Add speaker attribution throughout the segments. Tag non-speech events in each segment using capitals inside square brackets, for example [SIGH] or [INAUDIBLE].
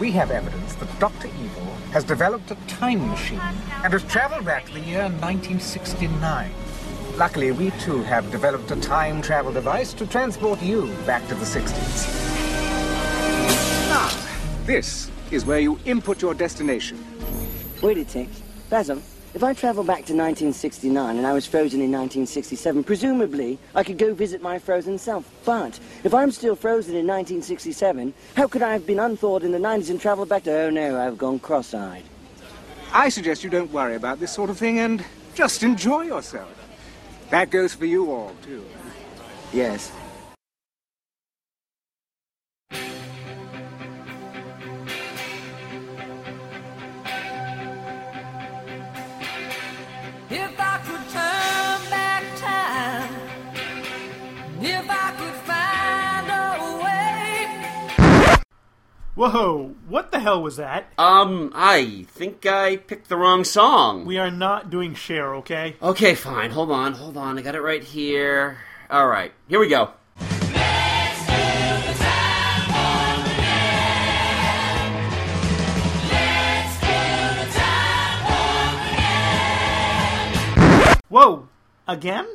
Speaker 1: we have evidence that Dr. Evil has developed a time machine and has traveled back to the year 1969. Luckily, we too have developed a time travel device to transport you back to the 60s. Now, Ah, this is where you input your destination.
Speaker 2: Wait a tick. Basil, if I travel back to 1969 and I was frozen in 1967, presumably I could go visit my frozen self. But if I'm still frozen in 1967, how could I have been unthawed in the 90s and traveled back to, oh no, I've gone cross-eyed?
Speaker 1: I suggest you don't worry about this sort of thing and just enjoy yourself. That goes for you all, too.
Speaker 2: Yes.
Speaker 3: If I could turn back time, if I could find a way.
Speaker 4: Whoa, what the hell was that?
Speaker 5: Um, I think I picked the wrong song.
Speaker 4: We are not doing share, okay?
Speaker 5: okay, fine. Hold on, hold on. I got it right here. All right, here we go.
Speaker 4: Whoa, again?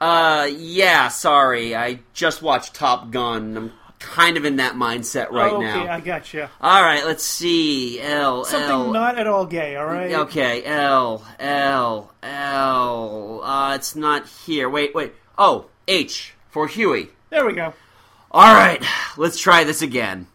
Speaker 5: Uh, yeah, sorry. I just watched Top Gun. I'm kind of in that mindset right
Speaker 4: Oh, okay,
Speaker 5: now.
Speaker 4: I gotcha.
Speaker 5: All right, let's see. L
Speaker 4: Something
Speaker 5: L.
Speaker 4: not at all gay, alright?
Speaker 5: Okay, L L L. Uh, it's not here. Wait, wait. Oh, H for Huey.
Speaker 4: There we go.
Speaker 5: All right, let's try this again.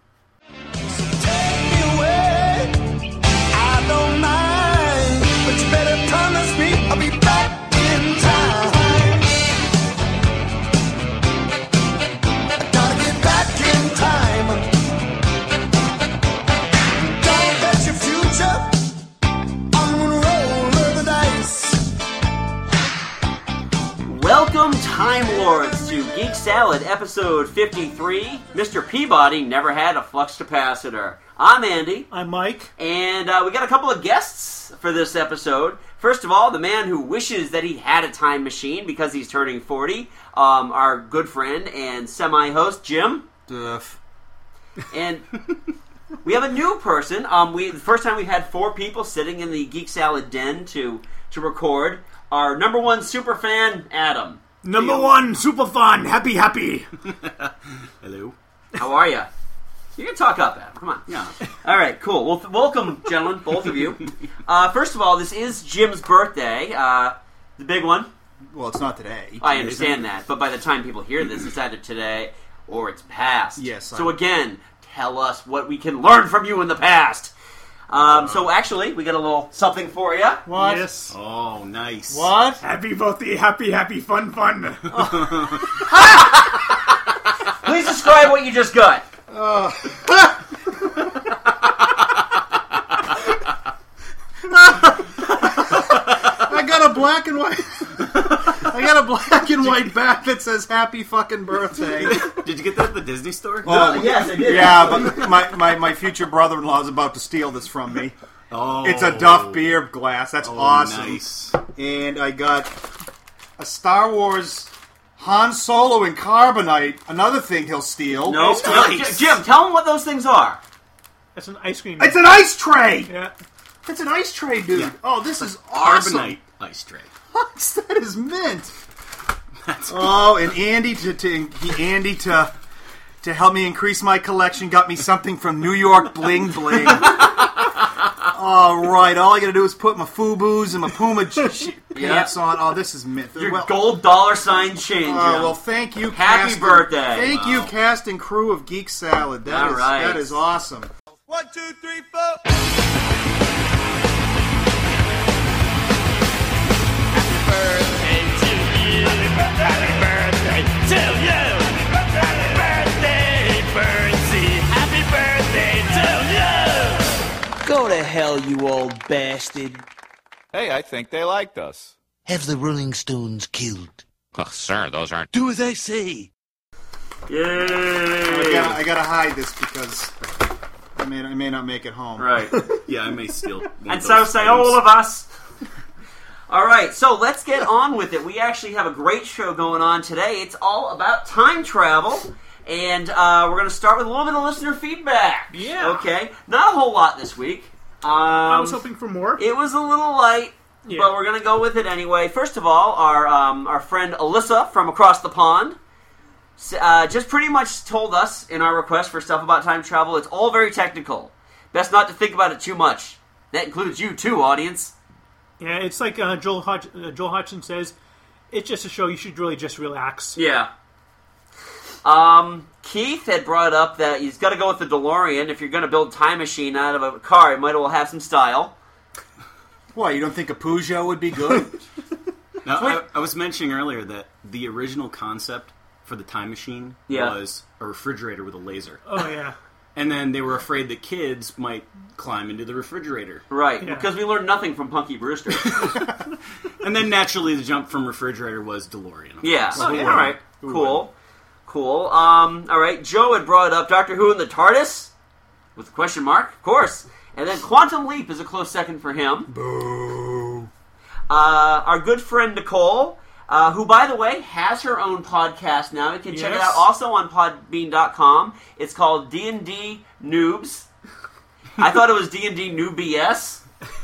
Speaker 5: Welcome, Time Lords, to Geek Salad, episode 53. Mr. Peabody never had a flux capacitor. I'm Andy,
Speaker 4: I'm Mike.
Speaker 5: and uh, we got a couple of guests for this episode. First of all, the man who wishes that he had a time machine because he's turning 40, um, our good friend and semi host, Jim. And we have a new person. Um, we the first time we've had four people sitting in the Geek Salad den to to record. Our number one super fan, Adam.
Speaker 4: Number one, super fun, happy, happy.
Speaker 6: Hello.
Speaker 5: How are you? You can talk up, Adam. Come on.
Speaker 6: Yeah.
Speaker 5: All right, cool. Well, th- welcome, gentlemen, both of
Speaker 7: [LAUGHS]
Speaker 5: you. Uh, first of all, this is Jim's birthday, uh, the big one.
Speaker 6: Well, it's not today.
Speaker 5: I understand that, but by the time people hear this, it's either today or it's past.
Speaker 6: Yes, I-
Speaker 5: So again, tell us what we can learn from you in the past. Um, so
Speaker 7: Uh-huh.
Speaker 5: actually, we got a little something for you.
Speaker 4: What?
Speaker 6: Yes. Oh, nice.
Speaker 5: What?
Speaker 4: Happy, birthday, happy, happy, fun, fun.
Speaker 5: Please describe what you just got.
Speaker 6: I got a black and white. [LAUGHS] I got a black and white bat that says "Happy fucking
Speaker 7: [LAUGHS]
Speaker 6: birthday."
Speaker 7: Did you get that at the Disney store?
Speaker 6: Oh,
Speaker 5: Yes, I did.
Speaker 6: yeah, but my, my, my future brother-in-law is about to steal this from me.
Speaker 7: Oh,
Speaker 6: It's a Duff beer glass. That's
Speaker 7: Oh,
Speaker 6: awesome.
Speaker 7: Nice.
Speaker 6: And I got a Star Wars Han Solo and carbonite. Another thing he'll steal.
Speaker 5: No,
Speaker 7: It's
Speaker 5: no,
Speaker 7: nice.
Speaker 5: J- Jim, tell them what those things are.
Speaker 4: That's an ice cream.
Speaker 6: It's an ice tray.
Speaker 4: yeah.
Speaker 6: It's an ice tray, dude.
Speaker 7: Yeah.
Speaker 6: Oh, this is awesome.
Speaker 7: Carbonite ice tray.
Speaker 6: that is mint.
Speaker 7: That's
Speaker 6: Oh, and Andy to, to he, Andy to to help me increase my collection got me something from New York Bling Bling. all right, all I gotta do is put my Fubu's and my Puma j- sh- pants on. Oh, this is mint.
Speaker 5: Your
Speaker 6: well,
Speaker 5: gold dollar sign change.
Speaker 6: oh,
Speaker 7: Uh,
Speaker 6: well, thank you.
Speaker 5: Happy
Speaker 6: cast and-
Speaker 5: birthday.
Speaker 6: Thank you, cast and crew of Geek Salad. That
Speaker 5: All
Speaker 6: is-
Speaker 5: right.
Speaker 6: that is awesome.
Speaker 7: one, two, three, four.
Speaker 8: Go to hell, you old bastard.
Speaker 9: Hey, I think they liked us.
Speaker 8: Have the Rolling Stones killed.
Speaker 10: Oh, sir, those aren't.
Speaker 8: Do as I say.
Speaker 5: Yay.
Speaker 6: I gotta, I gotta hide this because I may I may not make it home.
Speaker 5: Right. [LAUGHS]
Speaker 7: Yeah, I may steal. One
Speaker 5: and
Speaker 7: of
Speaker 5: so
Speaker 7: those
Speaker 5: say
Speaker 7: things.
Speaker 5: all of us. [LAUGHS] All right, so let's get on with it. We actually have a great show going on today. It's all about time travel, And uh, we're going to start with a little bit of listener feedback.
Speaker 4: Yeah.
Speaker 5: Okay. Not a whole lot this week. Um,
Speaker 4: I was hoping for more.
Speaker 5: it was a little light,
Speaker 4: Yeah.
Speaker 5: but we're gonna go with it anyway. First of all, our um, our friend Alyssa from across the pond s- uh, just pretty much told us in our request for stuff about time travel. It's all very technical. Best not to think about it too much. That includes you too, audience.
Speaker 4: yeah, it's like uh, Joel Hodg- uh, Joel Hodgson says, it's just a show. You should really just relax.
Speaker 5: Yeah. Um, Keith had brought up that he's got to go with the DeLorean if you're going to build time machine out of a car. It might as well have some style.
Speaker 6: Why, you don't think a Peugeot would
Speaker 5: [LAUGHS]
Speaker 6: be good?
Speaker 7: Now, I, I was mentioning earlier that the original concept for the time machine
Speaker 5: Yeah.
Speaker 7: was a refrigerator with a laser.
Speaker 4: Oh yeah,
Speaker 7: And then they were afraid that kids might climb into the refrigerator.
Speaker 5: Right,
Speaker 4: Yeah.
Speaker 5: because we learned nothing from Punky Brewster.
Speaker 7: And then naturally the jump from refrigerator was DeLorean. of
Speaker 5: Yeah.
Speaker 7: course.
Speaker 5: Okay, All right. Cool. Cool. Um, all right. Joe had brought up Doctor Who and the TARDIS with a question mark, of course. And then Quantum Leap is a close second for him. Boo. Uh, our good friend Nicole, uh, who, by the way, has her own podcast now. You can check it
Speaker 4: Yes.
Speaker 5: out also on podbean.com. It's called D&D Noobs. I thought it was D&D Noob BS,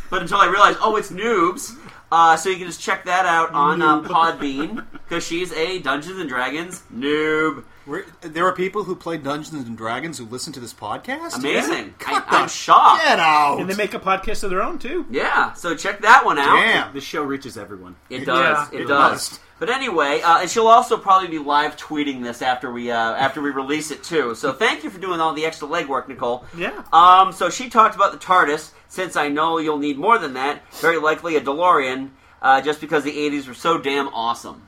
Speaker 5: but until I realized, oh, it's Noobs. Uh, so you can just check that out on uh, Podbean because she's a Dungeons and Dragons noob.
Speaker 6: Were- there are people who play Dungeons and Dragons who listen to this podcast?
Speaker 5: Amazing.
Speaker 6: Cut
Speaker 5: I,
Speaker 6: the
Speaker 5: am shocked.
Speaker 6: Get out!
Speaker 4: and they make a podcast of their own too.
Speaker 5: Yeah, so check that one out.
Speaker 6: Damn.
Speaker 7: This show reaches everyone.
Speaker 5: It does.
Speaker 4: Yeah,
Speaker 5: it,
Speaker 4: it
Speaker 5: does.
Speaker 6: must.
Speaker 5: But anyway, uh, and she'll also probably be live tweeting this after we uh, after we release it too. So thank you for doing all the extra legwork, Nicole.
Speaker 4: Yeah.
Speaker 5: Um. So she talked about the TARDIS. Since I know you'll need more than that, very likely a DeLorean, uh, just because the '80s were so damn awesome.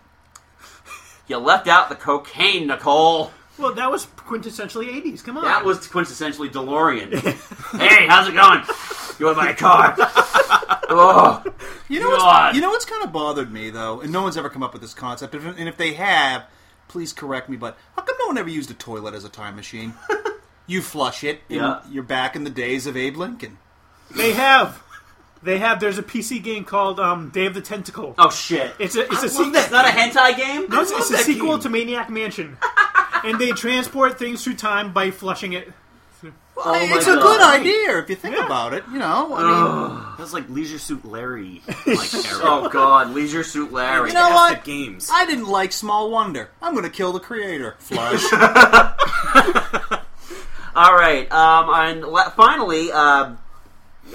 Speaker 5: You left out the cocaine, Nicole.
Speaker 4: Well, that was quintessentially '80s. Come on.
Speaker 5: That was quintessentially
Speaker 4: [LAUGHS]
Speaker 5: DeLorean. hey, how's it going? You want to buy a car? oh,
Speaker 6: You know, what's,
Speaker 5: God.
Speaker 6: you know what's kind of bothered me though, and no one's ever come up with this concept. if- And if they have, please correct me. But how come no one ever used a toilet as a
Speaker 5: [LAUGHS]
Speaker 6: time machine? you flush it. and
Speaker 5: Yeah.
Speaker 6: You're back in the days of Abe Lincoln.
Speaker 4: They have. They have. There's a PC game called um, Day of the Tentacle.
Speaker 5: oh shit!
Speaker 4: It's a it's a sequel.
Speaker 5: It's not a hentai game.
Speaker 4: No, it's, it's a sequel to Maniac Mansion, and they transport things through time by flushing it.
Speaker 5: Oh my
Speaker 6: it's a
Speaker 5: God.
Speaker 6: good idea if you think about it. You know, I mean,
Speaker 7: That was like Leisure
Speaker 9: [LAUGHS]
Speaker 7: Suit Larry like era.
Speaker 5: Oh god, Leisure Suit Larry.
Speaker 6: you know
Speaker 7: Fantastic
Speaker 6: what?
Speaker 7: games.
Speaker 6: I didn't like Small Wonder. I'm going to kill the creator.
Speaker 5: [LAUGHS]
Speaker 6: Flush.
Speaker 5: All right, um, and la- finally, uh,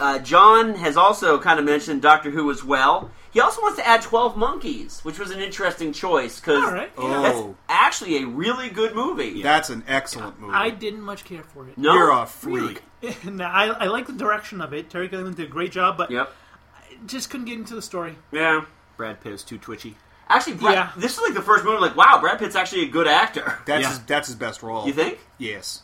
Speaker 5: uh, John has also kind of mentioned Doctor Who as well. He also wants to add Twelve Monkeys, which was an interesting choice because
Speaker 4: All right.
Speaker 5: that's
Speaker 6: oh,
Speaker 5: actually a really good movie.
Speaker 6: that's an excellent movie.
Speaker 4: I didn't much care for [LAUGHS] it.
Speaker 5: no,
Speaker 6: You're a freak.
Speaker 7: Really?
Speaker 4: No, I, I like the direction of it. Terry Gilliam did a great job, but
Speaker 5: Yep.
Speaker 4: just couldn't get into the story.
Speaker 5: Yeah.
Speaker 7: Brad Pitt is too twitchy.
Speaker 5: Actually, Brad,
Speaker 4: Yeah.
Speaker 5: this is like the first movie. Like, wow, Brad Pitt's actually a good actor.
Speaker 6: That's
Speaker 7: Yeah.
Speaker 6: his, that's his best role.
Speaker 5: You think?
Speaker 6: Yes.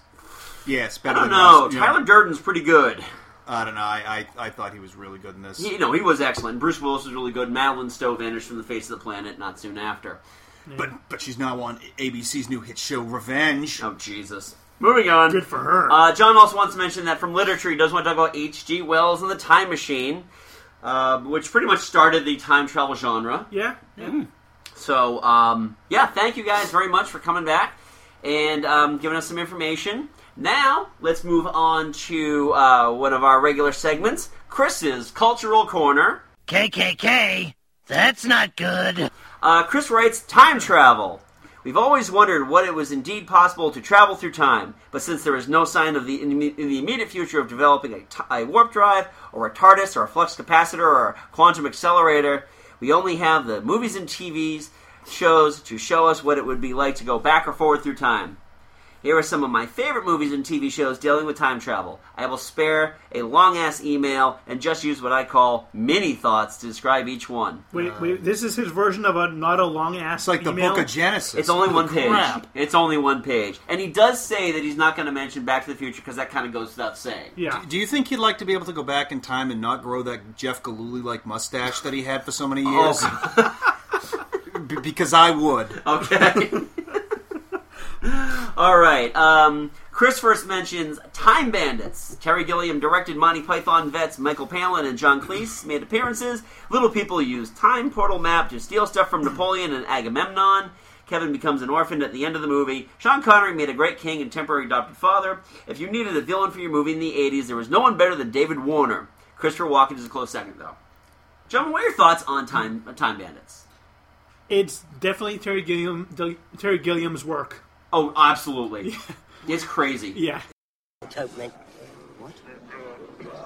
Speaker 6: Yes,
Speaker 5: I
Speaker 6: better
Speaker 5: don't
Speaker 6: than
Speaker 5: know.
Speaker 6: most, you
Speaker 5: Tyler Durden's pretty good.
Speaker 6: I don't know. I, I, I thought he was really good in this.
Speaker 5: He- You know, he was excellent. Bruce Willis was really good. Madeline Stowe vanished from the face of the planet not soon after.
Speaker 6: But but she's now on ABC's new hit show Revenge.
Speaker 5: Oh Jesus! Moving on.
Speaker 4: Good for her.
Speaker 5: Uh, John also wants to mention that from literature, he does want to talk about H.G. Wells and the Time Machine, uh, which pretty much started the time travel genre.
Speaker 4: yeah.
Speaker 5: So, um, yeah, thank you guys very much for coming back and um, giving us some information. Now, let's move on to uh, one of our regular segments Chris's Cultural Corner.
Speaker 8: KKK? That's not good.
Speaker 5: Uh, Chris writes Time travel. We've always wondered what it was indeed possible to travel through time, but since there is no sign of the in, the- in the immediate future of developing a, t- a warp drive or a TARDIS or a flux capacitor or a quantum accelerator, we only have the movies and TVs shows to show us what it would be like to go back or forward through time. Here are some of my favorite movies and TV shows dealing with time travel. I will spare a long ass email and just use what I call mini thoughts to describe each one.
Speaker 4: Wait, wait, this is his version of a not a long ass.
Speaker 6: It's like the Book of Genesis.
Speaker 5: It's only one page.
Speaker 6: Crap.
Speaker 5: It's only one page. And he does say that he's not going to mention Back to the Future because that kind of goes without saying.
Speaker 4: Yeah.
Speaker 6: Do you think he'd like to be able to go back in time and not grow that Jeff Galooly like mustache that he had for so many
Speaker 5: Oh,
Speaker 6: years? [LAUGHS] B- because I would.
Speaker 5: Okay. [LAUGHS] All right. Um, Chris first mentions Time Bandits. Terry Gilliam directed Monty Python vets Michael Palin and John Cleese made appearances. Little people use time portal map to steal stuff from Napoleon and Agamemnon. Kevin becomes an orphan at the end of the movie. Sean Connery made a great king and temporary adopted father. If you needed a villain for your movie in the 80s, there was no one better than David Warner. Christopher Walken is a close second, though. Gentlemen, what are your thoughts on Time uh, Time Bandits?
Speaker 4: It's definitely Terry Gilliam Del- Terry Gilliam's work.
Speaker 5: Oh, absolutely. It's crazy.
Speaker 4: Yeah.
Speaker 10: Totally. What?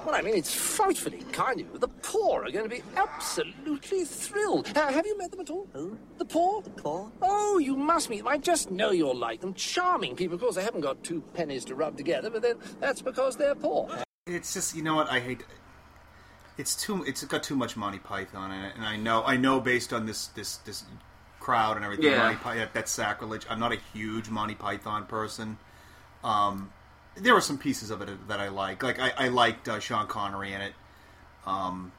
Speaker 10: Well, I mean, it's frightfully kind of you. The poor are going to be absolutely thrilled. Uh, have you met them at all? Who? The poor? The poor? Oh, you must meet them. I just know you'll like them. Charming people. Of course, they haven't got two pennies to rub together, but then that's because they're poor.
Speaker 6: It's just you know what I hate. It's too. It's got too much Monty Python in it, and I know. I know based on this this this crowd and everything.
Speaker 5: Yeah.
Speaker 6: Monty Python. That, that's sacrilege. I'm not a huge Monty Python person. Um, there were some pieces of it that I like. Like I, I liked uh, Sean Connery in it. Um,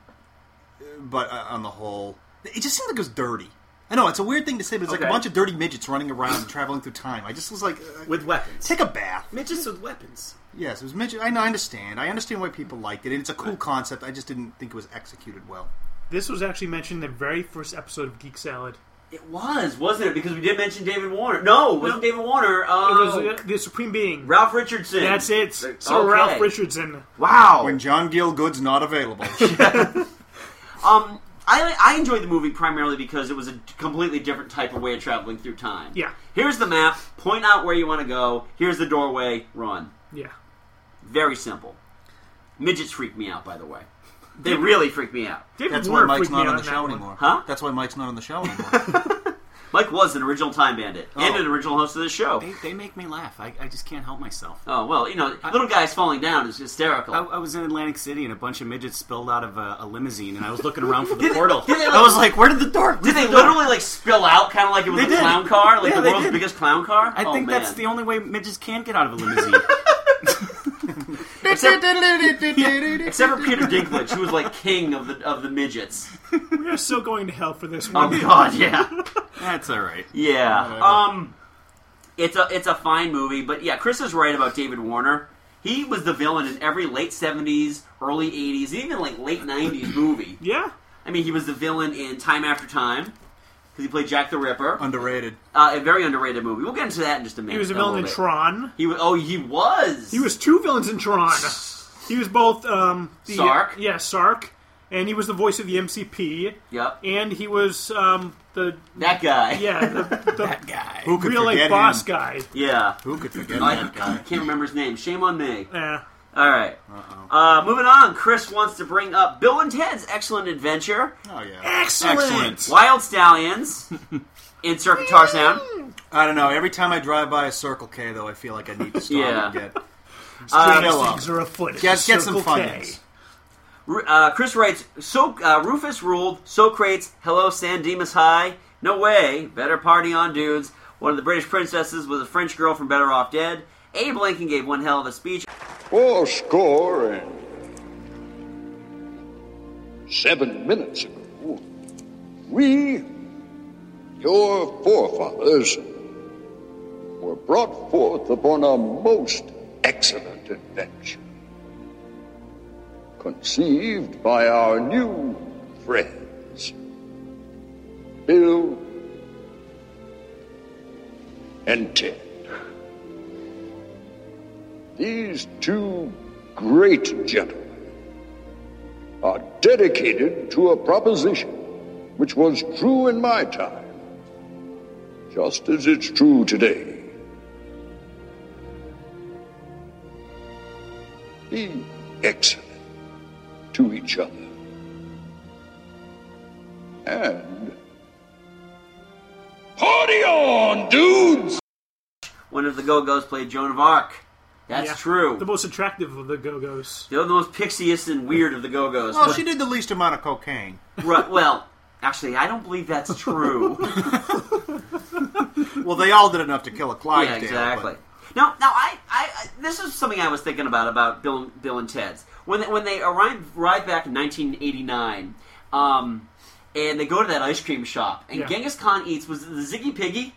Speaker 6: but uh, on the whole, it just seemed like it was dirty. I know it's a weird thing to say, but it's like
Speaker 5: Okay.
Speaker 6: a bunch of dirty midgets running around and traveling through time. I just was like, uh,
Speaker 7: with weapons.
Speaker 6: take a bath.
Speaker 7: Midgets with weapons.
Speaker 6: Yes, it was midget. I know- I understand. I understand why people liked it, and it's a cool concept. I just didn't think it was executed well.
Speaker 4: This was actually mentioned in the very first episode of Geek Salad.
Speaker 5: It was, wasn't it? Because we did mention David Warner. No, it wasn't David Warner. Uh,
Speaker 4: It was uh, the Supreme Being.
Speaker 5: Ralph Richardson.
Speaker 4: That's it. So
Speaker 5: Okay.
Speaker 4: Ralph Richardson.
Speaker 5: Wow.
Speaker 6: When John Gielgud's not
Speaker 7: [LAUGHS]
Speaker 6: available,
Speaker 5: Um, I, I enjoyed the movie primarily because it was a completely different type of way of traveling through time.
Speaker 4: Yeah.
Speaker 5: Here's the map. Point out where you want to go. Here's the doorway. Run.
Speaker 4: Yeah.
Speaker 5: Very simple. Midgets freak me out, by the way. They really freak me out.
Speaker 4: David
Speaker 6: that's why
Speaker 4: Warner
Speaker 6: Mike's
Speaker 4: freaked me
Speaker 6: not
Speaker 4: out
Speaker 6: on the
Speaker 4: that
Speaker 6: show
Speaker 4: one.
Speaker 6: anymore.
Speaker 5: Huh?
Speaker 6: That's why Mike's not on the show anymore.
Speaker 5: Mike was an original Time Bandit
Speaker 4: Oh.
Speaker 5: and an original host of this show.
Speaker 7: [LAUGHS] They, they make me laugh. I, I just can't help myself.
Speaker 5: Oh, well, you know, little guys falling down is hysterical.
Speaker 7: I, I was in Atlantic City and a bunch of midgets spilled out of a, a limousine, and I was looking around
Speaker 6: [LAUGHS]
Speaker 7: for the
Speaker 5: Did-
Speaker 7: portal.
Speaker 5: did they, like-
Speaker 7: I was like, "Where did the door?
Speaker 5: Did they literally like spill out, kind of like it was
Speaker 7: They
Speaker 5: a
Speaker 7: did.
Speaker 5: clown car, like
Speaker 7: Yeah,
Speaker 5: the
Speaker 7: they
Speaker 5: world's
Speaker 7: did.
Speaker 5: biggest clown car?
Speaker 7: I
Speaker 5: Oh,
Speaker 7: think that's
Speaker 5: man.
Speaker 7: the only way midgets can get out of
Speaker 6: [LAUGHS]
Speaker 7: a limousine.
Speaker 5: Except for Peter Dinklage, who was like king of the of the midgets.
Speaker 4: We are still going to hell for this
Speaker 5: Oh
Speaker 4: one.
Speaker 5: God, yeah,
Speaker 7: that's all right.
Speaker 5: yeah. Um, it's a it's a fine movie, but yeah, Chris is right about David Warner. He was the villain in every late seventies, early eighties, even like late nineties movie.
Speaker 4: yeah.
Speaker 5: I mean, he was the villain in Time After Time because he played Jack the Ripper,
Speaker 6: Underrated.
Speaker 5: uh, a very underrated movie. We'll get into that in just a minute.
Speaker 4: He was a
Speaker 5: little
Speaker 4: villain in
Speaker 5: bit.
Speaker 4: Tron.
Speaker 5: He was, oh, he was.
Speaker 4: He was two villains in Tron. He was both um, the,
Speaker 5: Sark?
Speaker 4: yeah, Sark, and he was the voice of the MCP,
Speaker 5: Yep.
Speaker 4: and he was um, the
Speaker 5: That guy.
Speaker 4: yeah the, the
Speaker 6: Who could
Speaker 4: real life
Speaker 6: forget
Speaker 4: boss
Speaker 6: him?
Speaker 4: guy.
Speaker 5: Yeah.
Speaker 6: Who could forget
Speaker 5: Oh, I,
Speaker 6: that guy?
Speaker 5: can't remember his name. Shame on me.
Speaker 4: Yeah.
Speaker 5: All right. Uh, moving on, Chris wants to bring up Bill and Ted's Excellent Adventure,
Speaker 6: Oh yeah.
Speaker 4: Excellent.
Speaker 5: Wild
Speaker 6: [LAUGHS]
Speaker 5: Stallions, insert guitar sound.
Speaker 6: I don't know. Every time I drive by a Circle K, though, I feel like I need to stop
Speaker 5: Yeah.
Speaker 6: and get
Speaker 5: Uh,
Speaker 6: Fill up.
Speaker 4: Things are afoot. at
Speaker 6: get,
Speaker 4: Circle
Speaker 6: get some fun.
Speaker 4: K.
Speaker 6: news.
Speaker 5: Ru- Uh, Chris writes, so uh, Rufus ruled, Socrates, hello San Dimas High, no way, better party on dudes. One of the British princesses was a French girl from Better Off Dead. Abe Lincoln gave one hell of a speech.
Speaker 11: Oh, score and seven minutes ago, we, your forefathers, were brought forth upon a most excellent adventure, conceived by our new friends, Bill and Ted. These two great gentlemen are dedicated to a proposition which was true in my time, just as it's true today. Be excellent to each other and party on, dudes!
Speaker 5: One of the Go-Go's played Joan of Arc. That's
Speaker 4: Yeah.
Speaker 5: true.
Speaker 4: The most attractive of the Go Go's.
Speaker 5: They're the most pixiest and weird of the Go Go's.
Speaker 6: Well, she did the least amount of cocaine.
Speaker 5: well, actually, I don't believe that's true.
Speaker 6: Well, they all did enough to kill a Clydesdale.
Speaker 5: yeah,
Speaker 6: but-
Speaker 5: exactly. Now, now, I, I, I, this is something I was thinking about about Bill, Bill and Ted's when they, when they arrived, arrived back in 1989, um, and they go to that ice cream shop, and
Speaker 4: Yeah.
Speaker 5: Genghis Khan eats was it the Ziggy Piggy?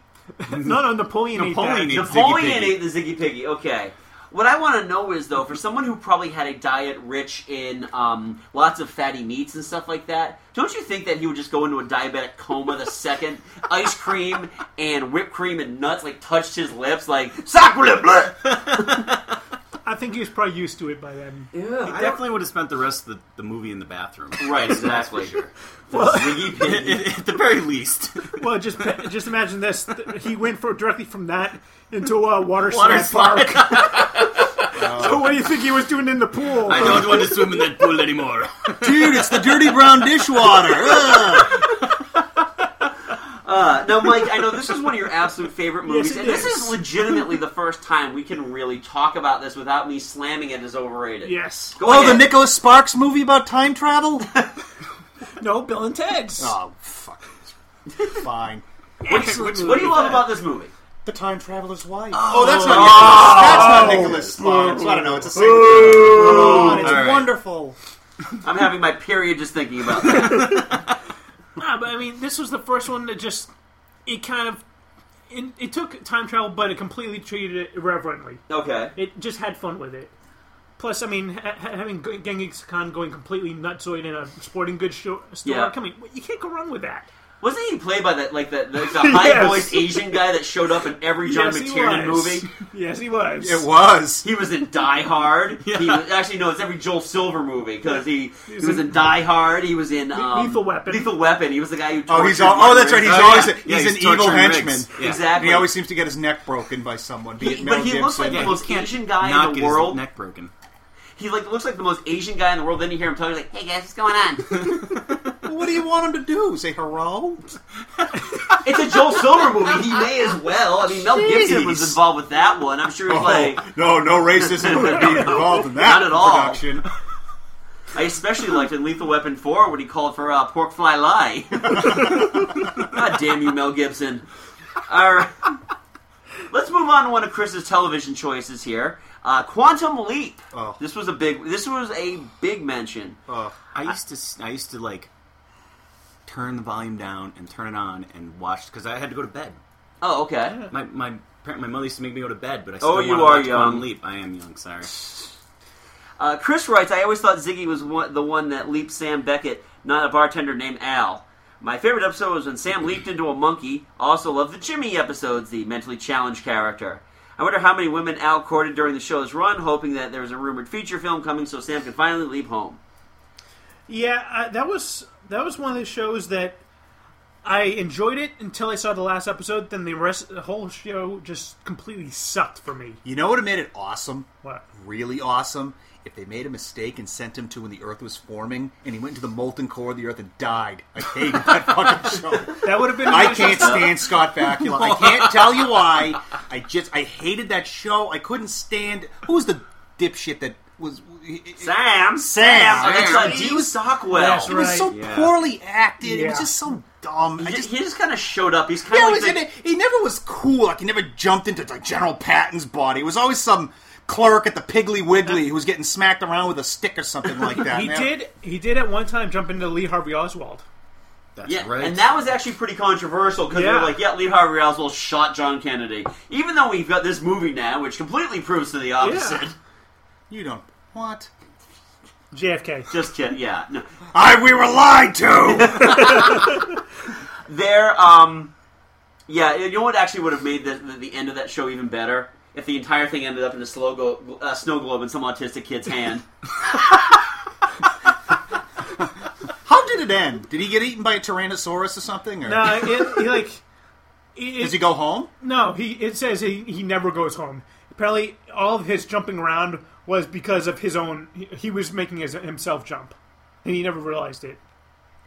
Speaker 4: no, no, Napoleon. ate
Speaker 7: Napoleon
Speaker 4: that.
Speaker 7: ate- Ziggy
Speaker 5: Napoleon
Speaker 7: Piggy.
Speaker 5: ate the Ziggy Piggy. Okay. What I want to know is though, for someone who probably had a diet rich in um, lots of fatty meats and stuff like that, don't you think that he would just go into a diabetic coma the second ice cream and whipped cream and nuts like touched his lips, like chocolate? bleh."
Speaker 4: I think he was probably used to it by then.
Speaker 5: Yeah,
Speaker 7: He definitely would have spent the rest of the, the movie in the bathroom.
Speaker 5: Right, exactly. [LAUGHS]
Speaker 4: Well-
Speaker 7: [LAUGHS] at the very least. [LAUGHS]
Speaker 4: Well, just just imagine this. Th- He went for directly from that into a water,
Speaker 7: Water
Speaker 4: slide park. so what do you think he was doing in the pool?
Speaker 7: I don't want to swim in that pool anymore.
Speaker 6: [LAUGHS] Dude, it's the dirty brown
Speaker 7: [LAUGHS]
Speaker 6: dishwater.
Speaker 5: Uh, now, Mike, I know this is one of your absolute favorite movies,
Speaker 4: Yes, it
Speaker 5: and this
Speaker 4: is.
Speaker 5: is legitimately the first time we can really talk about this without me slamming it as overrated.
Speaker 4: Yes.
Speaker 5: Go
Speaker 6: oh,
Speaker 5: ahead.
Speaker 6: the Nicholas Sparks movie about time
Speaker 7: [LAUGHS]
Speaker 6: travel?
Speaker 4: No, Bill and Ted's.
Speaker 6: Oh, fuck. Fine.
Speaker 5: What,
Speaker 6: Excellent
Speaker 5: what do you
Speaker 6: movie.
Speaker 5: love about this movie?
Speaker 6: The Time Traveler's Wife. Oh, that's not Nicholas. that's not Nicholas Sparks. I don't know. It's a single. Come on, it's
Speaker 7: Oh. All right.
Speaker 6: wonderful.
Speaker 5: I'm having my period just thinking about that.
Speaker 4: Nah, Ah, but I mean, this was the first one that just it kind of it, it took time travel, but it completely treated it irreverently.
Speaker 5: Okay.
Speaker 4: It just had fun with it. Plus, I mean, ha- ha- having G- Genghis Khan going completely nutsoid in a sporting goods sho- store.
Speaker 5: Yeah.
Speaker 4: Come on, you can't go wrong with that.
Speaker 5: Wasn't he played by that like that, that high voiced Asian guy that showed up in every John
Speaker 4: Yes, he
Speaker 5: McTiernan
Speaker 4: was.
Speaker 5: movie?
Speaker 4: [LAUGHS] Yes, he was.
Speaker 6: It was.
Speaker 5: He was in Die Hard. He was, actually no, it's every Joel Silver movie because he, he was
Speaker 4: in-
Speaker 5: in Die Hard. He was in um,
Speaker 4: Lethal Weapon.
Speaker 5: Lethal Weapon. He was the guy who.
Speaker 6: Oh, he's
Speaker 5: tortured
Speaker 6: all, oh, that's right.
Speaker 5: Rick.
Speaker 6: He's
Speaker 7: Oh,
Speaker 6: always
Speaker 7: yeah.
Speaker 6: he's
Speaker 7: Yeah, he's
Speaker 6: an evil
Speaker 7: torturing
Speaker 6: henchman.
Speaker 7: Riggs. Yeah.
Speaker 6: And
Speaker 5: Exactly.
Speaker 6: he always seems to get his neck broken by someone. Be it
Speaker 5: He-
Speaker 6: Mel
Speaker 5: but he
Speaker 6: Gibson.
Speaker 5: looks like the [LAUGHS] most Asian guy
Speaker 7: Not
Speaker 5: in
Speaker 7: get
Speaker 5: the
Speaker 7: his
Speaker 5: world.
Speaker 7: neck broken.
Speaker 5: He like looks like the most Asian guy in the world. Then you hear him talking he's like, "Hey guys, what's going on?"
Speaker 6: Well, what do you want him to do? Say hello?
Speaker 5: it's a Joel Silver movie. He may as well. I mean, Mel Gibson was
Speaker 6: Jeez.
Speaker 5: involved with that one. I'm sure he's like,
Speaker 6: Oh, no, no racism would
Speaker 7: [LAUGHS]
Speaker 6: be involved in that
Speaker 5: Not at all.
Speaker 6: production.
Speaker 5: I especially liked in Lethal Weapon 4 when he called for uh, pork fly lie. God damn you, Mel Gibson. All right. Let's move on to one of Chris's television choices here. Uh, Quantum Leap.
Speaker 6: Oh.
Speaker 5: This was a big. This was a big mention.
Speaker 6: Oh,
Speaker 7: I used to s- I used to like turn the volume down and turn it on and watch because I had to go to bed.
Speaker 5: Oh, okay.
Speaker 7: My my parent, my mother used to make me go to bed, but I
Speaker 6: Oh,
Speaker 7: still
Speaker 5: you
Speaker 7: wanna
Speaker 5: are
Speaker 7: watch Quantum
Speaker 5: young.
Speaker 7: Leap. I am young. Sorry.
Speaker 5: Uh, Chris writes, I always thought Ziggy was one, the one that leaped Sam Beckett, not a bartender named Al. My favorite episode was when Sam leaped into a monkey. Also love the Jimmy episodes, the mentally challenged character. I wonder how many women Al courted during the show's run, hoping that there was a rumored feature film coming so Sam could finally leave home.
Speaker 4: Yeah, uh, that was that was one of the shows that I enjoyed it until I saw the last episode. Then the rest, the whole show just completely sucked for me.
Speaker 6: you know what made it awesome?
Speaker 4: What?
Speaker 6: Really awesome? If they made a mistake and sent him to when the Earth was forming, and he went into the molten core of the Earth and died. I hate that [LAUGHS] fucking show.
Speaker 4: That would have been.
Speaker 6: [LAUGHS] I can't stand Scott Bakula. I can't tell you why. I just I hated that show. I couldn't stand. Who was the dipshit that was?
Speaker 5: Sam!
Speaker 6: Sam!
Speaker 5: Oh, that's
Speaker 6: Sam.
Speaker 5: not Dean Stockwell.
Speaker 4: That's
Speaker 6: It was so
Speaker 7: Yeah.
Speaker 6: poorly acted. It was
Speaker 4: Yeah.
Speaker 6: just so dumb. I
Speaker 5: He
Speaker 6: just
Speaker 5: just, kind of showed up. He's kind
Speaker 6: yeah,
Speaker 5: of
Speaker 6: it
Speaker 5: like
Speaker 6: was,
Speaker 5: the-
Speaker 6: and it- he never was cool. Like he never jumped into like General Patton's body. It was always some clerk at the Piggly Wiggly who was getting smacked around with a stick or something like that.
Speaker 4: He
Speaker 6: And that-
Speaker 4: did. He did at one time jump into Lee Harvey Oswald.
Speaker 7: That's
Speaker 5: Yeah,
Speaker 7: right.
Speaker 5: and that was actually pretty controversial because they
Speaker 4: Yeah.
Speaker 5: were like, "Yeah, Lee Harvey Oswald shot John Kennedy," even though we've got this movie now, which completely proves to the opposite. [LAUGHS]
Speaker 4: Yeah.
Speaker 6: You don't what?
Speaker 4: JFK.
Speaker 5: Just kidding. Yeah, no.
Speaker 6: I we were lied to.
Speaker 5: There. Um. Yeah, you know what actually would have made the, the, the end of that show even better if the entire thing ended up in a slow go, uh, snow globe in some autistic kid's hand.
Speaker 6: How did it end? Did he get eaten by a Tyrannosaurus or something? Or
Speaker 4: No, Uh, it, he like. It,
Speaker 6: does he go home?
Speaker 4: No, he. It says he, he never goes home. Apparently, all of his jumping around was because of his own. He, he was making his, himself jump, and he never realized it.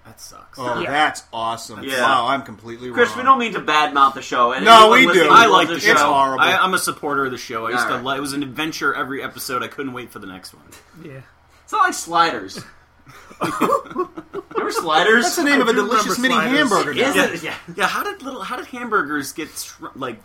Speaker 7: that sucks.
Speaker 6: Oh,
Speaker 4: Yeah.
Speaker 6: that's awesome!
Speaker 5: Yeah.
Speaker 6: Wow, I'm completely wrong.
Speaker 5: Chris, we don't mean to badmouth the show. And
Speaker 6: No,
Speaker 5: anyone
Speaker 6: we do.
Speaker 5: listening who
Speaker 7: I
Speaker 5: loves
Speaker 7: like
Speaker 5: the
Speaker 7: the
Speaker 6: show. It's horrible.
Speaker 7: I, I'm a supporter of the show. I used
Speaker 5: All
Speaker 7: to.
Speaker 5: right.
Speaker 7: Li- it was an adventure every episode. I couldn't wait for the next one.
Speaker 4: Yeah.
Speaker 5: It's not like sliders. Remember sliders?
Speaker 6: That's the name of a
Speaker 4: do remember
Speaker 6: delicious mini
Speaker 4: sliders.
Speaker 6: hamburger. now.
Speaker 5: Is it? [LAUGHS] Yeah.
Speaker 7: Yeah, how did little how did hamburgers get str- like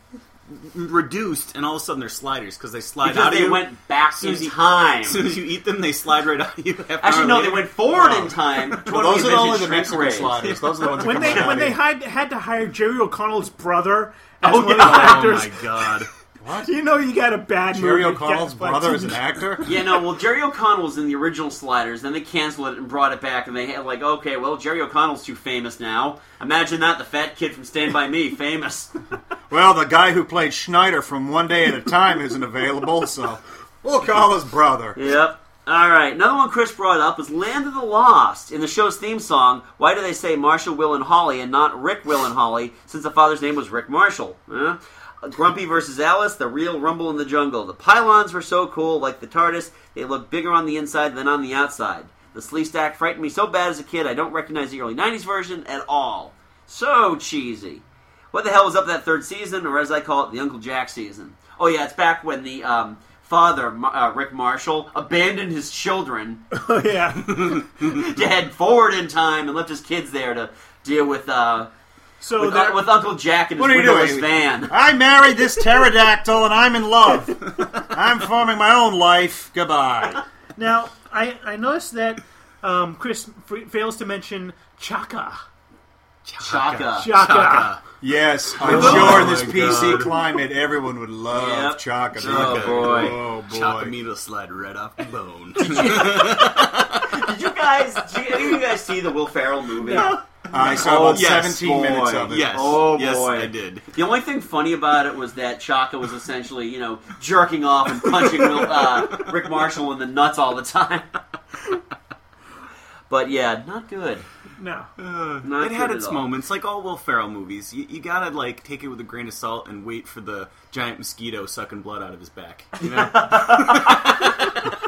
Speaker 7: reduced and all of a sudden they're sliders because they slide
Speaker 5: Because
Speaker 7: out of
Speaker 5: they
Speaker 7: you?
Speaker 5: went back
Speaker 7: soon
Speaker 5: in
Speaker 7: as you-
Speaker 5: time.
Speaker 7: as soon as you eat them, they slide right out of you. [LAUGHS] half an hour
Speaker 5: Actually, no, they
Speaker 7: later. Oh.
Speaker 5: went forward in
Speaker 7: [LAUGHS]
Speaker 5: time. to
Speaker 6: Well,
Speaker 5: when
Speaker 6: those
Speaker 5: we
Speaker 6: are only the
Speaker 5: invented
Speaker 6: Mexican
Speaker 5: shrink wraps.
Speaker 6: sliders. Those are the ones that
Speaker 4: When
Speaker 6: come
Speaker 4: they
Speaker 6: [LAUGHS] right out
Speaker 4: when
Speaker 6: of
Speaker 4: they
Speaker 6: you.
Speaker 4: had had to hire Jerry O'Connell's brother as
Speaker 5: Oh,
Speaker 4: one of the
Speaker 5: yeah.
Speaker 7: Oh
Speaker 4: actors,
Speaker 7: my god!
Speaker 4: You know [LAUGHS] you got a bad
Speaker 7: Jerry
Speaker 4: movie.
Speaker 7: O'Connell's
Speaker 4: Yeah, but-
Speaker 7: brother is an actor?
Speaker 5: yeah, no. Well, Jerry O'Connell was in the original Sliders. Then they canceled it and brought it back, and they had like, okay, well, Jerry O'Connell's too famous now. Imagine that, the fat kid from Stand by Me, famous.
Speaker 6: Well, the guy who played Schneider from One Day at a Time isn't available, so we'll call his brother.
Speaker 5: Yep. All right. Another one Chris brought up was Land of the Lost. In the show's theme song, why do they say Marshall, Will, and Holly and not Rick, Will, and Holly since the father's name was Rick Marshall? Huh? Grumpy versus Alice, the real rumble in the jungle. The pylons were so cool, like the TARDIS, they looked bigger on the inside than on the outside. The slee stack frightened me so bad as a kid, I don't recognize the early 90s version at all. So cheesy. What the hell was up that third season, or as I call it, the Uncle Jack season? Oh yeah, it's back when the um, father, Ma- uh, Rick Marshall, abandoned his children.
Speaker 4: Oh [LAUGHS] yeah,
Speaker 5: to head forward in time and left his kids there to deal with. Uh,
Speaker 4: so
Speaker 5: with,
Speaker 4: that-
Speaker 5: with Uncle Jack and his
Speaker 6: Oh, What are you
Speaker 5: windowless
Speaker 6: doing? [LAUGHS] Oh,
Speaker 5: van.
Speaker 6: I married this pterodactyl and I'm in love. I'm forming my own life. Goodbye.
Speaker 4: Now, I, I noticed that um, Chris f- fails to mention Chaka.
Speaker 5: Chaka.
Speaker 4: Chaka.
Speaker 6: Yes,
Speaker 4: Oh
Speaker 6: I'm sure in this
Speaker 7: my
Speaker 6: PC
Speaker 7: God.
Speaker 6: climate everyone would love
Speaker 7: Yep.
Speaker 6: Chaka.
Speaker 7: Chaka.
Speaker 6: Chaka.
Speaker 7: boy.
Speaker 6: Oh boy.
Speaker 7: Chaka meat will slide right off
Speaker 5: [LAUGHS]
Speaker 7: the bone.
Speaker 5: Did you guys? Did you, any of you guys see the Will Ferrell movie?
Speaker 7: No.
Speaker 6: I saw
Speaker 7: Oh,
Speaker 6: about
Speaker 7: yes,
Speaker 6: 17
Speaker 5: boy.
Speaker 6: minutes of it.
Speaker 7: Yes.
Speaker 5: Oh
Speaker 7: yes,
Speaker 5: boy,
Speaker 7: I did.
Speaker 5: The only thing funny about it was that Chaka was essentially, you know, jerking off and punching Will, uh, Rick Marshall in the nuts all the time. [LAUGHS] but yeah, not good.
Speaker 4: No.
Speaker 5: Not
Speaker 7: it had
Speaker 5: good
Speaker 7: its
Speaker 5: at all.
Speaker 7: moments, like all Will Ferrell movies. You, you gotta like take it with a grain of salt and wait for the giant mosquito sucking blood out of his back.
Speaker 5: [LAUGHS]
Speaker 7: You know? [LAUGHS]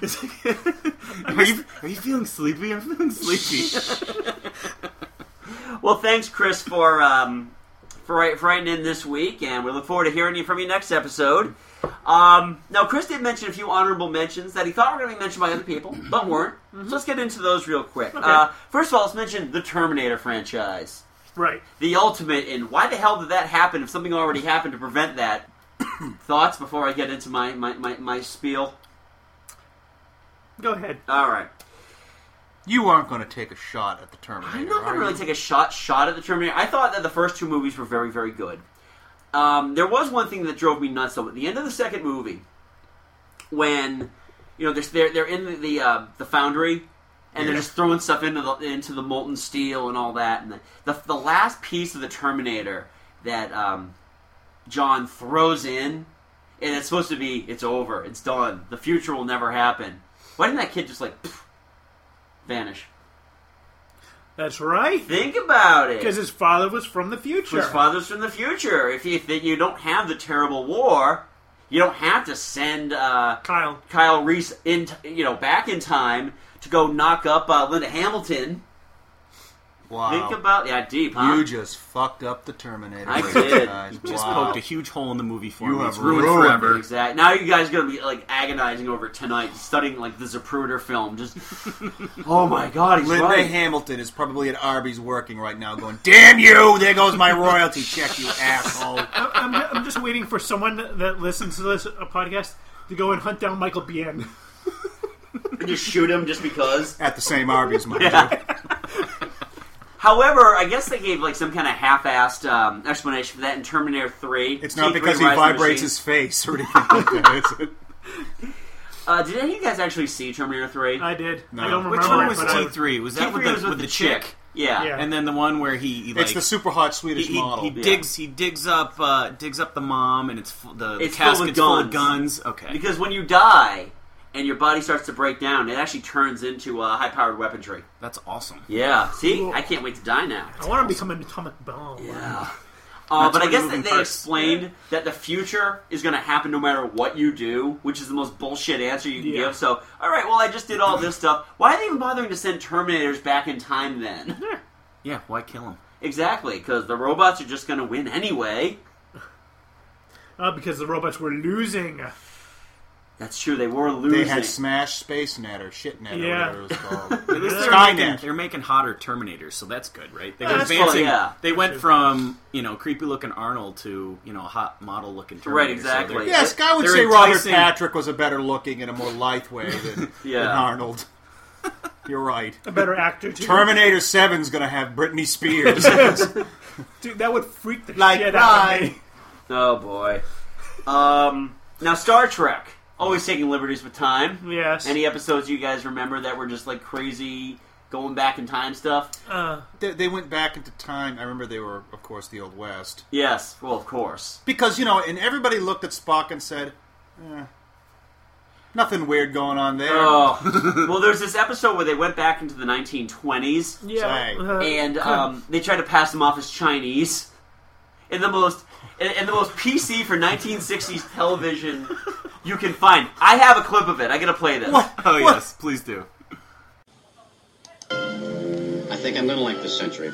Speaker 7: It's like- [LAUGHS] are you are you feeling sleepy? I'm
Speaker 5: [LAUGHS]
Speaker 7: feeling sleepy.
Speaker 5: Well, thanks, Chris, for um, for write- for writing in this week, and we look forward to hearing you from you next episode. Um, now, Chris did mention a few honorable mentions that he thought were going to be mentioned by other
Speaker 7: [CLEARS THROAT]
Speaker 5: people, but weren't.
Speaker 7: Mm-hmm.
Speaker 5: So let's get into those real quick. Uh, first of all, let's mention the Terminator franchise,
Speaker 4: Right.
Speaker 5: the ultimate, and why the hell did that happen if something already happened to prevent
Speaker 7: [COUGHS]
Speaker 5: that? Thoughts before I get into my, my, my, my spiel?
Speaker 4: Go ahead.
Speaker 5: All right.
Speaker 6: You aren't going to take a shot at the Terminator.
Speaker 5: I'm not
Speaker 6: are
Speaker 5: going to
Speaker 6: you?
Speaker 5: really take a shot shot at the Terminator. I thought that the first two movies were very very good. Um, there was one thing that drove me nuts though. At the end of the second movie, when you know there's- they're they're in the the, uh, the foundry and they're just throwing stuff into the into the molten steel and all that, and the the, the last piece of the Terminator that um, John throws in, and it's supposed to be it's over, it's done, the future will never happen. Why didn't that kid just like pff, vanish?
Speaker 4: That's right.
Speaker 5: Think about it.
Speaker 4: Because his father was from the future.
Speaker 5: His father's from the future. If you think you don't have the terrible war, you don't have to send uh,
Speaker 4: Kyle.
Speaker 5: Kyle Reese in, t- you know, back in time to go knock up uh, Linda Hamilton.
Speaker 6: Wow.
Speaker 5: Think about yeah, deep, huh?
Speaker 6: You just fucked up the Terminator.
Speaker 5: I
Speaker 6: ladies
Speaker 5: did.
Speaker 6: and guys.
Speaker 7: Just
Speaker 6: Wow.
Speaker 7: poked a huge hole in the movie for
Speaker 6: You
Speaker 7: me.
Speaker 6: have
Speaker 7: It's ruined,
Speaker 6: ruined
Speaker 7: forever.
Speaker 5: Exact. Now you guys are gonna be like agonizing over it tonight, studying like the Zapruder film.
Speaker 6: [LAUGHS]
Speaker 5: Just oh my god, he's
Speaker 6: Linda
Speaker 5: right.
Speaker 6: Hamilton is probably at Arby's working right now going, Damn you! There goes my royalty check, you asshole.
Speaker 4: [LAUGHS] I'm, I'm just waiting for someone that listens to this uh, podcast to go and hunt down Michael Biehn.
Speaker 5: just shoot him just because.
Speaker 6: At the same Arby's, mind you.
Speaker 5: However, I guess they gave like some kind of half-assed um, explanation for that in Terminator Three.
Speaker 6: It's not
Speaker 5: T3
Speaker 6: because he
Speaker 5: Rise of the
Speaker 6: vibrates
Speaker 5: Machines.
Speaker 6: his face or anything like that, is it?
Speaker 5: Uh, did any of you guys actually see Terminator Three?
Speaker 4: I did. I
Speaker 6: No.
Speaker 4: don't remember.
Speaker 7: Which one
Speaker 4: it,
Speaker 7: was
Speaker 4: but I-
Speaker 7: T three? Was that
Speaker 5: T3
Speaker 7: with the,
Speaker 5: was
Speaker 7: with the chick?
Speaker 5: Yeah.
Speaker 4: Yeah.
Speaker 7: And then the one where he, he like
Speaker 6: It's the super hot
Speaker 7: he,
Speaker 6: Swedish
Speaker 7: he-
Speaker 6: model.
Speaker 7: he digs he digs up uh, digs up the mom and it's fu- the, the
Speaker 5: It's filled with
Speaker 7: casket's full of
Speaker 5: guns.
Speaker 7: guns. Okay,
Speaker 5: Because when you die and your body starts to break down, it actually turns into uh, high-powered weaponry.
Speaker 7: that's awesome.
Speaker 5: Yeah. See, I can't wait to die now.
Speaker 4: I want to become an atomic bomb.
Speaker 5: Yeah. Uh, but I
Speaker 7: where
Speaker 5: guess
Speaker 7: you're
Speaker 5: that
Speaker 7: moving
Speaker 5: they
Speaker 7: first.
Speaker 5: explained that the future is going to happen no matter what you do, which is the most bullshit answer you can
Speaker 4: Yeah.
Speaker 5: give. So, all right, well, I just did all this stuff. Why are they even bothering to send Terminators back in time then?
Speaker 4: [LAUGHS]
Speaker 7: Yeah, why kill him?
Speaker 5: exactly, because the robots are just going to win anyway.
Speaker 4: Uh, because the robots were losing.
Speaker 5: That's true. They were losing.
Speaker 6: They had Smash Space Net or Shit Net
Speaker 4: Yeah.
Speaker 6: or whatever it was
Speaker 4: [LAUGHS]
Speaker 7: At
Speaker 6: called.
Speaker 7: least they're
Speaker 6: Skynet.
Speaker 7: making, they're making hotter Terminators, so that's good, right? They're
Speaker 4: That's
Speaker 7: advancing.
Speaker 5: cool, yeah.
Speaker 7: They went from you know creepy looking Arnold to you know hot model looking Terminator.
Speaker 5: Right,
Speaker 7: so
Speaker 5: exactly.
Speaker 7: they're-
Speaker 6: yes, I would
Speaker 7: They're
Speaker 6: say Robert
Speaker 7: enticing-
Speaker 6: Patrick was a better looking and a more lithe
Speaker 5: [LAUGHS]
Speaker 6: way than,
Speaker 5: Yeah.
Speaker 6: than Arnold. You're right.
Speaker 4: A better actor, too.
Speaker 6: Terminator 7's going to have Britney Spears.
Speaker 5: [LAUGHS]
Speaker 4: Dude, that would freak the
Speaker 6: like
Speaker 4: shit out of me.
Speaker 6: I.
Speaker 5: Oh boy. Um, now Star Trek, always taking liberties with time.
Speaker 4: Yes.
Speaker 5: Any episodes you guys remember that were just like crazy going back in time stuff?
Speaker 4: Uh,
Speaker 6: they, they went back into time. I remember they were, of course, the Old West.
Speaker 5: Yes. Well, of course.
Speaker 6: Because, you know, and everybody looked at Spock and said, eh, nothing weird going on there. [LAUGHS]
Speaker 5: Oh. well, there's this episode where they went back into the 1920s.
Speaker 4: Yeah.
Speaker 6: Dang.
Speaker 4: Uh,
Speaker 5: and um, they tried to pass them off as Chinese. In the most, in, in the most PC for 1960s television you can find. I have a clip of it. I gotta play this.
Speaker 7: Oh yes, please do.
Speaker 12: I think I'm going to like this century.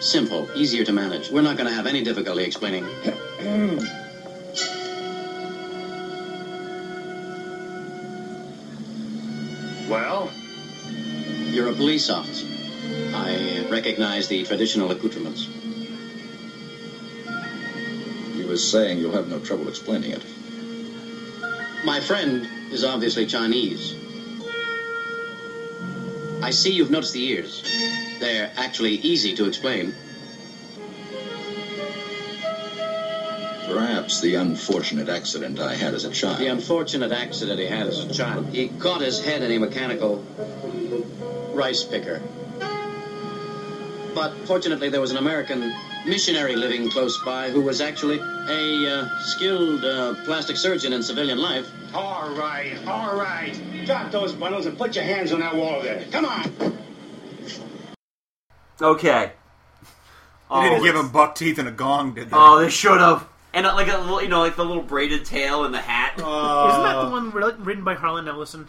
Speaker 12: Simple, easier to manage. We're not going to have any difficulty explaining. well? You're a police officer. I recognize the traditional accoutrements.
Speaker 11: He was saying you'll have no trouble explaining it.
Speaker 12: My friend is obviously Chinese. I see you've noticed the ears. They're actually easy to explain.
Speaker 11: Perhaps the unfortunate accident I had as a child.
Speaker 12: The unfortunate accident he had as a child. He caught his head in a mechanical rice picker. But fortunately, there was an American missionary living close by who was actually a uh, skilled uh, plastic surgeon in civilian life.
Speaker 13: All right, all right. Drop those bundles and put your hands on that wall there. Come on.
Speaker 5: Okay. Oh,
Speaker 6: They didn't
Speaker 5: Always.
Speaker 6: give him buck teeth and a gong, did they?
Speaker 5: Oh, they should have. And uh, like a little, you know, like the little braided tail and the hat.
Speaker 4: isn't that the one writ- written by Harlan Ellison?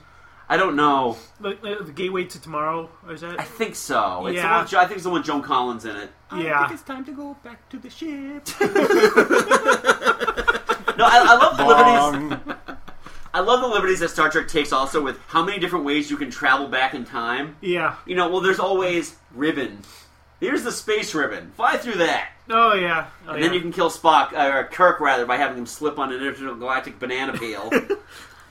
Speaker 5: I don't know.
Speaker 4: The, uh, the Gateway to Tomorrow? Or is that?
Speaker 5: I think so. It's
Speaker 4: Yeah.
Speaker 5: the one, Jo- I think it's the one with Joan Collins in it.
Speaker 4: yeah.
Speaker 14: it's time to go back to the ship.
Speaker 5: No, I, I love the [LAUGHS] liberties. I love the liberties that Star Trek takes also with how many different ways you can travel back in time.
Speaker 4: [LAUGHS] Yeah.
Speaker 5: You know, well, there's always ribbon. Here's the space ribbon. Fly through that.
Speaker 4: Oh yeah. Oh,
Speaker 5: and
Speaker 4: yeah.
Speaker 5: then you can kill Spock, uh, or Kirk rather, by having him slip on an intergalactic banana
Speaker 4: [LAUGHS]
Speaker 5: peel.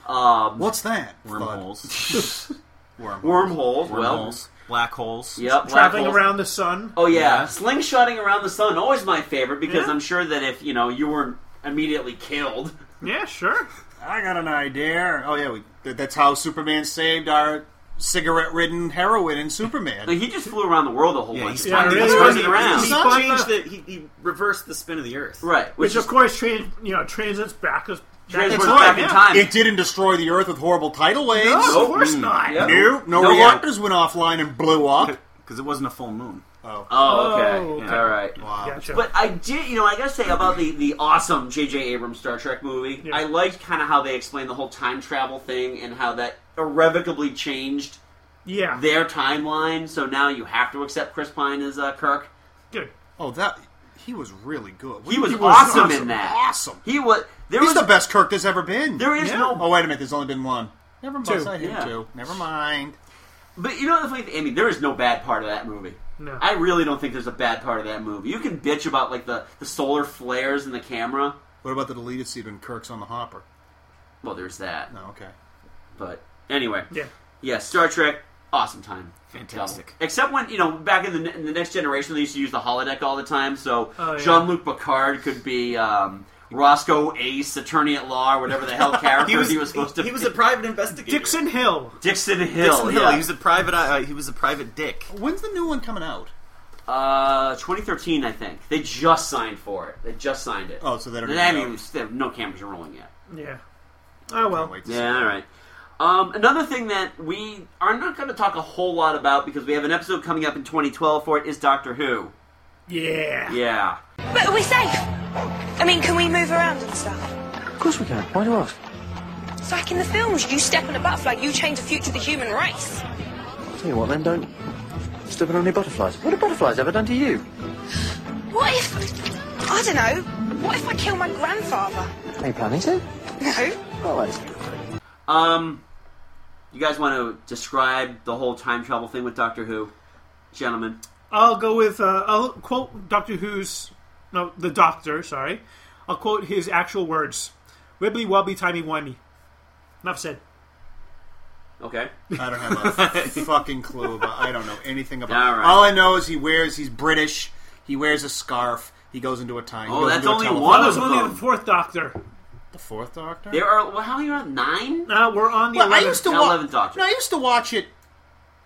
Speaker 5: um,
Speaker 6: What's that?
Speaker 7: Wormholes.
Speaker 5: Wormholes, well-
Speaker 7: Wormholes. Black holes.
Speaker 5: Yep,
Speaker 4: traveling
Speaker 5: black holes.
Speaker 4: around the sun.
Speaker 5: Oh yeah.
Speaker 7: Yeah.
Speaker 5: slingshotting around the sun. Always my favorite because
Speaker 4: Yeah.
Speaker 5: I'm sure that if you know you weren't immediately killed,
Speaker 4: Yeah, sure.
Speaker 6: I got an idea. Oh, yeah, we, that, that's how Superman saved our cigarette ridden heroin in Superman.
Speaker 5: like, he just flew around the world a whole
Speaker 7: Yeah,
Speaker 5: bunch.
Speaker 7: he's
Speaker 5: of
Speaker 4: Yeah,
Speaker 5: times.
Speaker 4: really,
Speaker 5: He's
Speaker 4: really.
Speaker 5: buzzing around.
Speaker 7: He
Speaker 4: He's on
Speaker 7: changed
Speaker 4: the-
Speaker 7: the. He, he reversed the spin of the Earth.
Speaker 5: Right,
Speaker 4: Which,
Speaker 5: which
Speaker 4: of
Speaker 5: is
Speaker 4: course, trans, you know, transits back us.
Speaker 5: Transits
Speaker 4: back in
Speaker 5: back
Speaker 4: time,
Speaker 5: in
Speaker 4: yeah.
Speaker 5: time.
Speaker 6: It didn't destroy the Earth with horrible tidal waves.
Speaker 4: No, of
Speaker 5: Nope.
Speaker 4: course
Speaker 5: Mm.
Speaker 4: not.
Speaker 5: Yep.
Speaker 6: No, no,
Speaker 5: No, yeah.
Speaker 6: reactors went offline and
Speaker 5: [LAUGHS]
Speaker 6: blew up.
Speaker 7: Because it wasn't a full moon.
Speaker 6: Oh,
Speaker 5: Oh, okay.
Speaker 4: Oh, okay.
Speaker 5: All right.
Speaker 6: wow.
Speaker 4: Gotcha.
Speaker 5: But I did, you know, I gotta say about the the awesome J.J. Abrams Star Trek movie.
Speaker 4: Yeah.
Speaker 5: I liked kind of how they explained the whole time travel thing and how that irrevocably changed
Speaker 4: yeah,
Speaker 5: their timeline. So now you have to accept Chris Pine as uh, Kirk.
Speaker 4: good.
Speaker 6: Oh, that he was really good.
Speaker 5: He was, awesome, in that.
Speaker 6: Awesome.
Speaker 5: He was. There
Speaker 6: He's
Speaker 5: was
Speaker 6: the best Kirk there's ever been.
Speaker 5: There is
Speaker 4: Yeah.
Speaker 5: no.
Speaker 6: Oh, wait a minute. There's only been one. Never mind.
Speaker 4: Two.
Speaker 6: I hate
Speaker 5: Yeah.
Speaker 6: two. Never mind.
Speaker 5: But you know the funny thing, I mean, there is no bad part of that movie.
Speaker 4: No.
Speaker 5: I really don't think there's a bad part of that movie. You can bitch about like the the solar flares in the camera.
Speaker 6: What about the deleted scene when Kirk's on the hopper?
Speaker 5: Well, there's that.
Speaker 6: No, okay.
Speaker 5: But anyway.
Speaker 4: Yeah.
Speaker 5: Yeah, Star Trek, awesome time.
Speaker 7: Fantastic.
Speaker 5: Except when, you know, back in the, in the next generation, they used to use the holodeck all the time, so
Speaker 4: Oh, yeah.
Speaker 5: Jean Luc Picard could be um, Roscoe Ace, attorney at law, or whatever the
Speaker 7: [LAUGHS]
Speaker 5: hell character he, was, supposed to
Speaker 7: He
Speaker 5: be.
Speaker 7: was a private investigator.
Speaker 4: Dixon Hill.
Speaker 5: Dixon Hill.
Speaker 7: [LAUGHS] Dixon Hill.
Speaker 5: yeah.
Speaker 7: He was a private. Uh, he was a private dick.
Speaker 6: When's the new one coming out?
Speaker 5: Uh, 2013, I think. They just signed for it. They just signed it.
Speaker 6: Oh, so they don't
Speaker 5: They
Speaker 6: even
Speaker 5: haven't
Speaker 6: know.
Speaker 5: even- they have no cameras rolling yet.
Speaker 4: Yeah. Oh well.
Speaker 6: Wait to see.
Speaker 5: Yeah, all right. Um, another thing that we are not going to talk a whole lot about because we have an episode coming up in 2012 for it is Doctor Who.
Speaker 4: Yeah.
Speaker 5: Yeah.
Speaker 15: But are we safe? I mean, can we move around and stuff?
Speaker 2: Of course we can. Why do you ask?
Speaker 15: It's like in the films, you step on a butterfly, you change the future of the human race.
Speaker 2: Tell you what, then, don't step on any butterflies. What have butterflies ever done to you?
Speaker 15: What if, I don't know, what if I kill my grandfather?
Speaker 2: Are you planning to?
Speaker 15: No.
Speaker 2: Oh, that's
Speaker 5: Um, you guys want to describe the whole time travel thing with Doctor Who, gentlemen?
Speaker 4: I'll go with uh, I'll quote Doctor Who's no the Doctor. Sorry, I'll quote his actual words: "Wibbly wobbly timey wimey." Enough said.
Speaker 5: Okay.
Speaker 4: [LAUGHS]
Speaker 6: I don't have a
Speaker 5: [LAUGHS]
Speaker 6: fucking clue. About, I don't know anything about.
Speaker 5: All
Speaker 6: All,
Speaker 5: right.
Speaker 6: All I know is he wears. He's British. He wears a scarf. He goes into a time.
Speaker 5: Oh,
Speaker 6: goes
Speaker 5: that's
Speaker 6: into a
Speaker 5: only
Speaker 6: telephone.
Speaker 5: one
Speaker 4: That was
Speaker 5: of
Speaker 4: only
Speaker 5: them.
Speaker 4: the fourth Doctor.
Speaker 6: The fourth Doctor.
Speaker 5: There are well, how many are on nine?
Speaker 4: Uh, we're on the
Speaker 6: Well, I
Speaker 4: 11th.
Speaker 6: used to
Speaker 5: Now
Speaker 6: wa-
Speaker 5: 11th Doctor.
Speaker 6: No, I used to watch it.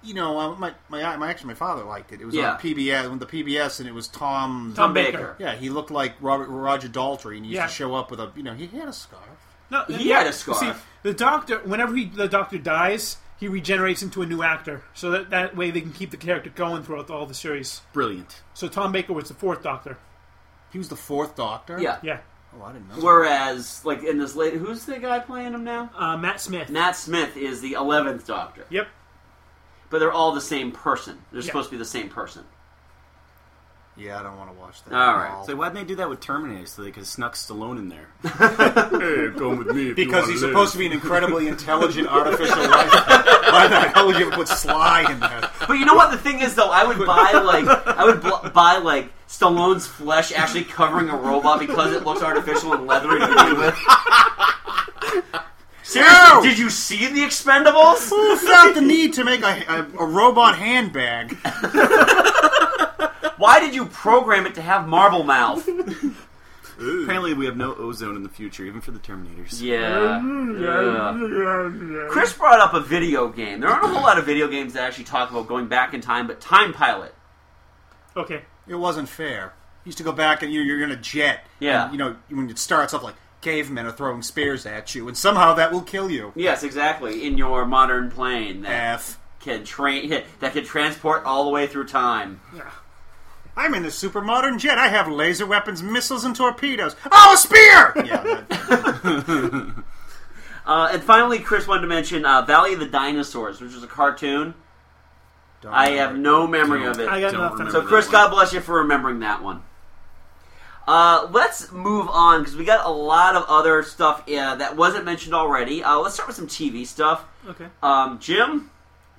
Speaker 6: You know, uh, my my my actually my father liked it. It was
Speaker 5: Yeah.
Speaker 6: on PBS when the PBS and it was Tom
Speaker 4: Tom Baker.
Speaker 6: Yeah, he looked like Robert Roger Daltrey and he used
Speaker 4: Yeah.
Speaker 6: to show up with a you know he had a scarf.
Speaker 4: No,
Speaker 5: He
Speaker 4: yeah,
Speaker 5: had a scarf.
Speaker 4: See, the doctor, whenever he, the doctor dies, he regenerates into a new actor, so that that way they can keep the character going throughout all the series.
Speaker 7: Brilliant.
Speaker 4: So Tom Baker was the fourth Doctor.
Speaker 6: He was the fourth Doctor.
Speaker 5: Yeah.
Speaker 4: Yeah.
Speaker 6: Oh, I didn't know.
Speaker 5: Whereas, like in this late, who's the guy playing him now?
Speaker 4: Uh, Matt Smith.
Speaker 5: Matt Smith is the eleventh Doctor.
Speaker 4: Yep.
Speaker 5: But they're all the same person. They're
Speaker 4: Yeah.
Speaker 5: supposed to be the same person.
Speaker 6: Yeah, I don't want to watch that.
Speaker 5: All
Speaker 6: at
Speaker 5: right.
Speaker 7: So why'd they do that with Terminator? So they could have snuck Stallone in [LAUGHS] there. hey, come with me.
Speaker 6: Because he's supposed to be an incredibly intelligent artificial life. Why the hell would you ever put Sly in there?
Speaker 5: But you know what? The thing is, though, I would buy like I would bl- buy like Stallone's flesh actually covering a robot because it looks artificial and leathery to begin with. Seriously, did you see the Expendables?
Speaker 6: Who felt the need to make a, a, a robot handbag?
Speaker 5: Why did you program it to have marble mouth?
Speaker 7: Apparently, we have no ozone in the future, even for the Terminators.
Speaker 5: [LAUGHS] Yeah. Chris brought up a video game. There aren't a whole lot of video games that actually talk about going back in time, but Time Pilot.
Speaker 4: Okay.
Speaker 6: It wasn't fair. You used to go back and you, you're in a jet.
Speaker 5: Yeah.
Speaker 6: And, you know, when it starts off like cavemen are throwing spears at you, and somehow that will kill you.
Speaker 5: Yes, exactly. In your modern plane that
Speaker 6: F.
Speaker 5: can train [LAUGHS] that can transport all the way through time.
Speaker 6: I'm in the super modern jet. I have laser weapons, missiles, and torpedoes. Oh, a spear! Yeah. that-
Speaker 5: Uh, and finally, Chris wanted to mention uh, Valley of the Dinosaurs, which was a cartoon. I have no memory of it.
Speaker 4: I got nothing.
Speaker 5: So, Chris, God bless you for remembering that one. Uh, let's move on because we got a lot of other stuff uh, that wasn't mentioned already. Uh, let's start with some TV stuff.
Speaker 4: Okay.
Speaker 5: Um, Jim,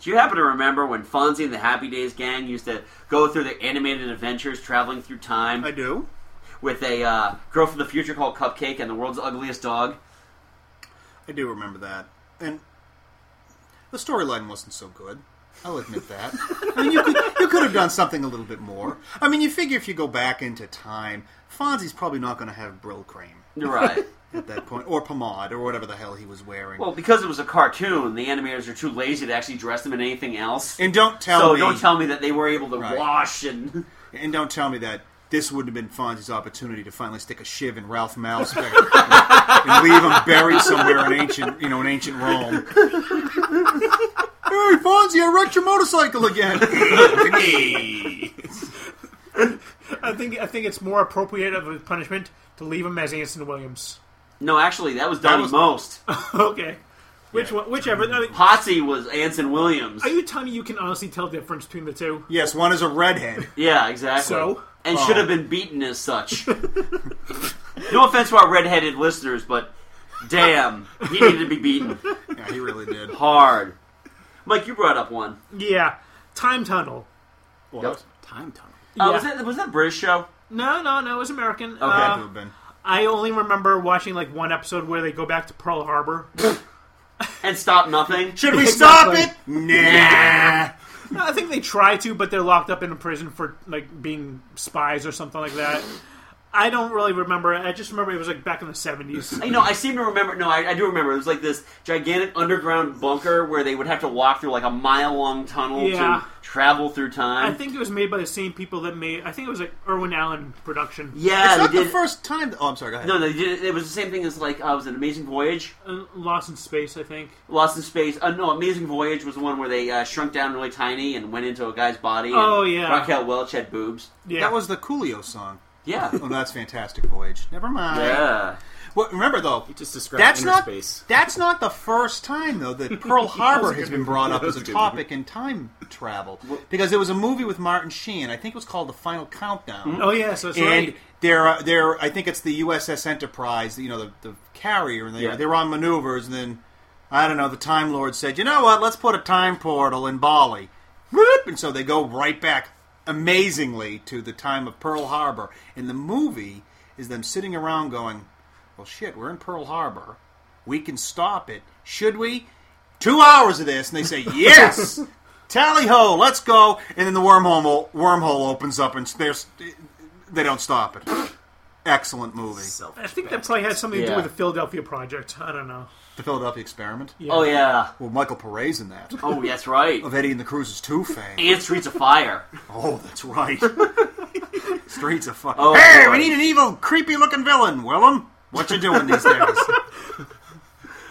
Speaker 5: do you happen to remember when Fonzie and the Happy Days gang used to go through their animated adventures traveling through time
Speaker 6: I do.
Speaker 5: with a uh, girl from the future called Cupcake and the world's ugliest dog?
Speaker 6: I do remember that. And the storyline wasn't so good. I'll admit that. I mean, you could, you could have done something a little bit more. I mean, you figure if you go back into time, Fonzie's probably not going to have brill cream
Speaker 5: You're right.
Speaker 6: at that point, or pomade, or whatever the hell he was wearing.
Speaker 5: well, because it was a cartoon, the animators are too lazy to actually dress them in anything else.
Speaker 6: and don't tell
Speaker 5: so
Speaker 6: me.
Speaker 5: don't tell me that they were able to
Speaker 6: Right.
Speaker 5: wash and [LAUGHS]
Speaker 6: And don't tell me that this wouldn't have been Fonzie's opportunity to finally stick a shiv in Ralph Mal's face and leave him buried somewhere in ancient, you know, in ancient Rome. Hey, Fonzie, I wrecked your motorcycle again.
Speaker 4: I think I think it's more appropriate of a punishment to leave him as Anson Williams. [LAUGHS]
Speaker 5: no, actually, that was Donnie
Speaker 6: was- [LAUGHS]
Speaker 5: Most.
Speaker 4: okay. Which one? Whichever. I mean,
Speaker 5: Potsy was Anson Williams.
Speaker 4: are you telling me you can honestly tell the difference between the two?
Speaker 6: yes, one is a redhead.
Speaker 5: Yeah, exactly.
Speaker 4: So?
Speaker 5: and
Speaker 6: Oh.
Speaker 5: should have been beaten as
Speaker 6: [LAUGHS]
Speaker 5: such. [LAUGHS] no offense to our redheaded listeners, but damn, he needed to be beaten
Speaker 6: Yeah, he really did.
Speaker 5: hard. Mike, you brought up one.
Speaker 4: Yeah. Time tunnel.
Speaker 7: Time tunnel.
Speaker 5: Uh,
Speaker 4: Yeah.
Speaker 5: Was that was that a British show?
Speaker 4: No, no, no. It was American. Um, Okay.
Speaker 6: Had to have been.
Speaker 4: I only remember watching like one episode where they go back to Pearl Harbor.
Speaker 5: And stop nothing. [LAUGHS]
Speaker 6: Should we stop it? Nah.
Speaker 4: I think they try to, but they're locked up in a prison for like being spies or something like that. I don't really remember. I just remember it was like back in the seventies.
Speaker 5: You know, I seem to remember. No, I, I do remember. It was like this gigantic underground bunker where they would have to walk through like a mile long tunnel
Speaker 4: Yeah.
Speaker 5: to travel through
Speaker 4: I
Speaker 5: time.
Speaker 4: think it was made by the same people that made. I think it was like Irwin Allen production.
Speaker 5: yeah,
Speaker 6: It's not
Speaker 5: they
Speaker 6: the
Speaker 5: did.
Speaker 6: first time. That, oh, I'm sorry. Go ahead.
Speaker 5: no, they did. It was the same thing as like uh, was an Amazing Voyage.
Speaker 4: Uh, Lost in Space, I think.
Speaker 5: Lost in Space. Uh, no, Amazing Voyage was the one where they uh, shrunk down really tiny and went into a guy's body. and
Speaker 4: Oh, yeah.
Speaker 5: Raquel Welch had boobs.
Speaker 4: Yeah,
Speaker 6: That was the Coolio song.
Speaker 5: Yeah.
Speaker 6: Oh, that's Fantastic Voyage. Never mind.
Speaker 5: yeah.
Speaker 6: Well, remember though,
Speaker 7: Just describe
Speaker 6: that's
Speaker 7: that's
Speaker 6: not
Speaker 7: space.
Speaker 6: that's not the first time though
Speaker 7: [LAUGHS]
Speaker 6: that Pearl Harbor has been brought up
Speaker 7: That was
Speaker 6: as a
Speaker 7: a good
Speaker 6: topic in time travel because there was a movie with Martin Sheen. I think it was called The Final Countdown.
Speaker 7: Mm-hmm.
Speaker 4: Oh yeah, so it's
Speaker 6: and
Speaker 4: right.
Speaker 6: they're uh, they're I think it's the USS Enterprise, you know, the, the carrier, and they
Speaker 5: Yeah.
Speaker 6: they're on maneuvers, and then I don't know, the Time Lord said, you know what, let's put a time portal in Bali, Whoop! and so they go right back amazingly to the time of Pearl Harbor, and the movie is them sitting around going, well, shit, we're in Pearl Harbor, we can stop it, should we? Two hours of this, and they
Speaker 4: [LAUGHS]
Speaker 6: say yes. Tally ho, let's go! And then the wormhole wormhole opens up, and there's They don't stop it. Excellent movie.
Speaker 4: I think that probably had something to do
Speaker 6: Yeah.
Speaker 4: with the Philadelphia Project. I don't know.
Speaker 6: The Philadelphia Experiment.
Speaker 4: Yeah. Oh, yeah.
Speaker 6: Well, Michael Pare's in that.
Speaker 4: Oh, that's
Speaker 5: right.
Speaker 6: Of Eddie and the Cruisers Two fame.
Speaker 5: And Streets of Fire.
Speaker 6: Oh, that's
Speaker 5: [LAUGHS]
Speaker 6: right. Streets of Fire.
Speaker 5: Oh,
Speaker 6: hey,
Speaker 5: boy.
Speaker 6: we need an evil, creepy-looking villain. Willem, what you doing
Speaker 5: [LAUGHS]
Speaker 6: these days?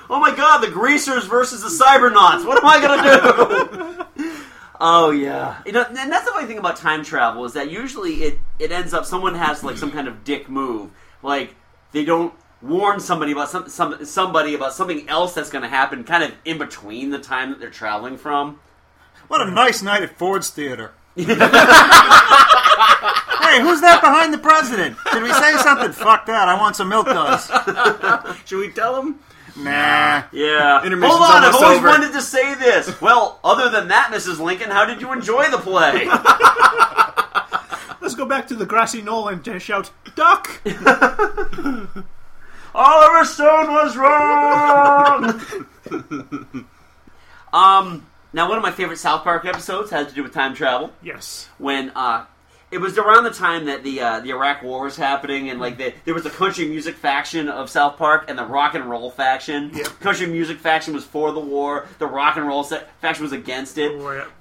Speaker 5: Oh my god, the greasers versus the cybernauts. What am I gonna do? [LAUGHS] oh yeah, you know, and that's the funny thing about time travel is that usually it it ends up someone has like some kind of dick move, like they don't warn somebody about some, some somebody about something else that's going to happen, kind of in between the time that they're traveling from.
Speaker 6: What a nice night at Ford's
Speaker 5: [LAUGHS]
Speaker 6: Theater. hey, who's that behind the president? Did we say something? Fuck that. I want some
Speaker 5: [LAUGHS]
Speaker 6: milk duds.
Speaker 7: Should we tell him?
Speaker 6: Nah.
Speaker 5: Yeah.
Speaker 6: Intermission's
Speaker 5: Hold on, I've
Speaker 6: almost
Speaker 5: always
Speaker 6: over.
Speaker 5: wanted to say this. Well, other than that, Mrs. Lincoln, how did you enjoy the play?
Speaker 4: Let's go back to the grassy knoll and uh, shout, "Duck!"
Speaker 6: [LAUGHS]
Speaker 5: Oliver Stone was wrong. [LAUGHS] um, now one of my favorite South Park episodes has to do with time travel.
Speaker 4: Yes.
Speaker 5: When uh, it was around the time that the uh, the Iraq War was happening, and like the, there was the country music faction of South Park and the rock and roll faction. Country music faction was for the war. The rock and roll se- faction was against it.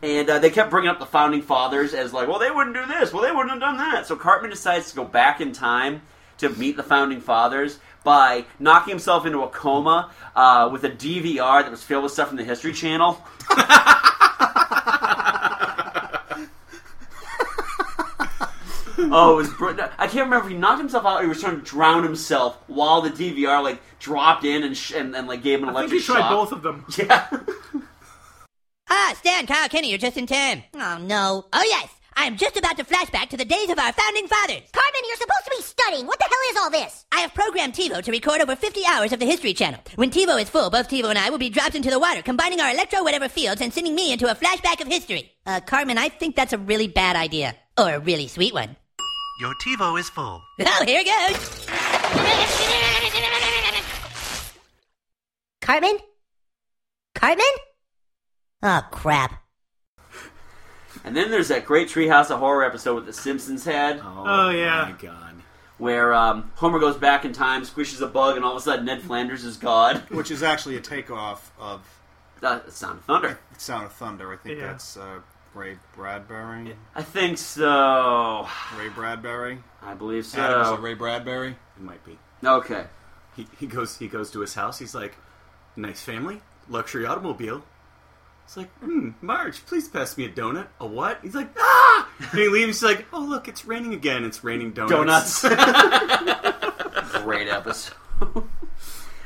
Speaker 5: And uh, they kept bringing up the founding fathers as like, well, they wouldn't do this. Well, they wouldn't have done that. So Cartman decides to go back in time to meet the founding fathers by knocking himself into a coma uh, with a DVR that was filled with stuff from the History Channel. oh, it was. Br- I can't remember if he knocked himself out or he was trying to drown himself while the DVR like dropped in and sh- and, and like gave him an
Speaker 4: I think
Speaker 5: electric
Speaker 4: he tried
Speaker 5: shock.
Speaker 4: both of them.
Speaker 5: Yeah.
Speaker 16: Ah, Stan, Kyle, Kenny, you're just in time. Oh, no. Oh, yes. I am just about to flash back to the days of our founding fathers. Carmen, you're supposed to be studying. What the hell is all this? I have programmed TiVo to record over 50 hours of the History Channel. When TiVo is full, both TiVo and I will be dropped [LAUGHS] into the water, combining our electro whatever fields and sending me into a flashback of history. Uh, Carmen, I think that's a really bad idea. Or a really sweet one.
Speaker 17: Your TiVo is full.
Speaker 16: Oh, here goes. Carmen? Carmen? Oh, crap.
Speaker 5: And then there's that great Treehouse of Horror episode with the Simpsons had. Oh,
Speaker 4: yeah.
Speaker 5: my god. Where um, Homer goes back in time, squishes a bug, and all of a sudden Ned Flanders is God. [LAUGHS]
Speaker 6: Which is actually a takeoff of
Speaker 5: uh, Sound of Thunder.
Speaker 6: Sound of Thunder. I think
Speaker 5: Yeah.
Speaker 6: that's uh, Ray Bradbury.
Speaker 5: I think so.
Speaker 6: Ray Bradbury.
Speaker 5: I believe so.
Speaker 6: Adam, is it Ray Bradbury?
Speaker 7: It might be.
Speaker 5: Okay.
Speaker 7: He, he goes he goes to his house. He's like, nice family, luxury automobile. It's like, hmm, Marge, please pass me a donut. A what? He's like, ah! And he leaves. He's like, oh look, it's raining again. It's raining [LAUGHS] donuts.
Speaker 5: Great episode. [LAUGHS]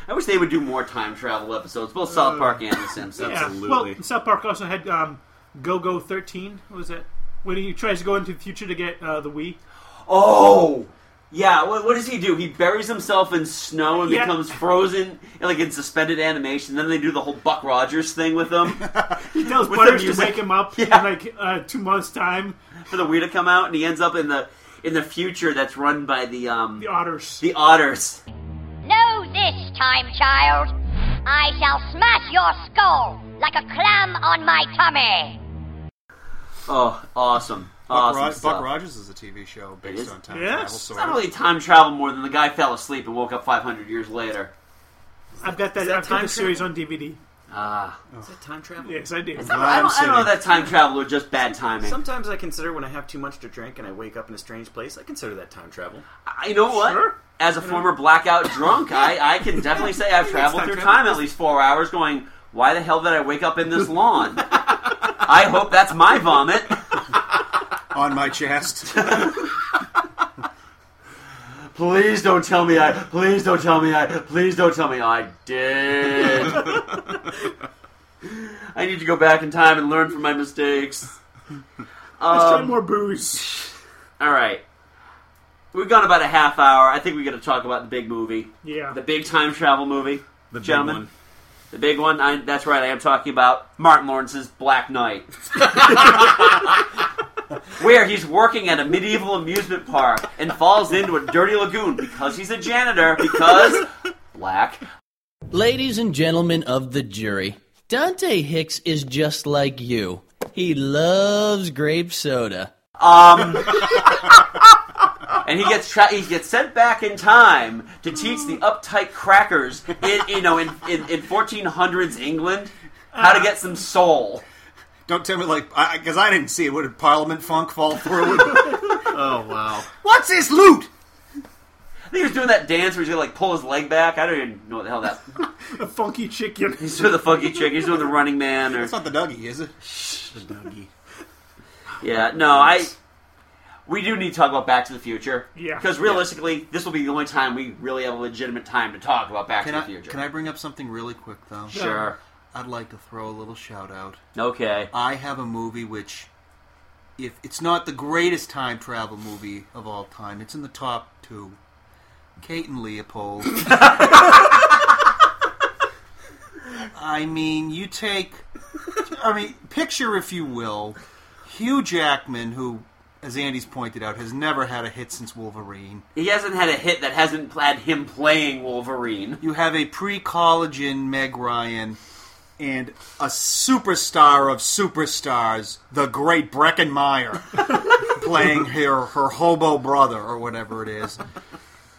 Speaker 5: I wish they would do more time travel episodes, both South Park and The Simpsons.
Speaker 4: Uh, Yeah. Well, South Park also had um, Go Go 13. What was it? When he tries to go into the future to get uh, the Wii.
Speaker 5: Oh! Yeah, what, what does he do? He buries himself in snow and
Speaker 4: Yeah.
Speaker 5: becomes frozen, like in suspended animation. Then they do the whole Buck Rogers thing with
Speaker 6: [LAUGHS]
Speaker 5: him. [LAUGHS]
Speaker 4: He tells
Speaker 5: With the
Speaker 4: Butters to
Speaker 5: music.
Speaker 4: wake him
Speaker 5: [LAUGHS]
Speaker 4: up in like uh, two months' time.
Speaker 5: for the Wii to come out, and he ends up in the in the future that's run by the um the
Speaker 4: otters.
Speaker 5: The otters.
Speaker 18: Know this time, child. I shall smash your skull like a clam on my tummy.
Speaker 5: Oh, awesome,
Speaker 6: Buck,
Speaker 5: awesome
Speaker 6: Ro-
Speaker 5: stuff.
Speaker 6: Buck Rogers is a TV show
Speaker 5: It
Speaker 6: based
Speaker 5: is-
Speaker 6: on time travel.
Speaker 5: It's
Speaker 6: So
Speaker 5: not really time travel more than the guy fell asleep and woke up 500 years later.
Speaker 4: I've got that.
Speaker 5: that
Speaker 4: I've got
Speaker 5: time
Speaker 4: the series on DVD.
Speaker 5: Ah.
Speaker 7: Is that time travel?
Speaker 4: Yes, I do.
Speaker 5: It's not- I, don't, I don't know if that's time travel or just bad timing.
Speaker 7: Sometimes I consider when I have too much to drink and I wake up in a strange place. I consider that time travel.
Speaker 5: I- you know what? As a former blackout drunk, [LAUGHS] I, I can definitely say I've
Speaker 7: It's
Speaker 5: traveled
Speaker 7: time
Speaker 5: through
Speaker 7: travel.
Speaker 5: time at least four hours going, why the hell did I wake up in [LAUGHS] this lawn? I hope that's my vomit.
Speaker 6: On
Speaker 4: [LAUGHS]
Speaker 6: my chest.
Speaker 5: please don't tell me I. Please don't tell me I. Please don't tell me I [LAUGHS] did. I need to go back in time and learn from my mistakes.
Speaker 4: Let's try
Speaker 5: Um,
Speaker 4: more booze.
Speaker 5: All right. We've gone about a half hour. I think we got to talk about the big movie.
Speaker 4: Yeah. [LAUGHS]
Speaker 5: The big time travel movie.
Speaker 7: The big
Speaker 5: gentlemen.
Speaker 7: one.
Speaker 5: The big one. I, that's right. I am talking about Martin Lawrence's Black Knight. Where he's working at a medieval amusement park and falls into a dirty lagoon because he's a janitor, because black.
Speaker 19: Ladies and gentlemen of the jury, Dante Hicks is just like you. He loves grape soda.
Speaker 5: Um. and he gets tra- he gets sent back in time to teach the uptight crackers in you know in in, in 1400s England how to get some soul.
Speaker 6: Don't tell me like because I, didn't see it. What did Parliament Funk
Speaker 4: [LAUGHS]
Speaker 6: fall through?
Speaker 7: oh wow!
Speaker 6: What's this loot?
Speaker 5: I think he was doing that dance where he's gonna like pull his leg back. I don't even know what the hell that.
Speaker 4: A funky chicken.
Speaker 5: He's doing the funky chick. He's doing the running man. Or
Speaker 6: That's not the Dougie, is it?
Speaker 7: The Dougie.
Speaker 5: Yeah, no, I. We do need to talk about Back to the Future.
Speaker 7: Yeah.
Speaker 5: Because realistically, this will be the only time we really have a legitimate time to talk about Back
Speaker 6: Can
Speaker 5: to
Speaker 6: I
Speaker 5: the Future.
Speaker 6: can I bring up something really quick though?
Speaker 5: Sure.
Speaker 6: I'd like to throw a little shout out.
Speaker 5: Okay.
Speaker 6: I have a movie which, if it's not the greatest time travel movie of all time, it's in the top two. Kate and Leopold. I mean, you take. I mean, picture, if you will, Hugh Jackman, who, as Andy's pointed out, has never had a hit since Wolverine.
Speaker 5: He hasn't had a hit that hasn't had him playing Wolverine.
Speaker 6: You have a pre-collagen Meg Ryan and a superstar of superstars, the great Brecken Meyer, playing her her hobo brother or whatever it is,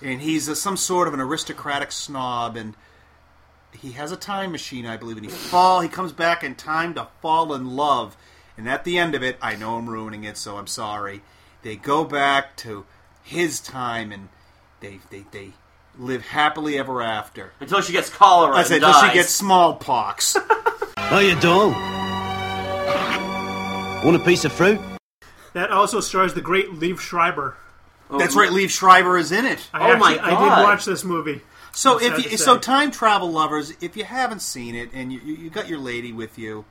Speaker 6: and he's a, some sort of an aristocratic snob, and he has a time machine, I believe, and he fall he comes back in time to fall in love, and at the end of it, I know I'm ruining it, so I'm sorry. They go back to his time and they they, they live happily ever after.
Speaker 5: Until she gets cholera.
Speaker 6: I said,
Speaker 5: and
Speaker 6: until she
Speaker 5: dies.
Speaker 6: gets
Speaker 7: [LAUGHS]
Speaker 6: smallpox.
Speaker 17: How you doing? Want a piece of fruit?
Speaker 4: That also stars the great Liev Schreiber.
Speaker 6: That's right. Leave Shriver is in it.
Speaker 5: Oh
Speaker 4: I actually, I did watch this movie.
Speaker 6: So
Speaker 4: I'm sad
Speaker 6: if
Speaker 4: to
Speaker 6: you, so,
Speaker 4: say.
Speaker 6: time travel lovers, if you haven't seen it and you, you, you got your lady with you,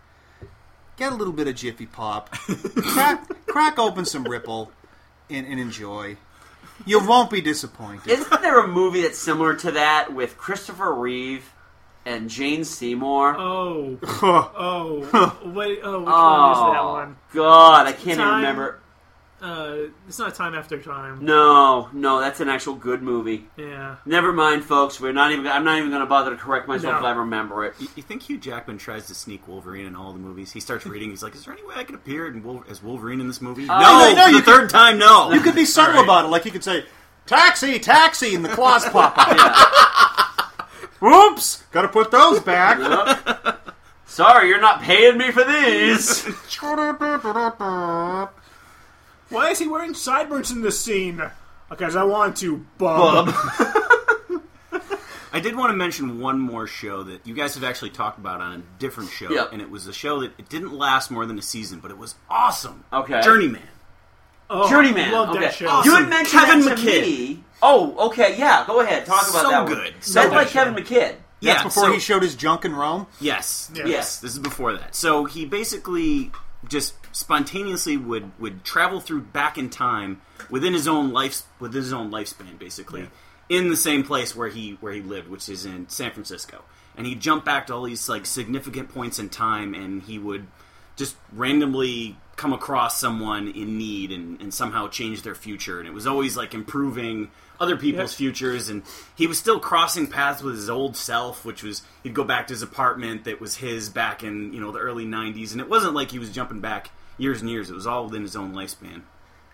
Speaker 6: get a little bit of Jiffy
Speaker 7: [LAUGHS]
Speaker 6: Pop, crack, crack open some Ripple, and, and enjoy. You won't be disappointed.
Speaker 5: Isn't there a movie that's similar to that with Christopher Reeve and Jane Seymour? [LAUGHS]
Speaker 4: Oh.
Speaker 5: oh.
Speaker 4: Oh, wait, oh, which one is that
Speaker 5: Oh,
Speaker 4: one?
Speaker 5: God, I can't even
Speaker 4: Time-
Speaker 5: remember.
Speaker 4: Uh, it's not Time After Time.
Speaker 5: No, no, that's an actual good movie.
Speaker 4: Yeah.
Speaker 5: Never mind, folks. We're not even. I'm not even going to bother to correct myself
Speaker 7: No.
Speaker 5: if I remember
Speaker 7: [LAUGHS]
Speaker 5: it.
Speaker 7: You think Hugh Jackman tries to sneak Wolverine in all the movies? He starts reading. He's like, "Is there any way I could appear in Wol- as Wolverine in this movie?"
Speaker 6: no, no,
Speaker 7: for
Speaker 6: you
Speaker 7: the third time, no.
Speaker 6: You could be subtle
Speaker 7: All right.
Speaker 6: about it. Like you could say, "Taxi, taxi," and the claws
Speaker 7: [LAUGHS]
Speaker 6: pop up. Oops, got to put those
Speaker 7: [LAUGHS]
Speaker 6: back.
Speaker 5: Sorry, you're not paying me for [LAUGHS] these.
Speaker 4: Why is he wearing sideburns in this scene? Because I want to, Bub.
Speaker 7: I did want to mention one more show that you guys have actually talked about on a different show,
Speaker 4: Yep.
Speaker 7: and it was a show that it didn't last more than a season, but it was awesome.
Speaker 5: Okay.
Speaker 7: Journeyman.
Speaker 4: Oh,
Speaker 5: Journeyman.
Speaker 4: love
Speaker 5: okay.
Speaker 4: that show.
Speaker 5: You
Speaker 7: Awesome.
Speaker 5: had mentioned
Speaker 7: Kevin
Speaker 5: that to
Speaker 7: McKidd.
Speaker 5: me. Oh, okay. Yeah, go ahead. Talk about
Speaker 7: So
Speaker 5: that. one.
Speaker 7: good.
Speaker 5: That's
Speaker 7: So
Speaker 5: like
Speaker 7: good.
Speaker 5: Kevin McKidd.
Speaker 7: Yeah,
Speaker 6: That's before
Speaker 7: so-
Speaker 6: he showed his junk in Rome.
Speaker 7: Yes.
Speaker 6: Yeah.
Speaker 7: Yes. This is before that. So he basically just spontaneously would would travel through back in time within his own life within his own lifespan basically in the same place where he where he lived which is in San Francisco and he'd jump back to all these like significant points in time and he would just randomly come across someone in need and, and somehow change their future and it was always like improving other people's
Speaker 4: Yeah.
Speaker 7: futures and he was still crossing paths with his old self which was he'd go back to his apartment that was his back in you know the early 90s and it wasn't like he was jumping back years and years it was all within his own lifespan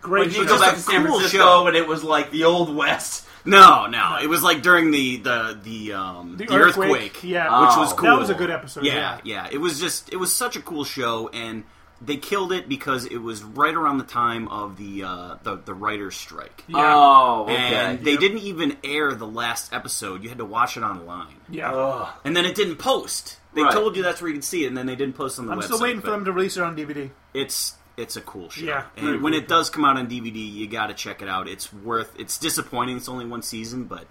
Speaker 5: When you go back to San Francisco, and it was like the old West.
Speaker 7: no, no, it was like during the the the um
Speaker 5: The
Speaker 7: the,
Speaker 5: earthquake,
Speaker 7: earthquake,
Speaker 5: yeah.
Speaker 7: which
Speaker 5: Oh.
Speaker 7: was
Speaker 5: That
Speaker 7: cool.
Speaker 4: was a good episode, yeah.
Speaker 7: Yeah, yeah, it was just it was such a cool show, and they killed it because it was right around the time of the uh, the the writers' strike.
Speaker 5: Yeah. Oh, okay.
Speaker 7: And they
Speaker 5: Yep.
Speaker 7: didn't even air the last episode; you had to watch it online.
Speaker 4: Yeah.
Speaker 5: Oh,
Speaker 7: and then it didn't post. They
Speaker 4: Right.
Speaker 7: told you that's where you could see it, and then they didn't post on the
Speaker 4: I'm
Speaker 7: website.
Speaker 4: still waiting for
Speaker 7: but-
Speaker 4: them to release it on DVD.
Speaker 7: it's it's a cool show.
Speaker 4: Yeah.
Speaker 7: and
Speaker 4: Very
Speaker 7: when
Speaker 4: cool.
Speaker 7: it does come out on DVD, you got to check it out. It's worth. It's disappointing. It's only one season, but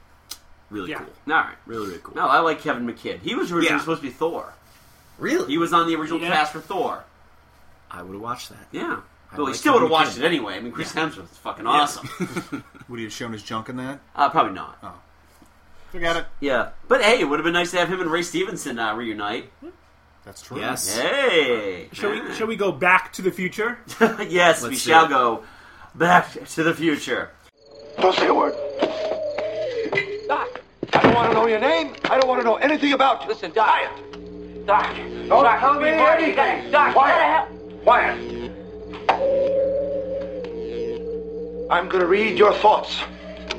Speaker 7: really
Speaker 5: Yeah.
Speaker 7: cool.
Speaker 5: All right,
Speaker 7: really really cool.
Speaker 5: No, I like Kevin McKidd. He was originally
Speaker 7: Yeah.
Speaker 5: supposed to be Thor.
Speaker 7: Really?
Speaker 5: He was on the original
Speaker 7: Yeah.
Speaker 5: cast for Thor.
Speaker 7: I would have watched that.
Speaker 5: Yeah.
Speaker 7: I
Speaker 5: Well, he
Speaker 7: like
Speaker 5: still would have
Speaker 7: Kevin
Speaker 5: watched
Speaker 7: McKidd.
Speaker 5: it anyway. I mean, Chris
Speaker 7: Yeah.
Speaker 5: Hemsworth's fucking
Speaker 7: Yeah.
Speaker 5: awesome.
Speaker 6: Would he have shown his junk in that?
Speaker 5: [LAUGHS] Uh, probably not.
Speaker 6: Oh. Forget it.
Speaker 5: Yeah, but hey, it would have been nice to have him and Ray Stevenson uh, reunite.
Speaker 6: That's
Speaker 4: true.
Speaker 7: Yes.
Speaker 5: Hey.
Speaker 4: Shall we, shall we go back to the future?
Speaker 5: [LAUGHS] yes,
Speaker 4: Let's
Speaker 5: we
Speaker 4: do
Speaker 5: shall
Speaker 4: it.
Speaker 5: go back to the future.
Speaker 20: Don't say a word. Doc, I don't want to know your name. I don't want to know anything about you. Listen, Doc. Quiet. Doc. Don't
Speaker 21: Doc,
Speaker 20: tell me
Speaker 21: we brought you back.
Speaker 20: anything.
Speaker 21: Doc,
Speaker 20: Quiet. Quiet. I'm going to read your thoughts.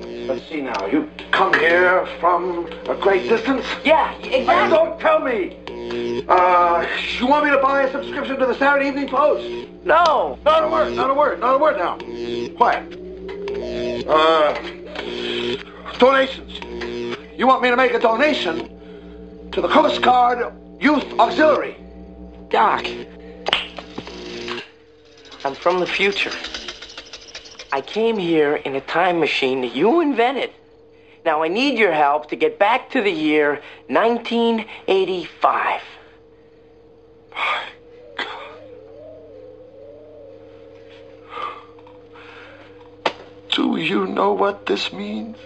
Speaker 20: Let's see now. You come here from a great distance? Yeah, exactly. Don't tell me. Uh, you want me to buy a subscription to the Saturday Evening Post? No. Not a word. Not a word. Not a word now. Quiet. Uh, donations. You want me to make a donation to the Coast Guard Youth Auxiliary? Doc,
Speaker 21: I'm from the future. I came here in a time machine that you invented. Now I need your help to get back to the year 1985.
Speaker 20: Do you know what this means?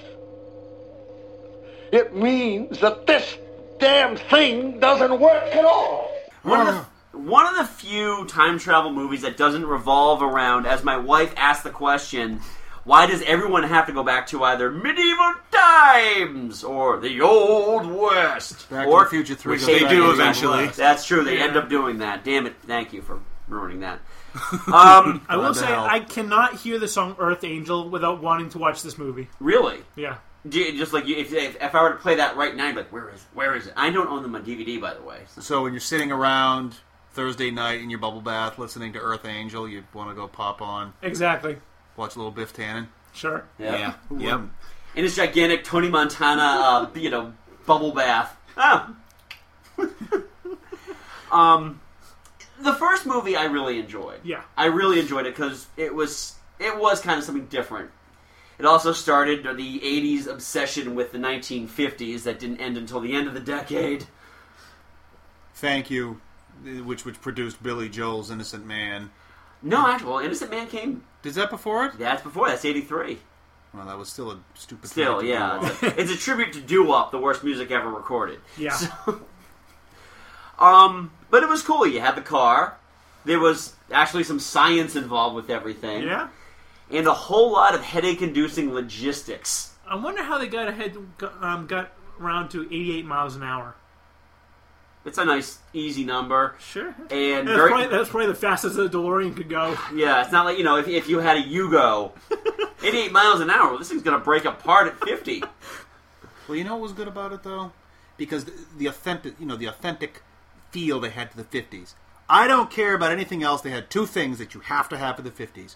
Speaker 20: It means that this damn thing doesn't work at all.
Speaker 5: One
Speaker 7: Oh,
Speaker 5: of the one of the few time travel movies that doesn't revolve around, as my wife asked the question, why does everyone have to go back to either medieval times or the old west?
Speaker 7: Back to
Speaker 5: or
Speaker 7: the Future 3
Speaker 5: which
Speaker 7: goes
Speaker 5: they
Speaker 7: back
Speaker 5: do
Speaker 7: to the
Speaker 5: eventually.
Speaker 7: West.
Speaker 5: That's true. They
Speaker 4: Yeah.
Speaker 5: end up doing that. Damn it! Thank you for ruining
Speaker 7: [LAUGHS]
Speaker 5: that. Um,
Speaker 4: I will say I cannot hear the song Earth Angel without wanting to watch this movie.
Speaker 5: really.
Speaker 4: Yeah.
Speaker 5: Do you- just like you, if, if if I were to play that right now, I'd be like where is where is it? I don't own them on DVD, by the way.
Speaker 6: So when you're sitting around Thursday night in your bubble bath listening to Earth Angel, you want to go pop on.
Speaker 4: Exactly.
Speaker 6: Watch a little Biff Tannen.
Speaker 4: Sure.
Speaker 6: Yeah.
Speaker 5: Who
Speaker 6: Yep.
Speaker 5: wouldn't? In his gigantic Tony Montana, uh, you know, bubble bath. Ah. [LAUGHS] um, the first movie I really enjoyed.
Speaker 4: Yeah.
Speaker 5: I really enjoyed it because it was it was kind of something different. It also started the '80s obsession with the 1950s that didn't end until the end of the decade.
Speaker 6: Thank you, eh, which which produced Billy Joel's Innocent Man.
Speaker 5: No, actually, well, Innocent Man came.
Speaker 6: Is that before it?
Speaker 5: That's before. That's '83.
Speaker 6: Well, that was still a stupid.
Speaker 5: Still,
Speaker 6: thing to
Speaker 5: yeah,
Speaker 6: do.
Speaker 5: it's
Speaker 4: [LAUGHS]
Speaker 5: a, it's a tribute to Doo Wop, the worst music ever recorded.
Speaker 4: Yeah.
Speaker 5: [LAUGHS] Um, but it was cool. You had the car. There was actually some science involved with everything.
Speaker 4: Yeah.
Speaker 5: And a whole lot of headache-inducing logistics.
Speaker 4: I wonder how they got ahead, um, got around to 88 miles an hour.
Speaker 5: It's a nice, easy number.
Speaker 4: Sure.
Speaker 5: And
Speaker 4: that's,
Speaker 5: very,
Speaker 4: probably, that's probably the fastest the DeLorean could go.
Speaker 5: yeah, it's not like you know if, if you had
Speaker 4: [LAUGHS]
Speaker 5: a Yugo, 88 miles an hour. This thing's gonna break apart at 50.
Speaker 6: Well, you know what was good about it though, because the, the authentic, you know, the authentic feel they had to the '50s. I don't care about anything else. They had two things that you have to have for the '50s: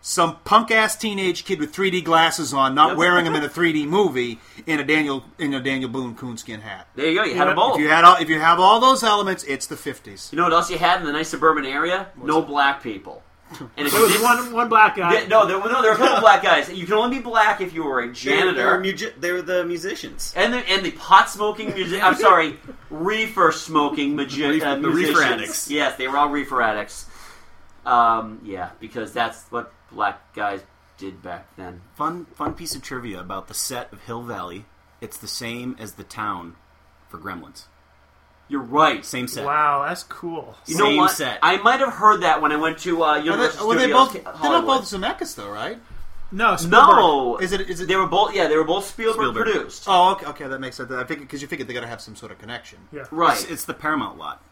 Speaker 6: some punk ass teenage kid with 3D glasses on, not
Speaker 5: Yep.
Speaker 6: wearing them in a 3D movie, and a Daniel in a Daniel Boone coonskin hat.
Speaker 5: There you go. You had them all.
Speaker 6: If you had all, if you have all those elements, it's the '50s.
Speaker 5: You know what else you had in the nice suburban area? no black people. And if
Speaker 4: There
Speaker 5: you
Speaker 4: was
Speaker 5: did-
Speaker 4: one, one black guy.
Speaker 5: Yeah, no, there, no, there were a
Speaker 7: [LAUGHS]
Speaker 5: couple black guys. You can only be black if you were a janitor.
Speaker 7: They were, mugi- they were the musicians.
Speaker 5: And the, and the pot smoking music. I'm
Speaker 7: [LAUGHS]
Speaker 5: sorry, reefer smoking magi- uh,
Speaker 7: the reefer
Speaker 5: musicians.
Speaker 7: addicts.
Speaker 5: Yes, they were all reefer addicts. Um, yeah, because that's what black guys did back then.
Speaker 7: Fun, fun piece of trivia about the set of Hill Valley. It's the same as the town for Gremlins.
Speaker 5: You're right.
Speaker 7: Same set.
Speaker 4: Wow, that's cool.
Speaker 5: You know
Speaker 7: Same
Speaker 5: what?
Speaker 7: set.
Speaker 5: I might have heard that when I went to uh, Universal
Speaker 6: Well, they
Speaker 5: Studios.
Speaker 6: both, they're not
Speaker 5: Hollywood.
Speaker 6: both Zemeckis though, right?
Speaker 4: No,
Speaker 5: No,
Speaker 6: Is it? Is it?
Speaker 5: They were both. Yeah, they were both Spielberg,
Speaker 6: Spielberg.
Speaker 5: produced.
Speaker 6: Oh, okay, okay, that makes sense. I figured because you figured they got to have some sort of connection.
Speaker 4: Yeah.
Speaker 5: Right.
Speaker 7: It's, it's the Paramount lot.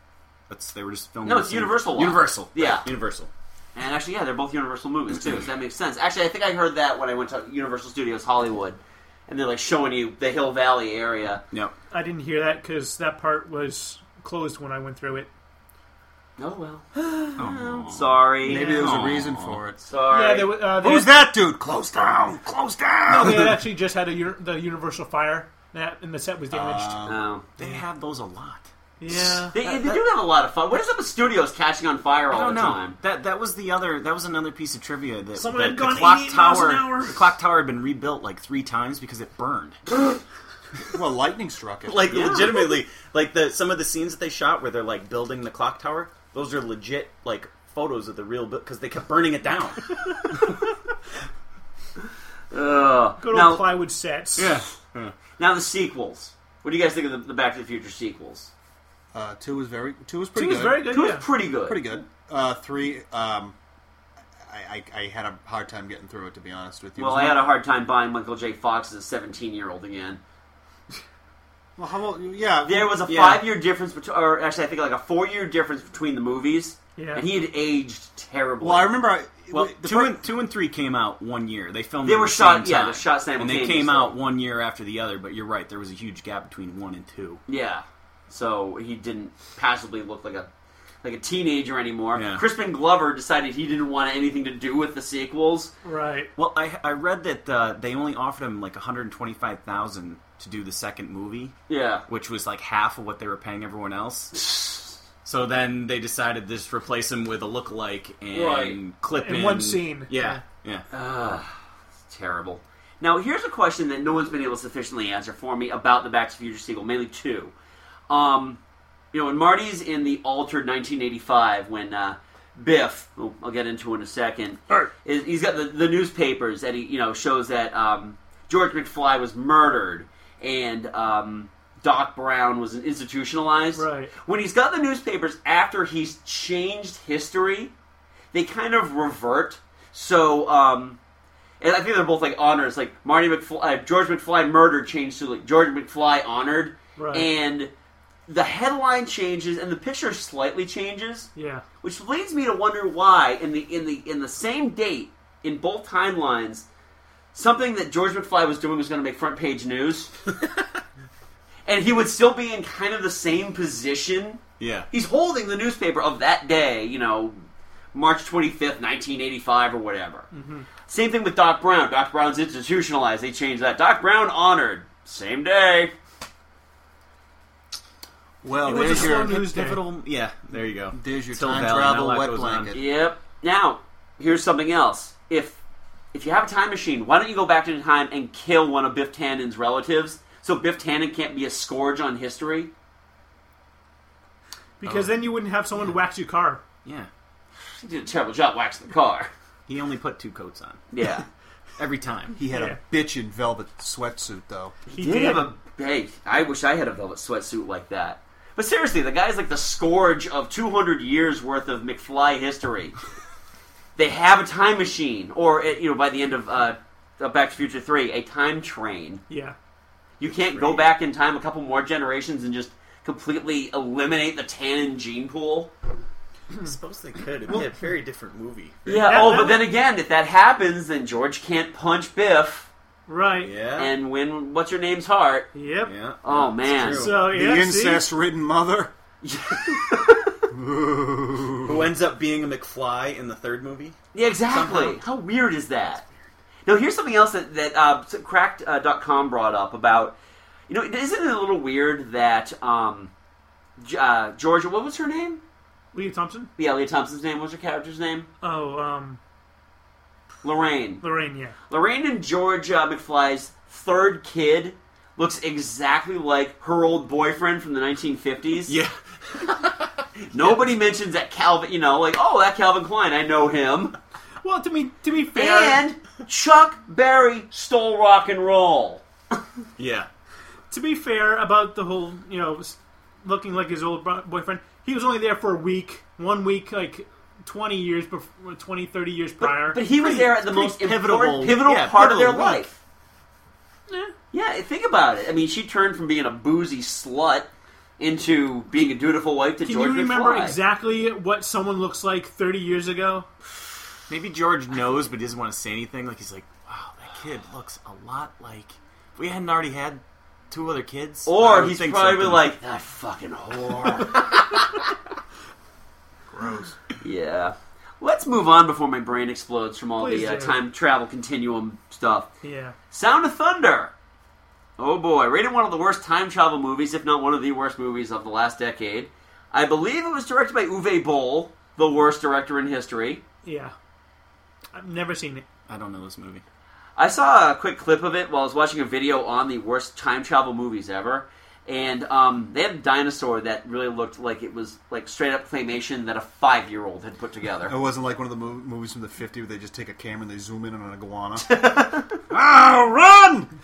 Speaker 7: That's they were just filming.
Speaker 5: No,
Speaker 7: the
Speaker 5: it's
Speaker 7: same-
Speaker 5: Universal lot.
Speaker 7: Universal.
Speaker 5: Yeah.
Speaker 7: right, Universal.
Speaker 5: And actually, yeah, they're both Universal movies too,
Speaker 6: [CLEARS THROAT]
Speaker 5: so that makes sense. Actually, I think I heard that when I went to Universal Studios Hollywood, and they're like showing you the Hill Valley area.
Speaker 7: Yep.
Speaker 4: I didn't hear that because that part was closed when I went through it.
Speaker 5: Oh
Speaker 6: [SIGHS]
Speaker 5: well. Sorry.
Speaker 6: Oh.
Speaker 5: Oh.
Speaker 6: Maybe there was a reason for it.
Speaker 5: Sorry.
Speaker 4: Yeah, there wa- uh, they
Speaker 6: Who's
Speaker 4: had-
Speaker 6: that dude? Close down! Close down!
Speaker 7: [LAUGHS]
Speaker 4: No, they had actually just had a, uni- the Universal fire, that, and the set was damaged.
Speaker 5: No.
Speaker 7: They have those a lot.
Speaker 4: yeah.
Speaker 5: Oh. They, they do have a lot of fun. What is up with studios catching on fire all
Speaker 7: I don't
Speaker 5: the
Speaker 7: know.
Speaker 5: time?
Speaker 7: That that was the other. That was another piece of trivia that,
Speaker 4: Someone
Speaker 7: that
Speaker 4: had
Speaker 7: the
Speaker 4: gone
Speaker 7: clock
Speaker 4: 88 miles
Speaker 7: tower.
Speaker 4: an hour.
Speaker 7: The clock tower had been rebuilt like three times because it burned.
Speaker 6: well, lightning struck it.
Speaker 7: [LAUGHS] like legitimately, like the some of the scenes that they shot where they're like building the clock tower. Those are legit like photos of the real because they kept burning it down.
Speaker 5: Ugh.
Speaker 4: Good old
Speaker 5: Now,
Speaker 4: plywood sets.
Speaker 5: now the sequels. What do you guys think of the, the Back to the Future sequels?
Speaker 6: Uh, two was very two was pretty
Speaker 4: Two was
Speaker 6: good.
Speaker 4: very good.
Speaker 5: Two
Speaker 4: yeah.
Speaker 5: was pretty good.
Speaker 6: Pretty good. Uh, three, um, I, I, I had a hard time getting through it to be honest with you.
Speaker 5: Well,
Speaker 6: It was
Speaker 5: I had
Speaker 6: not-
Speaker 5: a hard time buying Michael J. Fox as a 17 year old again.
Speaker 6: Well, how old? Yeah,
Speaker 5: There was a
Speaker 6: yeah.
Speaker 5: five-year difference between, or actually, I think like a four-year difference between the movies.
Speaker 6: Yeah.
Speaker 5: And he had aged terribly.
Speaker 7: Well, I remember
Speaker 6: I-
Speaker 7: Well,
Speaker 5: the
Speaker 7: two,
Speaker 5: fir-
Speaker 7: and, two and three came out one year. They filmed.
Speaker 5: They
Speaker 7: at
Speaker 5: were
Speaker 7: the
Speaker 5: shot-
Speaker 7: same
Speaker 5: yeah,
Speaker 7: time.
Speaker 5: they're shot
Speaker 7: and they
Speaker 5: simultaneously.
Speaker 7: came out one year after the other. But you're right, there was a huge gap between one and two.
Speaker 5: Yeah. So he didn't passively look like a like a teenager anymore. Crispin Glover decided he didn't want anything to do with the sequels.
Speaker 4: Right.
Speaker 7: Well, I, I read that uh, they only offered him like 125,000 to do the second movie.
Speaker 5: Yeah.
Speaker 7: which was like half of what they were paying everyone else. so then they decided to just replace him with a lookalike and
Speaker 5: Right.
Speaker 7: clip
Speaker 5: In
Speaker 7: in,
Speaker 5: one scene.
Speaker 7: Yeah, yeah.
Speaker 5: Ugh, it's terrible. Now, here's a question that no one's been able to sufficiently answer for me about the Back to the Future sequel, mainly two. Um, you know, when Marty's in the altered 1985, when uh, Biff, who I'll get into in a second, is, he's got the, the newspapers that he, you know, shows that um, George McFly was murdered and um, Doc Brown was institutionalized. Right. When he's got the newspapers after he's changed history, they kind of revert. So, um, and I think they're both like honors, like Marty McFly, uh, George McFly murder changed to like George McFly honored,
Speaker 4: Right.
Speaker 5: and the headline changes and the picture slightly changes,
Speaker 4: Yeah.
Speaker 5: which leads me to wonder why in the in the in the same date in both timelines, something that George McFly was doing was going to make front
Speaker 4: [LAUGHS]
Speaker 5: page news, and he would still be in kind of the same position.
Speaker 7: Yeah.
Speaker 5: He's holding the newspaper of that day, you know, March 25th, 1985, or whatever. Same thing with Doc Brown. Doc Brown's institutionalized. They changed that. Doc Brown honored. Same day.
Speaker 6: Well,
Speaker 7: It was a
Speaker 6: there's
Speaker 7: slow
Speaker 6: your
Speaker 7: news day. Pivotal- yeah, there you go.
Speaker 6: There's your
Speaker 7: Still
Speaker 6: time
Speaker 7: valid. I
Speaker 6: travel
Speaker 7: like um,
Speaker 6: wet
Speaker 7: those
Speaker 6: blanket.
Speaker 7: ones.
Speaker 5: Yep. Now, here's something else. If if you have a time machine, why don't you go back to time and kill one of Biff Tannen's relatives so Biff Tannen can't be a scourge on history?
Speaker 4: Because then you wouldn't have someone wax your car.
Speaker 7: Yeah.
Speaker 5: He did a terrible job waxing the car.
Speaker 7: He only put two coats on.
Speaker 5: Yeah.
Speaker 7: Every time.
Speaker 6: He had
Speaker 5: Yeah.
Speaker 6: a bitchin' velvet sweatsuit, though.
Speaker 5: He did have a hey. I wish I had a velvet sweatsuit like that. But seriously, the guy's like the scourge of 200 years worth of McFly history. they have a time machine, or eh, you know, by the end of uh, uh, Back to the Future Three, a time train.
Speaker 4: Yeah.
Speaker 5: You can't go back in time a couple more generations and just completely eliminate the Tannen gene pool.
Speaker 7: I suppose they could. It'd
Speaker 5: Well-
Speaker 7: be a very different movie.
Speaker 5: Yeah. oh, but then again, if that happens, then George can't punch Biff.
Speaker 4: Right.
Speaker 7: Yeah.
Speaker 5: And win what's your name's heart.
Speaker 4: Yep.
Speaker 7: Yeah.
Speaker 5: Oh man.
Speaker 6: the incest-ridden mother.
Speaker 7: Who ends up being a McFly in the third movie?
Speaker 5: Yeah, exactly.
Speaker 7: Somehow.
Speaker 5: How weird is that? Now, here's something else that, that uh, Cracked.com uh, dot com brought up about, you know, isn't it a little weird that um, G- uh, Georgia, what was her name?
Speaker 4: Leah Thompson?
Speaker 5: Yeah, Leah Thompson's name. What was her character's name?
Speaker 4: Oh, um,
Speaker 5: Lorraine.
Speaker 4: Lorraine, yeah.
Speaker 5: Lorraine and George uh, McFly's third kid looks exactly like her old boyfriend from the 1950s.
Speaker 7: Yeah.
Speaker 5: [LAUGHS] Nobody mentions that Calvin, you know, like, oh, that Calvin Klein, I know him.
Speaker 4: Well, to me, to be fair,
Speaker 5: And Chuck Berry stole rock and roll.
Speaker 7: Yeah.
Speaker 4: to be fair about the whole, you know, s- looking like his old bro- boyfriend, he was only there for a week, one week, like 20 years before, 20, 30 years prior.
Speaker 5: But he was there at the most important, pivotal
Speaker 4: yeah,
Speaker 5: part of their
Speaker 4: pivotal work.
Speaker 5: life. Yeah, think about it. I mean, she turned from being a boozy slut into being a dutiful wife to
Speaker 4: Can
Speaker 5: George
Speaker 4: you remember
Speaker 5: McFly.
Speaker 4: exactly what someone looks like 30 years ago?
Speaker 7: Maybe George knows, but he doesn't want to say anything. Like he's like, "Wow, that kid looks a lot like." If we hadn't already had two other kids, I
Speaker 5: Or
Speaker 7: would
Speaker 5: he's
Speaker 7: think
Speaker 5: probably
Speaker 7: something.
Speaker 5: like that fucking
Speaker 7: [LAUGHS]
Speaker 5: whore.
Speaker 7: Gross.
Speaker 5: yeah. Let's move on before my brain explodes from all
Speaker 4: Please
Speaker 5: the uh,
Speaker 4: do.
Speaker 5: time travel continuum stuff.
Speaker 4: Yeah.
Speaker 5: Sound of Thunder. Oh boy, rated one of the worst time travel movies, if not one of the worst movies of the last decade. I believe it was directed by Uwe Boll, the worst director in history.
Speaker 4: Yeah. I've never seen it.
Speaker 7: I don't know this movie.
Speaker 5: I saw a quick clip of it while I was watching a video on the worst time travel movies ever, and um, they had a dinosaur that really looked like it was like straight up claymation that a five year old had put together.
Speaker 6: It wasn't like one of the mov- movies from the 50 where they just take a camera and they zoom in on an
Speaker 7: [LAUGHS]
Speaker 6: iguana. ah, run!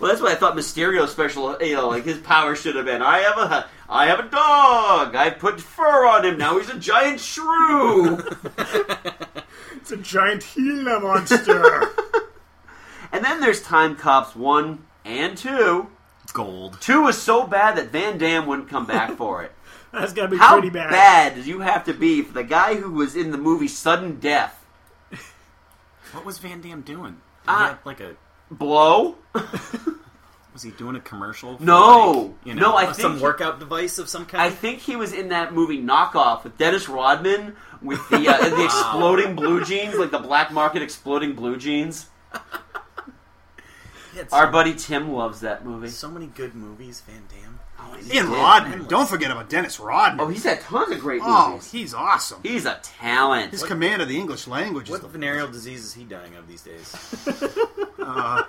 Speaker 5: Well, that's what I thought Mysterio special, you know, like his power should have been. I have a, I have a dog. I put fur on him. Now he's a giant shrew.
Speaker 4: It's a giant Gila monster.
Speaker 5: and then there's Time Cops one and two.
Speaker 6: gold.
Speaker 5: Two was so bad that Van Damme wouldn't come back for it.
Speaker 4: [LAUGHS] That's gotta be
Speaker 5: How
Speaker 4: pretty bad.
Speaker 5: does you have to be for the guy who was in the movie Sudden Death?
Speaker 7: What was Van Damme doing? Did
Speaker 5: Ah.
Speaker 7: he have like a
Speaker 5: blow?
Speaker 7: was he doing a commercial? For
Speaker 5: No,
Speaker 7: like, you know,
Speaker 5: no, I
Speaker 7: some
Speaker 5: think
Speaker 7: some workout device of some kind.
Speaker 5: I think he was in that movie Knockoff with Dennis Rodman with the uh, the exploding blue jeans, like the black market exploding blue jeans.
Speaker 7: He had
Speaker 5: Our
Speaker 7: so-
Speaker 5: buddy Tim loves that movie.
Speaker 7: So many good movies, Van Damme. Oh,
Speaker 6: Ian Rodman. Don't forget about Dennis Rodman.
Speaker 5: Oh, he's had tons of great
Speaker 6: Oh,
Speaker 7: movies.
Speaker 6: he's awesome.
Speaker 5: He's a talent.
Speaker 6: His command of the English language
Speaker 7: What
Speaker 6: is the
Speaker 7: venereal disease is he dying of these days?
Speaker 6: uh,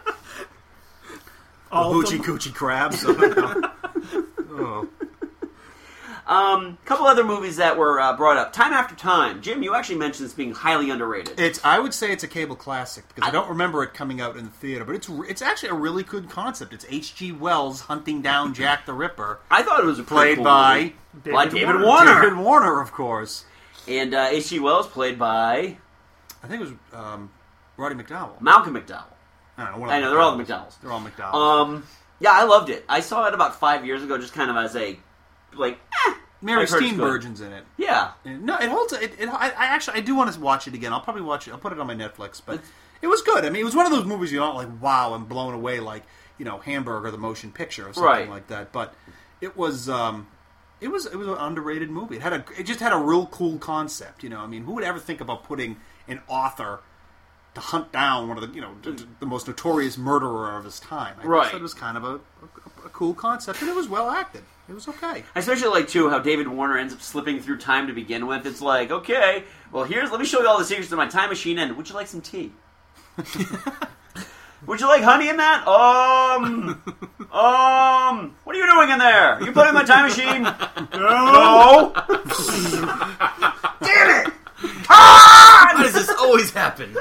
Speaker 5: All
Speaker 6: the
Speaker 5: of
Speaker 6: hoochie
Speaker 5: them.
Speaker 6: coochie
Speaker 7: [LAUGHS]
Speaker 6: crabs. oh.
Speaker 5: Um, couple other movies that were uh, brought up time after time. Jim, you actually mentioned this being highly underrated.
Speaker 6: It's. I would say it's a cable classic because I, don't remember it coming out in the theater, but it's re- it's actually a really good concept. It's H.G. Wells
Speaker 5: [LAUGHS]
Speaker 6: hunting down Jack the Ripper.
Speaker 5: I thought it was a pretty
Speaker 6: played
Speaker 5: cool
Speaker 6: by
Speaker 5: movie. By David Warner.
Speaker 6: [LAUGHS] David Warner, of course.
Speaker 5: And uh, H.G. Wells played by
Speaker 6: I think it was um, Roddy McDowell.
Speaker 5: Malcolm McDowell.
Speaker 6: I don't know. one of
Speaker 5: I know they're all the McDowells.
Speaker 6: They're all McDowells.
Speaker 5: Um, yeah, I loved it. I saw it about five years ago, just kind of as a like. Eh,
Speaker 6: Mary
Speaker 5: I've heard it's good.
Speaker 6: Steenburgen's in it.
Speaker 5: Yeah.
Speaker 6: And- no, it holds. It, it, I, I actually, I do want to watch it again. I'll probably watch it. I'll put it on my Netflix. But it was good. I mean, it was one of those movies you're not like, wow, I'm blown away, like you know, Hamburg or the motion picture or something
Speaker 5: Right.
Speaker 6: like that. But it was, um, it was, it was an underrated movie. It had a, it just had a real cool concept. You know, I mean, who would ever think about putting an author to hunt down one of the, you know, d- d- the most notorious murderer of his time? I
Speaker 5: Right.
Speaker 6: thought it was kind of a, a, a cool concept, and it was well acted. It was okay.
Speaker 5: I especially like too how David Warner ends up slipping through time to begin with. It's like, okay, well here's let me show you all the secrets to my time machine. And would you like some [LAUGHS] tea? would you like honey in that? Um, um, what are you doing in there? You put in my time machine? No. Damn it! Why
Speaker 7: does this always happen?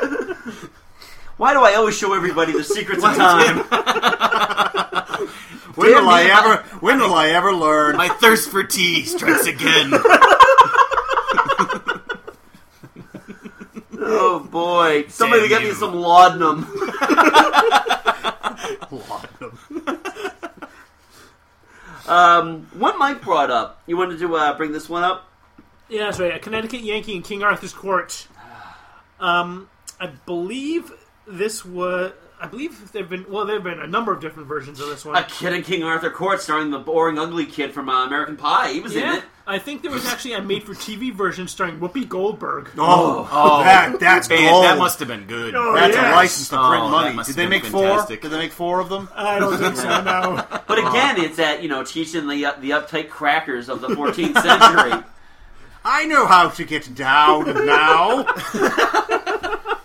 Speaker 5: Why do I always show everybody the secrets of time?
Speaker 6: When
Speaker 5: Damn
Speaker 6: will I
Speaker 5: me,
Speaker 6: ever? When will I ever learn? My
Speaker 7: thirst for tea
Speaker 6: [LAUGHS]
Speaker 7: strikes again.
Speaker 5: Oh boy! Somebody
Speaker 7: Damn
Speaker 5: get me
Speaker 7: you.
Speaker 5: some laudanum.
Speaker 6: Oh,
Speaker 5: um, one Mike brought up. You wanted to uh, bring this one up?
Speaker 4: Yeah, that's right. A Connecticut Yankee in King Arthur's Court. Um, I believe this was. I believe there've been well, there've been a number of different versions of this one.
Speaker 5: A Kid in King Arthur Court, starring the boring, ugly kid from uh, American Pie. He was
Speaker 4: yeah,
Speaker 5: in it.
Speaker 4: I think there was actually a made-for-TV version starring Whoopi Goldberg.
Speaker 6: Oh, that, that's
Speaker 7: Man,
Speaker 6: gold.
Speaker 7: that must have been good.
Speaker 4: Oh,
Speaker 6: that's
Speaker 4: yes.
Speaker 6: a license to print
Speaker 7: Oh, that
Speaker 6: money.
Speaker 7: must
Speaker 6: Did
Speaker 7: have
Speaker 6: they
Speaker 7: been
Speaker 6: make
Speaker 7: fantastic.
Speaker 6: four? Did they make four of them?
Speaker 4: I don't think [LAUGHS] so. No.
Speaker 5: But again, it's that you know teaching the uh, the uptight crackers of the 14th century.
Speaker 6: I know how to get down now.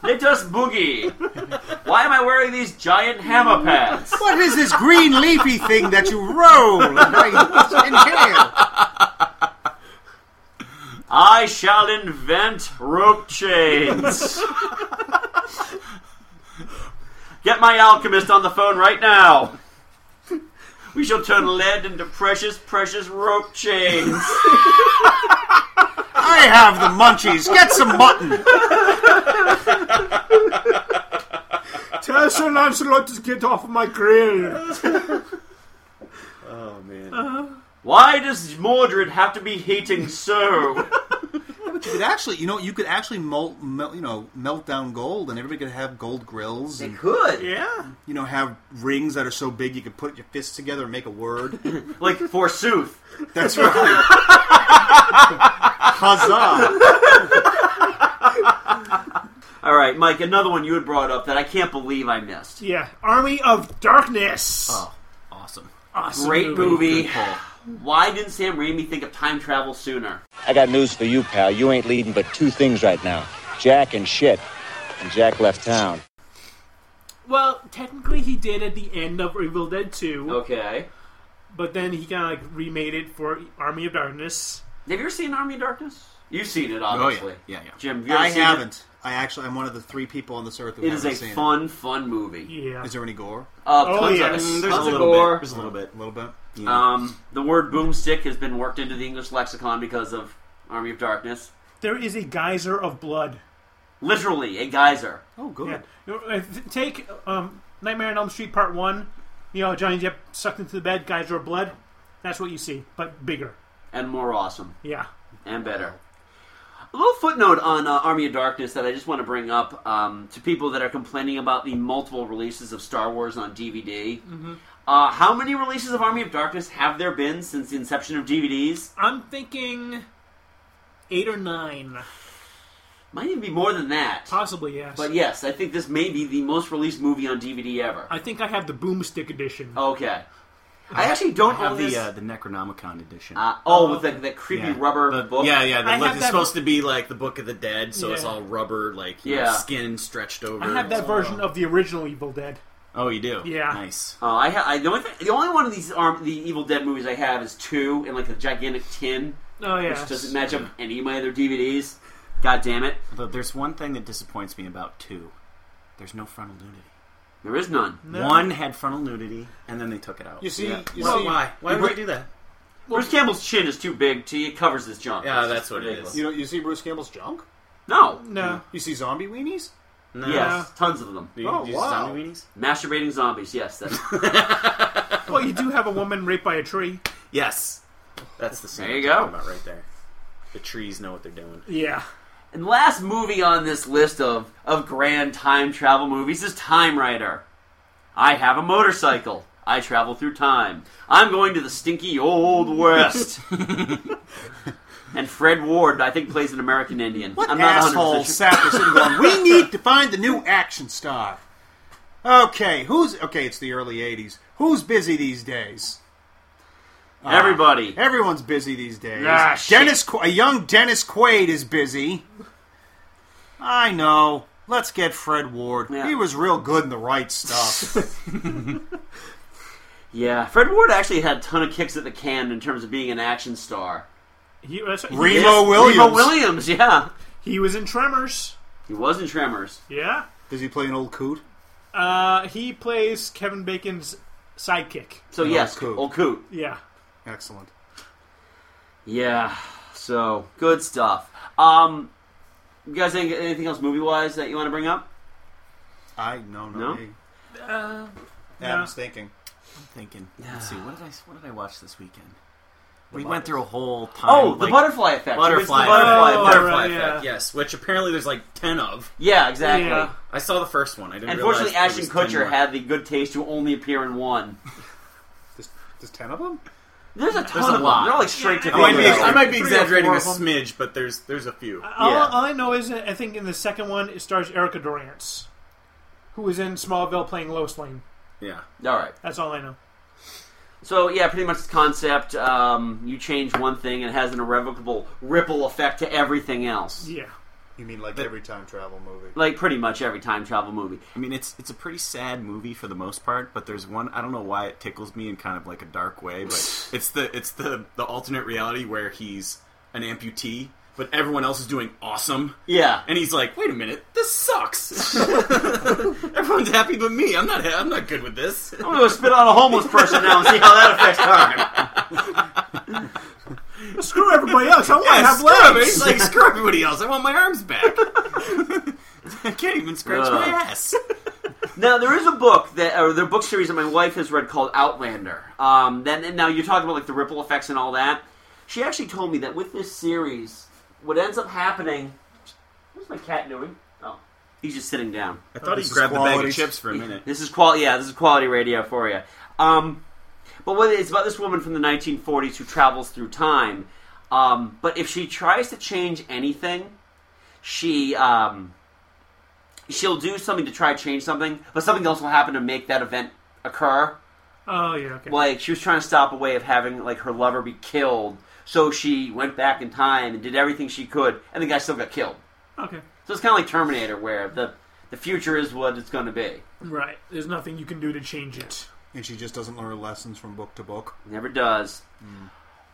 Speaker 5: Let us boogie. Why am I wearing these giant hammer pads?
Speaker 6: what is this green leafy thing that you roll and I
Speaker 5: I shall invent rope chains. Get my alchemist on the phone right now. We shall turn lead into precious, precious rope chains.
Speaker 6: inhale? I have the munchies. Get some mutton.
Speaker 4: Tell Sir Lancelot to get off my grill.
Speaker 7: Oh man.
Speaker 5: Why does Mordred have to be hating so?
Speaker 6: But you could actually, you know, you could actually melt, melt, you know, melt down gold, and everybody could have gold grills. They and,
Speaker 5: could.
Speaker 4: Yeah.
Speaker 6: You know, have rings that are so big you could put your fists together and make a word.
Speaker 5: like forsooth.
Speaker 6: That's right. [LAUGHS] Huzzah!
Speaker 5: All right, Mike, another one you had brought up that I can't believe I missed.
Speaker 4: Yeah, Army of Darkness.
Speaker 5: Oh,
Speaker 7: awesome.
Speaker 4: Awesome.
Speaker 5: Great movie.
Speaker 4: Good
Speaker 5: Why didn't Sam Raimi think of time travel sooner?
Speaker 1: I got news for you, pal. You ain't leading but two things right now Jack and shit. And Jack left town.
Speaker 4: Well, technically he did at the end of Evil Dead 2.
Speaker 5: Oh. Okay.
Speaker 4: But then he kind of like remade it for Army of Darkness.
Speaker 5: Have you ever seen Army of Darkness? You've seen it,
Speaker 6: yeah.
Speaker 5: obviously.
Speaker 6: Yeah, yeah.
Speaker 5: Jim, have you ever
Speaker 6: I
Speaker 5: seen it?
Speaker 6: haven't. I actually, I'm one of the three people on this earth who
Speaker 5: It is a
Speaker 6: haven't seen
Speaker 5: fun, fun movie.
Speaker 4: Yeah.
Speaker 6: Is there any gore?
Speaker 5: Uh, tons of,
Speaker 7: Mm,
Speaker 5: tons
Speaker 7: there's a
Speaker 5: of
Speaker 7: little
Speaker 5: gore.
Speaker 7: bit. There's a little bit.
Speaker 6: A little bit.
Speaker 5: Um, the word boomstick has been worked into the English lexicon because of Army of Darkness.
Speaker 4: There is a geyser of blood.
Speaker 5: Literally, a geyser.
Speaker 6: Oh, good.
Speaker 4: Yeah. You know, if- Take um, Nightmare on Elm Street Part 1. You know, Johnny Depp sucked into the bed, guys draw blood. That's what you see, but bigger.
Speaker 5: and more awesome
Speaker 4: Yeah.
Speaker 5: and better. A little footnote on uh, Army of Darkness that I just want to bring up um, to people that are complaining about the multiple releases of Star Wars on DVD.
Speaker 7: Mm-hmm.
Speaker 4: Mhm.
Speaker 5: Uh, how many releases of Army of Darkness have there been since the inception of DVDs?
Speaker 4: I'm thinking eight or nine.
Speaker 5: Might even be more than that.
Speaker 4: Possibly, yes.
Speaker 5: But yes, I think this may be the most released movie on DVD ever.
Speaker 4: I think I have the Boomstick edition.
Speaker 5: Okay. I actually don't
Speaker 7: have
Speaker 5: own
Speaker 7: the
Speaker 5: this-
Speaker 7: uh, the Necronomicon edition.
Speaker 5: Uh, oh, with the, the creepy
Speaker 7: Yeah.
Speaker 5: rubber
Speaker 7: The-
Speaker 5: book.
Speaker 7: Yeah, yeah.
Speaker 5: I
Speaker 7: The look
Speaker 5: have
Speaker 7: is
Speaker 5: that-
Speaker 7: supposed to be like the Book of the Dead, so it's
Speaker 4: Yeah.
Speaker 7: all rubber, like you know,
Speaker 5: Yeah.
Speaker 7: skin stretched over.
Speaker 4: I have that
Speaker 7: Oh.
Speaker 4: version of the original Evil Dead.
Speaker 7: Oh, you do.
Speaker 4: Yeah.
Speaker 7: Nice.
Speaker 5: Oh, I, ha- I the only thing, the only one of these arm the Evil Dead movies I have is two in like the gigantic tin.
Speaker 4: Oh, yes.
Speaker 5: which doesn't match up any of my other DVDs. God damn it!
Speaker 7: Although there's one thing that disappoints me about two. There's no frontal nudity.
Speaker 5: There is none. No.
Speaker 7: One had frontal nudity, and then they took it out.
Speaker 5: You see-
Speaker 7: Yeah.
Speaker 5: you
Speaker 7: Well,
Speaker 5: see-
Speaker 7: why? Why
Speaker 5: you
Speaker 7: would
Speaker 5: br-
Speaker 7: they do that?
Speaker 5: Bruce Campbell's chin is too big to it covers this junk.
Speaker 7: Yeah,
Speaker 5: It's
Speaker 7: that's
Speaker 5: just
Speaker 7: what it
Speaker 5: ridiculous.
Speaker 3: You know, you see Bruce Campbell's junk?
Speaker 5: No,
Speaker 4: [LAUGHS] No.
Speaker 3: You see zombie weenies?
Speaker 5: no. Yes, tons of them.
Speaker 3: Do you- Oh, do you see wow. zombie
Speaker 7: weenies?
Speaker 5: Masturbating zombies. Yes, that's [LAUGHS]
Speaker 4: Well, Oh, you do have a woman raped by a tree.
Speaker 7: Yes, that's the scene.
Speaker 5: There you
Speaker 7: I'm
Speaker 5: go.
Speaker 7: talking About right there. The trees know what they're doing.
Speaker 4: Yeah.
Speaker 5: And the last movie on this list of, of grand time travel movies is Time Rider. I have a motorcycle. I travel through time. I'm going to the stinky old west. and Fred Ward, I think, plays an American Indian.
Speaker 6: What
Speaker 5: I'm not 100%
Speaker 6: asshole
Speaker 5: sure.
Speaker 6: sat there sitting going, we need to find the new action star. Okay, who's okay? It's the early '80s. Who's busy these days? Ah,
Speaker 5: Everybody.
Speaker 6: everyone's busy these days.
Speaker 5: Ah, shit.
Speaker 6: Dennis, Qu- a young Dennis Quaid is busy. I know. Let's get Fred Ward. He was real good in the right stuff. [LAUGHS]
Speaker 5: Yeah, Fred Ward actually had a ton of kicks at the can in terms of being an action star.
Speaker 4: He, that's- he-
Speaker 5: Yes, Remo Williams, yeah.
Speaker 4: He was in Tremors.
Speaker 5: He was in Tremors.
Speaker 4: Yeah.
Speaker 6: Does he play an old coot?
Speaker 4: Uh, he plays Kevin Bacon's sidekick.
Speaker 7: Oh,
Speaker 5: So, yes, old coot.
Speaker 4: Yeah.
Speaker 6: Excellent.
Speaker 5: Yeah, so good stuff. Um, you guys, think anything else movie wise that you want to bring up?
Speaker 6: I no
Speaker 5: no.
Speaker 4: Uh,
Speaker 6: Adam's thinking.
Speaker 7: I'm thinking. Let's see. What did I What did I watch this weekend? We went through a whole time.
Speaker 5: Oh, the
Speaker 7: like-
Speaker 5: butterfly effect.
Speaker 7: Butterfly,
Speaker 5: It's the butterfly
Speaker 7: effect.
Speaker 5: effect.
Speaker 7: Butterfly
Speaker 5: Oh, Right, yeah.
Speaker 7: effect. Yes, which apparently there's like ten of.
Speaker 5: Yeah, exactly. Yeah.
Speaker 7: I saw the first one. I didn't.
Speaker 5: Unfortunately,
Speaker 7: realize
Speaker 5: Ashton
Speaker 7: there was 10
Speaker 5: Kutcher
Speaker 7: more.
Speaker 5: had the good taste to only appear in one.
Speaker 6: There's, there's ten of them.
Speaker 5: There's a ton
Speaker 7: There's
Speaker 5: of
Speaker 7: a
Speaker 5: them.
Speaker 7: lot.
Speaker 5: They're all, like straight
Speaker 7: I
Speaker 5: to
Speaker 7: might be,
Speaker 5: video.
Speaker 7: I might be
Speaker 4: Three or
Speaker 7: exaggerating a
Speaker 4: four of them. Uh,
Speaker 7: smidge, but there's there's a few.
Speaker 4: All, all I know is that I think in the second one it stars Erica Durance, who was in Smallville playing Lois Lane.
Speaker 7: Yeah.
Speaker 5: All right.
Speaker 4: That's all I know.
Speaker 5: So yeah, pretty much the concept. Um, you change one thing, and it has an irrevocable ripple effect to everything else.
Speaker 4: Yeah.
Speaker 6: You mean like every time travel movie?
Speaker 5: Like pretty much every time travel movie.
Speaker 7: I mean, it's it's a pretty sad movie for the most part, but there's one I don't know why it tickles me in kind of like a dark way, [LAUGHS] but it's the it's the the alternate reality where he's an amputee, but everyone else is doing awesome.
Speaker 5: Yeah.
Speaker 7: and he's like, wait a minute, this sucks. [LAUGHS] Everyone's happy but me. I'm not. ha- I'm not good with this.
Speaker 5: I'm gonna go spit on a homeless person now and see how that affects
Speaker 4: [LAUGHS]
Speaker 5: time.
Speaker 4: Screw everybody else. I want
Speaker 7: Yeah,
Speaker 4: to have
Speaker 7: screw him.
Speaker 4: legs.
Speaker 5: [LAUGHS]
Speaker 7: He's like, screw everybody else. I want my arms back. [LAUGHS] I can't even scratch my
Speaker 5: Ugh.
Speaker 7: ass.
Speaker 5: Now there is a book that, or the book series that my wife has read called Outlander. Um, then and now you're talking about like the ripple effects and all that. She actually told me that with this series, what ends up happening. What's my cat doing? Oh, he's just sitting down.
Speaker 7: I thought he grabbed the bag of chips for a minute.
Speaker 5: This is quality. Yeah, this is quality radio for you. Um, but what it's about this woman from the 1940s who travels through time. Um, but if she tries to change anything, she um, she'll do something to try to change something, but something else will happen to make that event occur.
Speaker 4: Oh yeah. Okay.
Speaker 5: Like she was trying to stop a way of having like her lover be killed, so she went back in time and did everything she could, and the guy still got killed.
Speaker 4: Okay.
Speaker 5: So it's kind of like Terminator, where the the future is what it's going to be.
Speaker 4: Right. There's nothing you can do to change it.
Speaker 6: And she just doesn't learn her lessons from book to book.
Speaker 5: Never does.
Speaker 4: Hmm.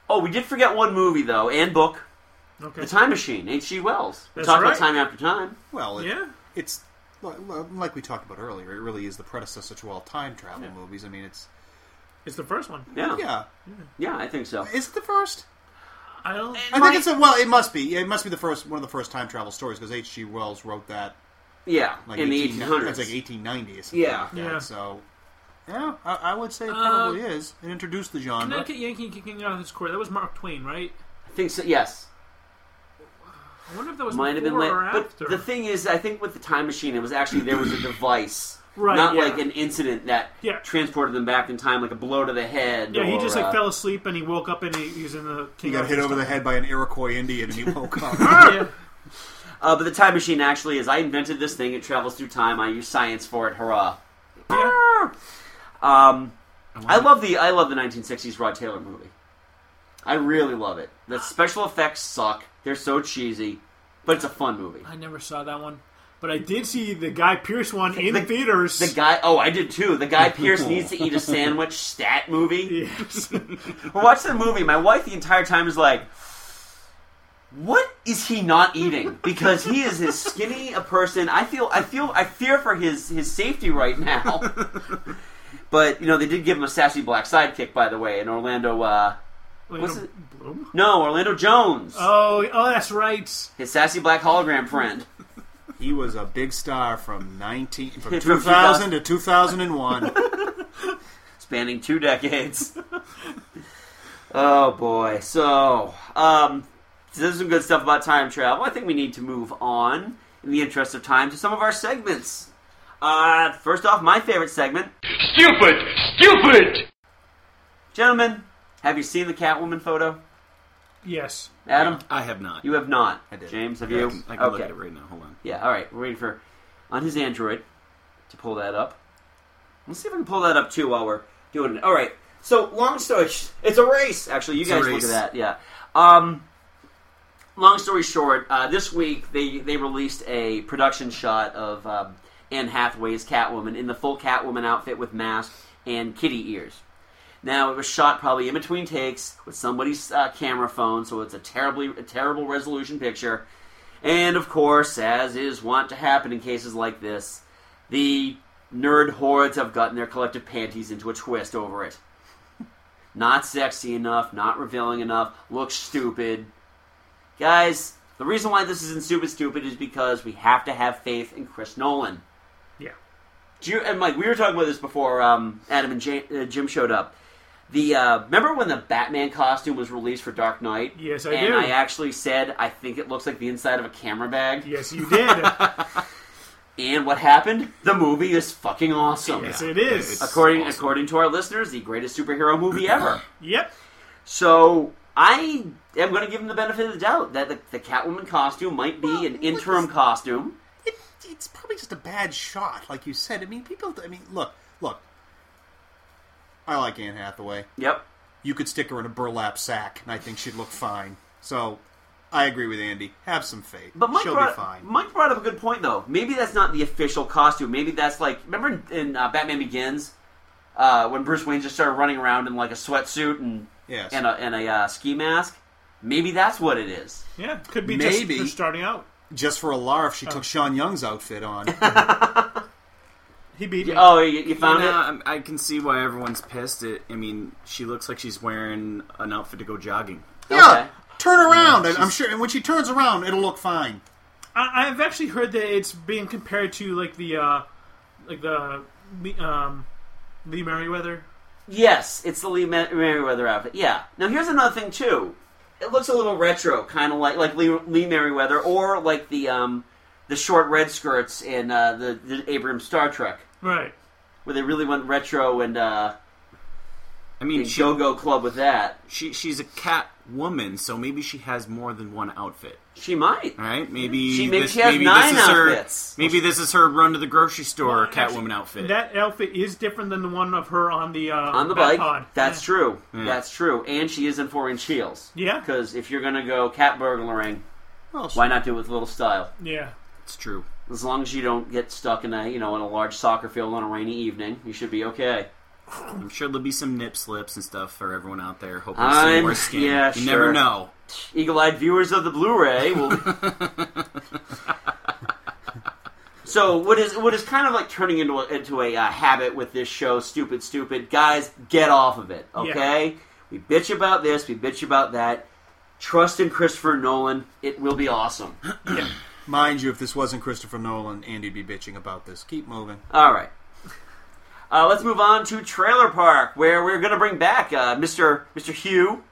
Speaker 5: Oh, we did forget one movie though, and book.
Speaker 4: Okay.
Speaker 5: The Time Machine, H.G. Wells. We
Speaker 6: That's
Speaker 5: talked about
Speaker 6: right.
Speaker 5: time after time.
Speaker 6: Well, it,
Speaker 4: yeah,
Speaker 6: it's li- li- like we talked about earlier. It really is the predecessor to all time travel movies. I mean, it's
Speaker 4: It's the first one.
Speaker 5: Yeah.
Speaker 6: yeah.
Speaker 5: Yeah, I think so.
Speaker 6: Is it the first?
Speaker 4: I don't.
Speaker 6: I think it's a, well. It must be. It must be the first one of the first time travel stories because H. G. Wells wrote that.
Speaker 5: Yeah, in the
Speaker 6: 18
Speaker 5: 1800s.
Speaker 6: That's like eighteen ninety or something.
Speaker 5: Yeah.
Speaker 6: like that,
Speaker 5: Yeah.
Speaker 6: So Yeah, I, I would say it probably is. It introduced the genre.
Speaker 4: Connecticut Yankee kicking out his career. That was Mark Twain, right?
Speaker 5: I think so. Yes,
Speaker 4: I wonder if that was
Speaker 5: might have been
Speaker 4: before
Speaker 5: late.
Speaker 4: or
Speaker 5: But
Speaker 4: after.
Speaker 5: the thing is, I think with the time machine, it was actually there was a device,
Speaker 4: Right,
Speaker 5: Not
Speaker 4: yeah.
Speaker 5: like an incident that
Speaker 4: Yeah.
Speaker 5: transported them back in time, like a blow to the head.
Speaker 4: yeah, he
Speaker 5: or,
Speaker 4: just like
Speaker 5: uh,
Speaker 4: fell asleep and he woke up and he, he was in the.
Speaker 6: He got hit over the head by an Iroquois Indian, and he woke up.
Speaker 4: [LAUGHS]
Speaker 5: Uh, but the time machine actually is. I invented this thing. It travels through time. I use science for it. Hurrah! Um, I love the I love the 1960s Rod Taylor movie. I really love it. The special effects suck. They're so cheesy, but it's a fun movie.
Speaker 4: I never saw that one, but I did see the Guy Pierce one in the, theaters.
Speaker 5: The guy, oh, I did too. The guy Pierce needs to eat a sandwich. Stat movie. [LAUGHS] We're watching the movie. My wife the entire time is like, "What is he not eating?" Because he is as skinny a person. I feel, I feel, I fear for his his safety right now. But you know, they did give him a sassy black sidekick, by the way, in Orlando. Uh, what's
Speaker 4: Orlando
Speaker 5: it? No, Orlando Jones.
Speaker 4: Oh, oh, that's right.
Speaker 5: His sassy black hologram friend.
Speaker 6: He was a big star from nineteen from
Speaker 5: [LAUGHS] From
Speaker 6: two thousand to two thousand and one.
Speaker 5: spanning two decades. [LAUGHS] oh boy! So, um, so there's some good stuff about time travel. I think we need to move on, in the interest of time, to some of our segments. Uh, first off, my favorite segment: stupid, stupid. Gentlemen, have you seen the Catwoman photo?
Speaker 4: Yes.
Speaker 5: Adam,
Speaker 7: I have not.
Speaker 5: You have not.
Speaker 7: I did.
Speaker 5: James, have
Speaker 7: Yeah,
Speaker 5: you?
Speaker 7: I can, I can look at it right now. Hold on.
Speaker 5: Yeah, all right. We're waiting for on his Android to pull that up. Let's see if I can pull that up too while we're doing it. All right. So long story, sh- it's a race. Actually, you
Speaker 7: It's a
Speaker 5: guys look
Speaker 7: race.
Speaker 5: at that. Yeah. Um, long story short, uh, this week they they released a production shot of um, Anne Hathaway's Catwoman in the full Catwoman outfit with mask and kitty ears. Now it was shot probably in between takes with somebody's uh, camera phone, so it's a terribly a terrible resolution picture. And of course, as is wont to happen in cases like this, the nerd hordes have gotten their collective panties into a twist over it. Not sexy enough, not revealing enough, looks stupid. Guys, the reason why this isn't stupid stupid is because we have to have faith in Chris Nolan.
Speaker 4: Yeah.
Speaker 5: Do you, and Mike, we were talking about this before um, Adam and Jam, uh, Jim showed up. The uh, remember when the Batman costume was released for Dark Knight?
Speaker 4: Yes, I
Speaker 5: and
Speaker 4: do.
Speaker 5: I actually said I think it looks like the inside of a camera bag.
Speaker 4: Yes, you
Speaker 5: [LAUGHS]
Speaker 4: did.
Speaker 5: and what happened? The movie is fucking awesome.
Speaker 4: Yes, it is. It's
Speaker 5: According according to our listeners, the greatest superhero movie ever.
Speaker 4: Yep.
Speaker 5: So I am going to give him the benefit of the doubt that the, the Catwoman costume might be an interim costume.
Speaker 6: it's probably just a bad shot, like you said. I mean, people. I mean, look, look. I like Anne Hathaway.
Speaker 5: Yep.
Speaker 6: You could stick her in a burlap sack, and I think she'd look fine. So, I agree with Andy. Have some faith.
Speaker 5: But Mike
Speaker 6: she'll
Speaker 5: brought,
Speaker 6: be fine.
Speaker 5: Mike brought up a good point, though. Maybe that's not the official costume. Maybe that's like remember in, in uh, Batman Begins uh, when Bruce Wayne just started running around in like a sweatsuit and
Speaker 6: Yes.
Speaker 5: and a, and a uh, ski mask. Maybe that's what it is.
Speaker 4: Yeah, could be
Speaker 6: Maybe.
Speaker 4: just for starting out.
Speaker 6: Just for a larf, she took Sean Young's outfit on.
Speaker 4: He beat
Speaker 5: me. Oh, you, you found it?
Speaker 7: it. uh, um, I can see why everyone's pissed. It. I mean, she looks like she's wearing an outfit to go jogging.
Speaker 6: Yeah, turn around.
Speaker 7: Yeah,
Speaker 6: and I'm sure, and when she turns around, it'll look fine.
Speaker 4: I, I've actually heard that it's being compared to like the uh, like the Lee- um, Lee Merriweather.
Speaker 5: Yes, it's the Lee Mer- Merriweather outfit. Yeah. Now here's another thing too. It looks a little retro, kind of like like Lee, Lee Merriweather, or like the um the short red skirts in uh, the the Abrams Star Trek,
Speaker 4: Right.
Speaker 5: where they really went retro and. uh
Speaker 7: I mean,
Speaker 5: and
Speaker 7: she-
Speaker 5: go-go club with that.
Speaker 7: She she's a cat woman, so maybe she has more than one outfit.
Speaker 5: She might.
Speaker 7: All right, maybe
Speaker 5: She- maybe
Speaker 7: this,
Speaker 5: she has
Speaker 7: maybe
Speaker 5: nine
Speaker 7: this is
Speaker 5: outfits.
Speaker 7: Her, maybe this is her run to the grocery store Catwoman outfit.
Speaker 4: That outfit is different than the one of her on the uh,
Speaker 5: on the bike.
Speaker 4: Pod.
Speaker 5: That's true. That's true. And she is in four-inch heels.
Speaker 4: Yeah.
Speaker 5: Because if you're gonna go cat burglaring,
Speaker 4: Well, she-
Speaker 5: why not do it with a little style?
Speaker 4: Yeah.
Speaker 7: It's true.
Speaker 5: As long as you don't get stuck in a you know in a large soccer field on a rainy evening, you should be okay.
Speaker 7: I'm sure there'll be some nip slips and stuff for everyone out there. Hoping to see
Speaker 5: I'm
Speaker 7: more skin.
Speaker 5: yeah.
Speaker 7: you
Speaker 5: sure.
Speaker 7: never know.
Speaker 5: Eagle-eyed viewers of the Blu-ray will. So what is what is kind of like turning into a, into a uh, habit with this show, stupid, stupid guys, get off of it,
Speaker 7: Yeah.
Speaker 5: okay? We bitch about this, we bitch about that. Trust in Christopher Nolan; it will be awesome.
Speaker 6: Mind you, if this wasn't Christopher Nolan, Andy'd be bitching about this. Keep moving.
Speaker 5: All right. Uh, let's move on to Trailer Park, where we're going to bring back uh, Mr. Mr. Hugh,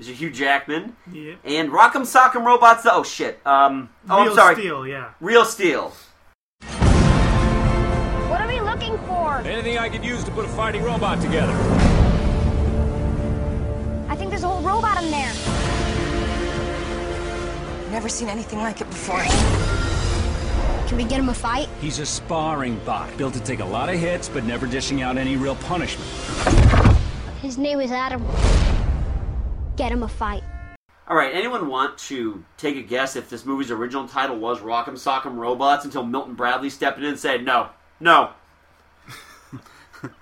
Speaker 5: Mr. Hugh Jackman,
Speaker 4: Yeah.
Speaker 5: and Rock'em Sock'em Robots. Oh shit! Um, oh,
Speaker 4: Real
Speaker 5: I'm sorry.
Speaker 4: Steel, yeah.
Speaker 5: Real Steel.
Speaker 18: What are we looking for?
Speaker 9: Anything I could use to put a fighting robot together.
Speaker 18: I think there's a whole robot in there.
Speaker 15: Never seen anything like it before.
Speaker 18: Can we get him a fight?
Speaker 9: He's a sparring bot, built to take a lot of hits, but never dishing out any real punishment.
Speaker 18: His name is Adam. Get him a fight.
Speaker 5: All right. Anyone want to take a guess if this movie's original title was Rock'em Sock'em Robots until Milton Bradley stepped in and said no, no?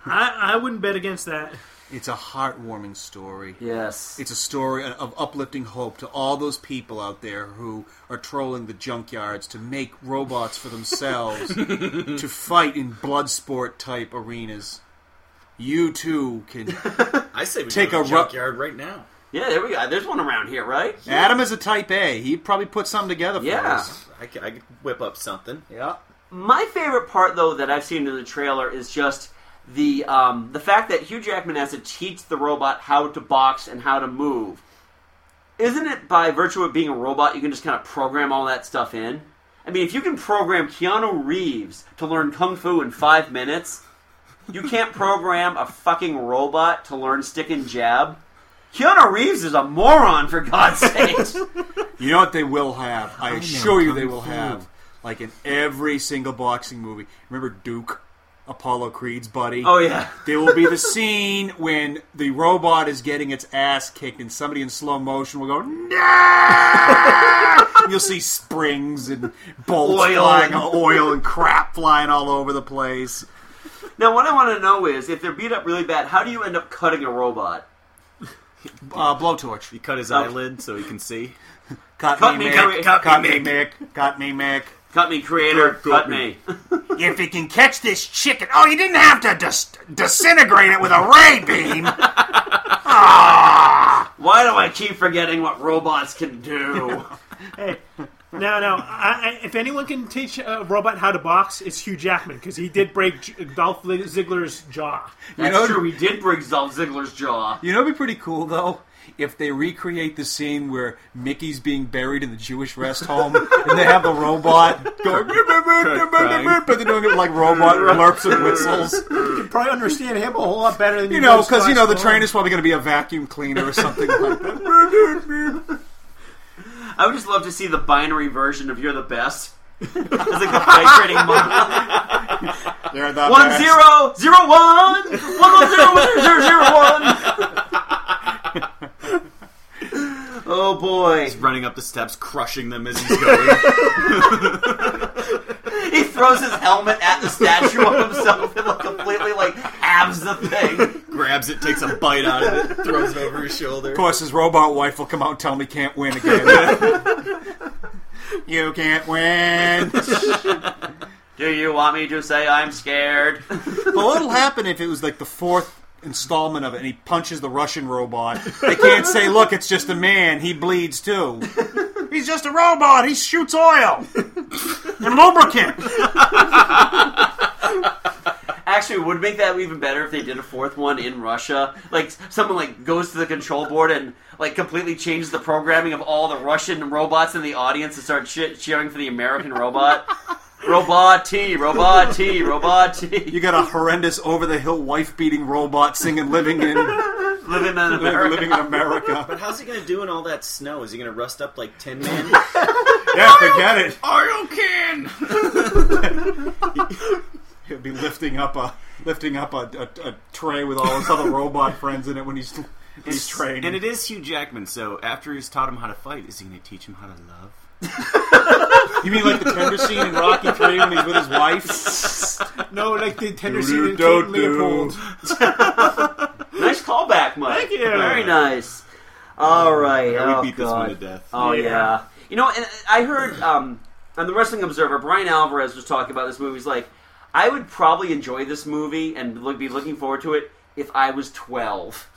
Speaker 4: I, I wouldn't bet against that.
Speaker 6: It's a heartwarming story.
Speaker 5: Yes.
Speaker 6: It's a story of uplifting hope to all those people out there who are trolling the junkyards to make robots for themselves to fight in blood sport type arenas. You too can
Speaker 7: I say we
Speaker 6: Take
Speaker 7: go to
Speaker 6: a
Speaker 7: the
Speaker 6: ru-
Speaker 7: junkyard right now.
Speaker 5: Yeah, there we go. There's one around here, right?
Speaker 6: Adam is a type A. He probably put something together for
Speaker 5: Yeah.
Speaker 6: us.
Speaker 7: I could, I could whip up something.
Speaker 6: Yeah.
Speaker 5: My favorite part, though, that I've seen in the trailer is just the um, the fact that Hugh Jackman has to teach the robot how to box and how to move. Isn't it by virtue of being a robot you can just kind of program all that stuff in? I mean, if you can program Keanu Reeves to learn kung fu in five minutes, you can't program a fucking robot to learn stick and jab. Keanu Reeves is a moron, for God's [LAUGHS] sakes.
Speaker 6: You know what they will have? I,
Speaker 5: know
Speaker 6: assure you
Speaker 5: Kung
Speaker 6: they will
Speaker 5: Fu.
Speaker 6: have. Like in every single boxing movie. Remember Duke, Apollo Creed's buddy?
Speaker 5: Oh, yeah.
Speaker 6: [LAUGHS] there will be the scene when the robot is getting its ass kicked and somebody in slow motion will go, "Nah!" And You'll see springs and bolts
Speaker 5: Oil.
Speaker 6: flying, oil and crap flying all over the place.
Speaker 5: now, what I want to know is if they're beat up really bad, how do you end up cutting a robot?
Speaker 6: Uh, blowtorch. He
Speaker 7: cut his
Speaker 5: Oh.
Speaker 7: eyelid so he can see.
Speaker 6: Cut,
Speaker 5: Cut
Speaker 6: me,
Speaker 5: me,
Speaker 6: Mick.
Speaker 5: cut me,
Speaker 6: Cut me,
Speaker 5: cut me,
Speaker 6: Mick. Cut me, Mick.
Speaker 5: Cut me, creator.
Speaker 6: Cut
Speaker 5: Cut me.
Speaker 6: if he can catch this chicken. Oh, you didn't have to dis- disintegrate it with a ray beam.
Speaker 5: Why do I keep forgetting what robots can
Speaker 7: [LAUGHS]
Speaker 5: do?
Speaker 4: Hey, no, no. I, I, if anyone can teach a robot how to box, it's Hugh Jackman because he did break J- Dolph Ziggler's jaw.
Speaker 5: That's
Speaker 6: know-
Speaker 5: true. We did break Dolph Ziggler's
Speaker 7: [LAUGHS]
Speaker 5: jaw.
Speaker 6: You know, it'd be pretty cool though if they recreate the scene where Mickey's being buried in the Jewish
Speaker 7: [LAUGHS]
Speaker 6: rest home, and they have the robot going, but they're doing it like
Speaker 7: [LAUGHS]
Speaker 6: robot blurps and whistles.
Speaker 4: You probably understand him a whole lot better than
Speaker 6: You know,
Speaker 4: would
Speaker 6: because you know the
Speaker 4: Sly
Speaker 6: train is probably going to be a vacuum cleaner or something like that.
Speaker 7: [LAUGHS]
Speaker 5: I would just love to see the binary version of "You're the best." it's like the vibrating
Speaker 7: [LAUGHS]
Speaker 5: model.
Speaker 6: You're the
Speaker 5: One
Speaker 6: best.
Speaker 5: zero zero one one one zero one zero zero one. Oh boy!
Speaker 7: He's running up the steps, crushing them as he's going. [LAUGHS]
Speaker 5: He throws his helmet at the statue of himself and like completely like abs the thing.
Speaker 7: Grabs it, takes a bite out of it, throws it over his shoulder.
Speaker 6: Of course, his robot wife will come out and tell him he can't win again.
Speaker 7: [LAUGHS]
Speaker 6: you can't win.
Speaker 5: Do you want me to say I'm scared? [LAUGHS]
Speaker 6: But what'll happen if it was like the fourth installment of it and he punches the Russian robot? They can't say, look, it's just a man. He bleeds too. He's just a robot. He shoots oil and lubricant.
Speaker 5: Actually, it would make that even better if they did a fourth one in Russia. Like someone like goes to the control board and like completely changes the programming of all the Russian robots in the audience and start shit cheering for the American robot. Robot T, robot T, robot T.
Speaker 6: [LAUGHS] You got a horrendous over the hill wife beating robot singing Living in,
Speaker 5: Living in America.
Speaker 6: living in America.
Speaker 7: But how's he gonna do in all that snow? Is he gonna rust up like Tin Man?
Speaker 6: Yeah, forget it.
Speaker 7: Oil can!
Speaker 6: He'll be lifting up a lifting up a, a, a tray with all his other robot friends in it when he's he's training.
Speaker 7: And it is Hugh Jackman, so after he's taught him how to fight, is he gonna teach him how to love?
Speaker 6: You mean like the tender scene in Rocky Three when he's with his wife?
Speaker 4: Stallone. No, like the tender scene in Kate Leopold.
Speaker 6: Do-do-do-do.
Speaker 5: Nice callback, Mike.
Speaker 4: Thank you.
Speaker 5: Very nice. All right.
Speaker 7: Yeah, we
Speaker 5: oh,
Speaker 7: beat this
Speaker 5: God.
Speaker 7: one to death.
Speaker 5: Oh yeah.
Speaker 4: Yeah.
Speaker 5: You know, and I heard um, on the Wrestling Observer, Brian Alvarez was talking about this movie. He's like, I would probably enjoy this movie and look, be looking forward to it if I was twelve.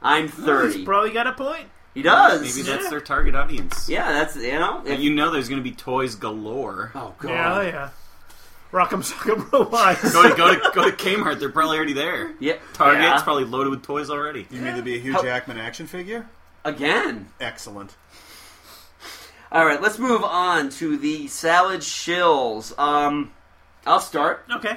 Speaker 5: I'm
Speaker 4: He's
Speaker 5: thirty.
Speaker 4: probably got a point.
Speaker 5: He does.
Speaker 7: Maybe that's their target audience.
Speaker 5: yeah, that's you know.
Speaker 7: And
Speaker 5: If,
Speaker 7: you know there's gonna be toys galore.
Speaker 5: oh God.
Speaker 4: Yeah, yeah. Rock'em Sock'em Robots.
Speaker 7: Go to go to go to Kmart. They're probably already [LAUGHS] there.
Speaker 5: Yep.
Speaker 7: Target's
Speaker 5: Yeah.
Speaker 7: probably loaded with toys already.
Speaker 6: You mean there'd be a Hugh
Speaker 7: How-
Speaker 6: Jackman action figure?
Speaker 5: Again.
Speaker 6: Excellent.
Speaker 5: All right, let's move on to the salad shills. Um, I'll start.
Speaker 4: [LAUGHS] Okay.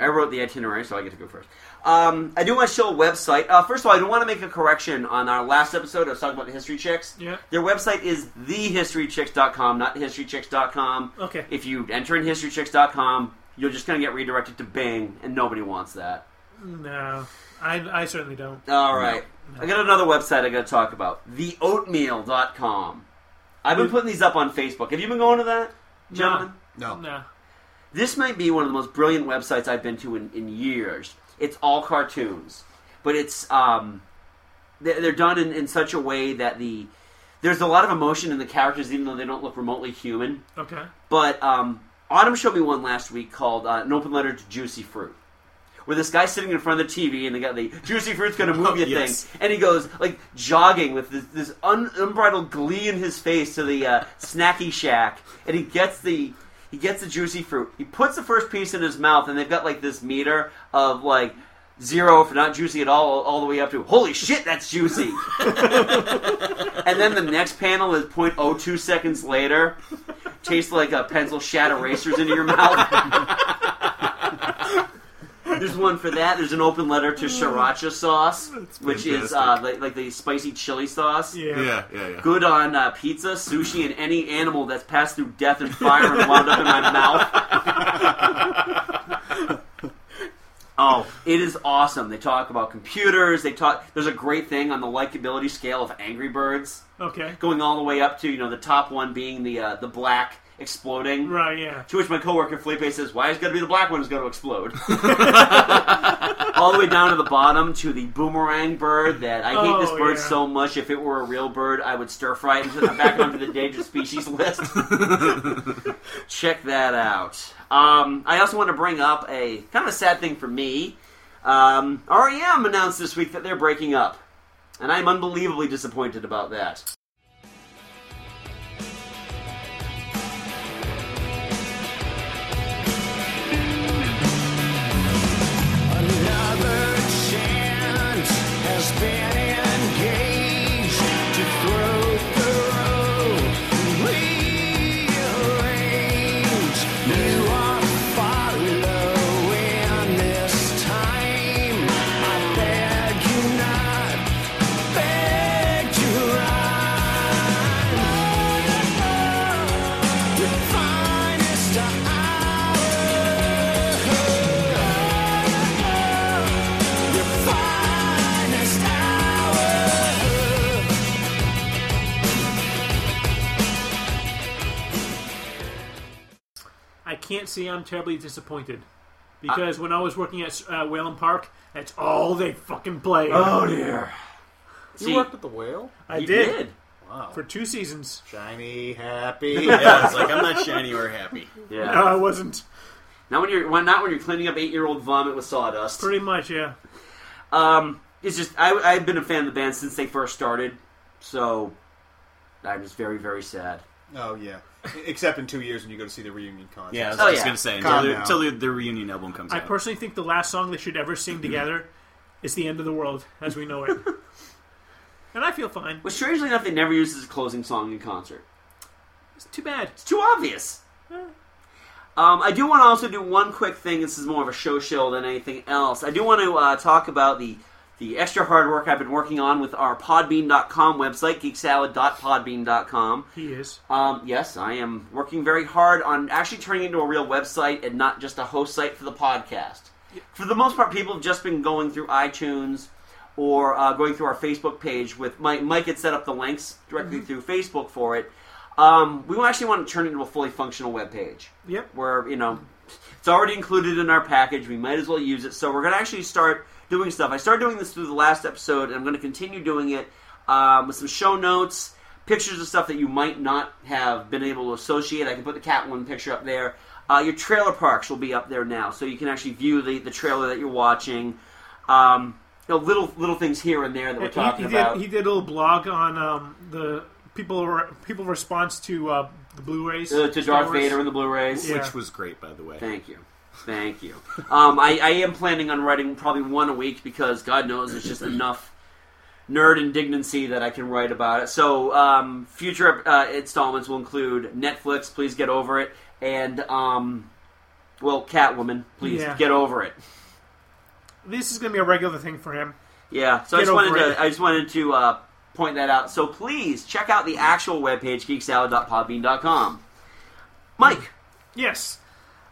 Speaker 5: I wrote the itinerary, so I get to go first. Um, I do want to show a website. Uh, first of all, I do want to make a correction on our last episode. I was talking about the History Chicks.
Speaker 4: Yeah.
Speaker 5: Their website is thehistorychicks.com, not historychicks.com.
Speaker 4: Okay.
Speaker 5: If you enter in historychicks.com, you're just going to get redirected to Bing, and nobody wants that.
Speaker 4: No, I, I certainly don't.
Speaker 5: All right. I got another website I got to talk about. Theoatmeal.com. I've been putting these up on Facebook. Have you been going to that, gentlemen?
Speaker 6: No.
Speaker 4: No.
Speaker 5: This might be one of the most brilliant websites I've been to in, in years. It's all cartoons, but it's um, they're, they're done in, in such a way that the there's a lot of emotion in the characters, even though they don't look remotely human.
Speaker 4: Okay.
Speaker 5: But um, Autumn showed me one last week called uh, "An Open Letter to Juicy Fruit," where this guy's sitting in front of the TV and they got the "Juicy Fruit's going to move you"
Speaker 7: Yes.
Speaker 5: thing, and he goes like jogging with this, this un- unbridled glee in his face to the uh, snacky shack, and he gets the he gets the juicy fruit. He puts the first piece in his mouth, and they've got like this meter of like. Zero for not juicy at all, all the way up to holy shit, that's juicy. and then the next panel is 0.02 seconds later, tastes like a pencil shat erasers into your mouth. [LAUGHS] There's one for that. There's an open letter to sriracha sauce, which is uh, like, like the spicy chili sauce.
Speaker 7: Yeah. Yeah, yeah, yeah.
Speaker 5: Good on uh, pizza, sushi, and any animal that's passed through death and fire and wound up in my mouth. Oh, it is awesome. They talk about computers. They talk. There's a great thing on the likability scale of Angry Birds
Speaker 4: Okay.
Speaker 5: going all the way up to you know the top one being the uh, the black exploding.
Speaker 4: Right. Yeah.
Speaker 5: To which my coworker Felipe says, "Why is going to be the black one who's going to
Speaker 4: [LAUGHS]
Speaker 5: explode?" [LAUGHS] all the way down to the bottom to the boomerang bird. That I hate this
Speaker 4: Oh,
Speaker 5: bird
Speaker 4: yeah.
Speaker 5: so much. If it were a real bird, I would stir fry it into the back onto the
Speaker 4: [LAUGHS]
Speaker 5: endangered species list. Check that out. Um, I also want to bring up a kind of a sad thing for me. Um, REM announced this week that they're breaking up, and I'm unbelievably disappointed about that.
Speaker 14: Another chance has been engaged to throw the road and rearrange. You are following this time. I beg you not, beg you right. The finest hour. Your finest hour.
Speaker 4: I can't say I'm terribly disappointed because when I was working at uh, Whalen Park, that's all they fucking played.
Speaker 3: Oh, dear.
Speaker 4: You
Speaker 3: you
Speaker 4: worked
Speaker 3: worked with the whale?
Speaker 4: I did.
Speaker 3: Wow.
Speaker 4: for two seasons. [LAUGHS]
Speaker 3: Shiny,
Speaker 5: [LAUGHS]
Speaker 3: happy.
Speaker 4: Yeah, it's like, I'm not shiny
Speaker 7: or happy.
Speaker 5: Yeah.
Speaker 4: No, I wasn't.
Speaker 5: Not when you're when, not when you're cleaning up eight year old vomit with sawdust.
Speaker 4: Pretty much, yeah.
Speaker 5: Um, it's just I, I've been a fan of the band since they first started, so I'm just very very sad.
Speaker 6: Oh yeah. Except in two years when you go to see the reunion concert. [LAUGHS]
Speaker 7: Yeah, I was
Speaker 5: Oh,
Speaker 7: just
Speaker 5: yeah.
Speaker 7: gonna say until,
Speaker 6: Calm
Speaker 7: the,
Speaker 6: down.
Speaker 7: until the, the reunion album comes
Speaker 4: I
Speaker 7: out.
Speaker 4: personally think the last song they should ever sing together is "The End of the World" as we
Speaker 5: [LAUGHS]
Speaker 4: know it. and I feel fine.
Speaker 5: Which strangely enough, they never use as a closing song in concert.
Speaker 4: It's too bad.
Speaker 5: It's too obvious. Um, I do want to also do one quick thing. This is more of a show show than anything else. I do want to uh, talk about the the extra hard work I've been working on with our Podbean.com website, geeksalad.podbean.com.
Speaker 4: He is.
Speaker 5: Um, yes, I am working very hard on actually turning it into a real website and not just a host site for the podcast. For the most part, people have just been going through iTunes or uh, going through our Facebook page. With Mike, Mike had set up the links directly
Speaker 4: Mhm.
Speaker 5: through Facebook for it. Um, we actually want to turn it into a fully functional web page
Speaker 4: Yep.
Speaker 5: where you know it's already included in our package. We might as well use it. So we're going to actually start doing stuff. I started doing this through the last episode, and I'm going to continue doing it um, with some show notes, pictures of stuff that you might not have been able to associate. I can put the Catwoman picture up there. Uh, your trailer parks will be up there now, so you can actually view the, the trailer that you're watching. Um, you know, little little things here and there that we're
Speaker 4: He-
Speaker 5: talking
Speaker 4: he,
Speaker 5: about.
Speaker 4: Did, he did a little blog on um, the people re- people response to uh, the Blu-rays
Speaker 5: Uh, to Darth Vader and the Blu-rays,
Speaker 4: Yeah.
Speaker 7: which was great, by the way.
Speaker 5: Thank you, thank you. um, I, I am planning on writing probably one a week because God knows it's just enough nerd indignancy that I can write about it. So um, future uh, installments will include Netflix. Please get over it, and um, well, Catwoman. Please
Speaker 4: Yeah.
Speaker 5: get over it.
Speaker 4: This is going to be a regular thing for him.
Speaker 5: Yeah, so I
Speaker 4: Get
Speaker 5: just, wanted
Speaker 4: over it.
Speaker 5: to, I just wanted to uh, point that out. So please check out the actual webpage, geeksalad.podbean.com. Mike.
Speaker 4: Yes.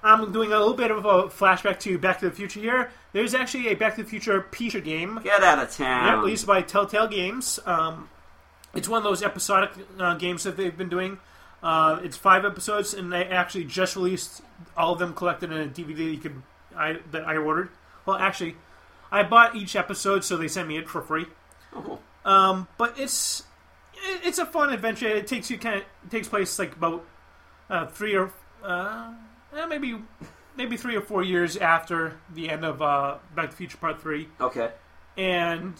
Speaker 4: I'm doing a little bit of a flashback to Back to the Future here. There's actually a Back to the Future feature game.
Speaker 5: Get out of town.
Speaker 4: Yeah, released by Telltale Games. Um, it's one of those episodic uh, games that they've been doing. Uh, it's five episodes, and they actually just released all of them collected in a DVD that you could I, that I ordered. Well, actually, I bought each episode, so they sent me it for free. Um, but it's it- it's a fun adventure. It takes you kind of takes place like about uh, three or uh, eh, maybe maybe three or four years after the end of uh, Back to the Future Part Three.
Speaker 5: Okay.
Speaker 4: And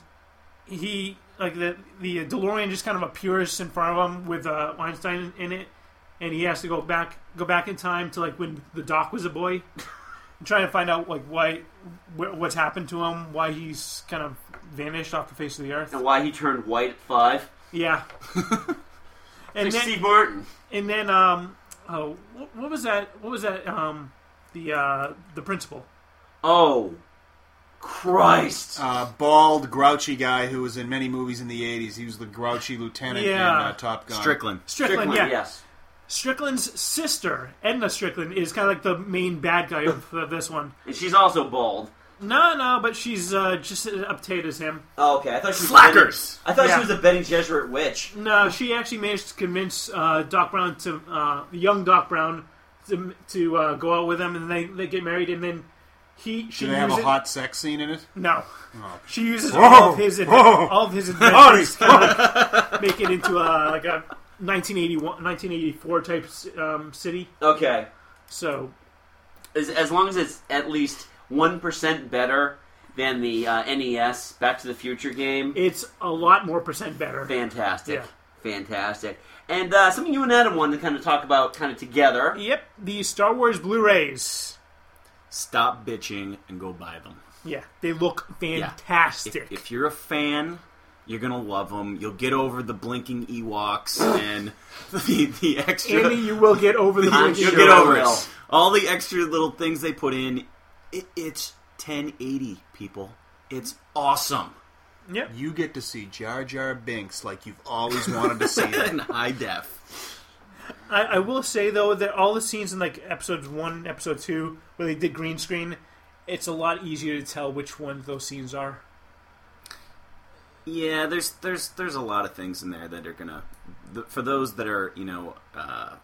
Speaker 4: he like the the DeLorean just kind of appears in front of him with uh, Einstein in it, and he has to go back go back in time to like when the Doc was a boy, and trying to find out like why wh- what's happened to him, why he's kind of vanished off the face of the earth.
Speaker 5: And why he turned white at five.
Speaker 4: [LAUGHS] Yeah.
Speaker 5: Like Steve Martin.
Speaker 4: And then um oh wh- what was that what was that um the uh the principal.
Speaker 5: Oh, Christ.
Speaker 6: Uh, bald, grouchy guy who was in many movies in the 80s. He was the grouchy lieutenant in
Speaker 4: Yeah.
Speaker 6: uh, Top Gun.
Speaker 7: Strickland.
Speaker 4: Strickland, yeah. Strickland's sister, Edna Strickland, is kind of like the main bad guy of uh, this one.
Speaker 5: And she's also bald.
Speaker 4: No, no, but she's uh, just as uptight as him.
Speaker 5: Oh, okay. I thought she was
Speaker 4: Slackers!
Speaker 5: Betty- I thought
Speaker 4: Yeah.
Speaker 5: she was a Betty Jesuit witch.
Speaker 4: No, uh, she actually managed to convince uh, Doc Brown to uh, young Doc Brown to, to uh, go out with him, and they, they get married, and then he she
Speaker 6: Did they have a
Speaker 4: uses-
Speaker 6: hot sex scene in it?
Speaker 4: No.
Speaker 6: Oh.
Speaker 4: She uses
Speaker 6: Whoa!
Speaker 4: all of his adve-
Speaker 6: Whoa!
Speaker 4: all of his
Speaker 6: [LAUGHS] Honest!
Speaker 4: adventures to like, make it into a, like a 1981, 1984 type um, city.
Speaker 5: Okay.
Speaker 4: So,
Speaker 5: As, as long as it's at least 1% better than the uh, NES Back to the Future game,
Speaker 4: it's a lot more percent better.
Speaker 5: fantastic.
Speaker 4: Yeah.
Speaker 5: Fantastic. And uh, something you and Adam wanted to kind of talk about kind of together.
Speaker 4: Yep, the Star Wars Blu-rays.
Speaker 7: Stop bitching and go buy them.
Speaker 4: Yeah, they look
Speaker 7: Yeah.
Speaker 4: fantastic.
Speaker 7: If, if you're a fan, you're gonna love them. You'll get over the blinking Ewoks and the, the extra. [LAUGHS]
Speaker 4: Andy, you will get over the
Speaker 7: you'll
Speaker 4: blinking
Speaker 7: get
Speaker 4: Ewoks.
Speaker 7: over
Speaker 4: I will.
Speaker 7: it. All the extra little things they put in. It, it's 1080 people. It's awesome. [LAUGHS]
Speaker 4: Yep.
Speaker 6: You get to see Jar Jar Binks like you've always wanted to see him.
Speaker 7: In high def.
Speaker 4: I, I will say though that all the scenes in like episodes one, episode two, where they did green screen, it's a lot easier to tell which ones those scenes are.
Speaker 7: Yeah, there's there's there's a lot of things in there that are gonna th- for those that are you know uh,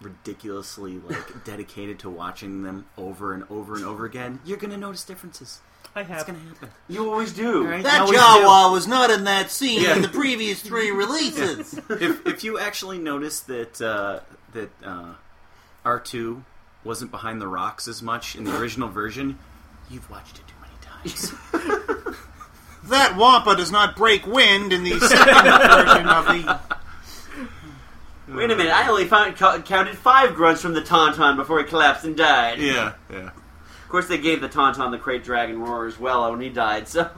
Speaker 7: ridiculously
Speaker 5: [LAUGHS]
Speaker 7: like dedicated to watching them over and over and over again. You're gonna notice differences.
Speaker 4: I have. It's
Speaker 7: gonna happen.
Speaker 5: You always do.
Speaker 7: I
Speaker 17: That
Speaker 7: always
Speaker 17: Jawa
Speaker 7: do.
Speaker 17: was not in that scene
Speaker 7: Yeah.
Speaker 17: in the previous three releases.
Speaker 7: if, if you actually notice that uh, that uh, R two wasn't behind the rocks as much in the original version, you've watched it too many
Speaker 5: [LAUGHS]
Speaker 7: times.
Speaker 6: [LAUGHS] That Wampa does not break wind in the second version of the.
Speaker 5: Wait a minute, I only found, co- counted five grunts from the Tauntaun before he collapsed and died.
Speaker 7: Yeah, yeah.
Speaker 5: Of course, they gave the Tauntaun the Great Dragon Roar as well when he died, so.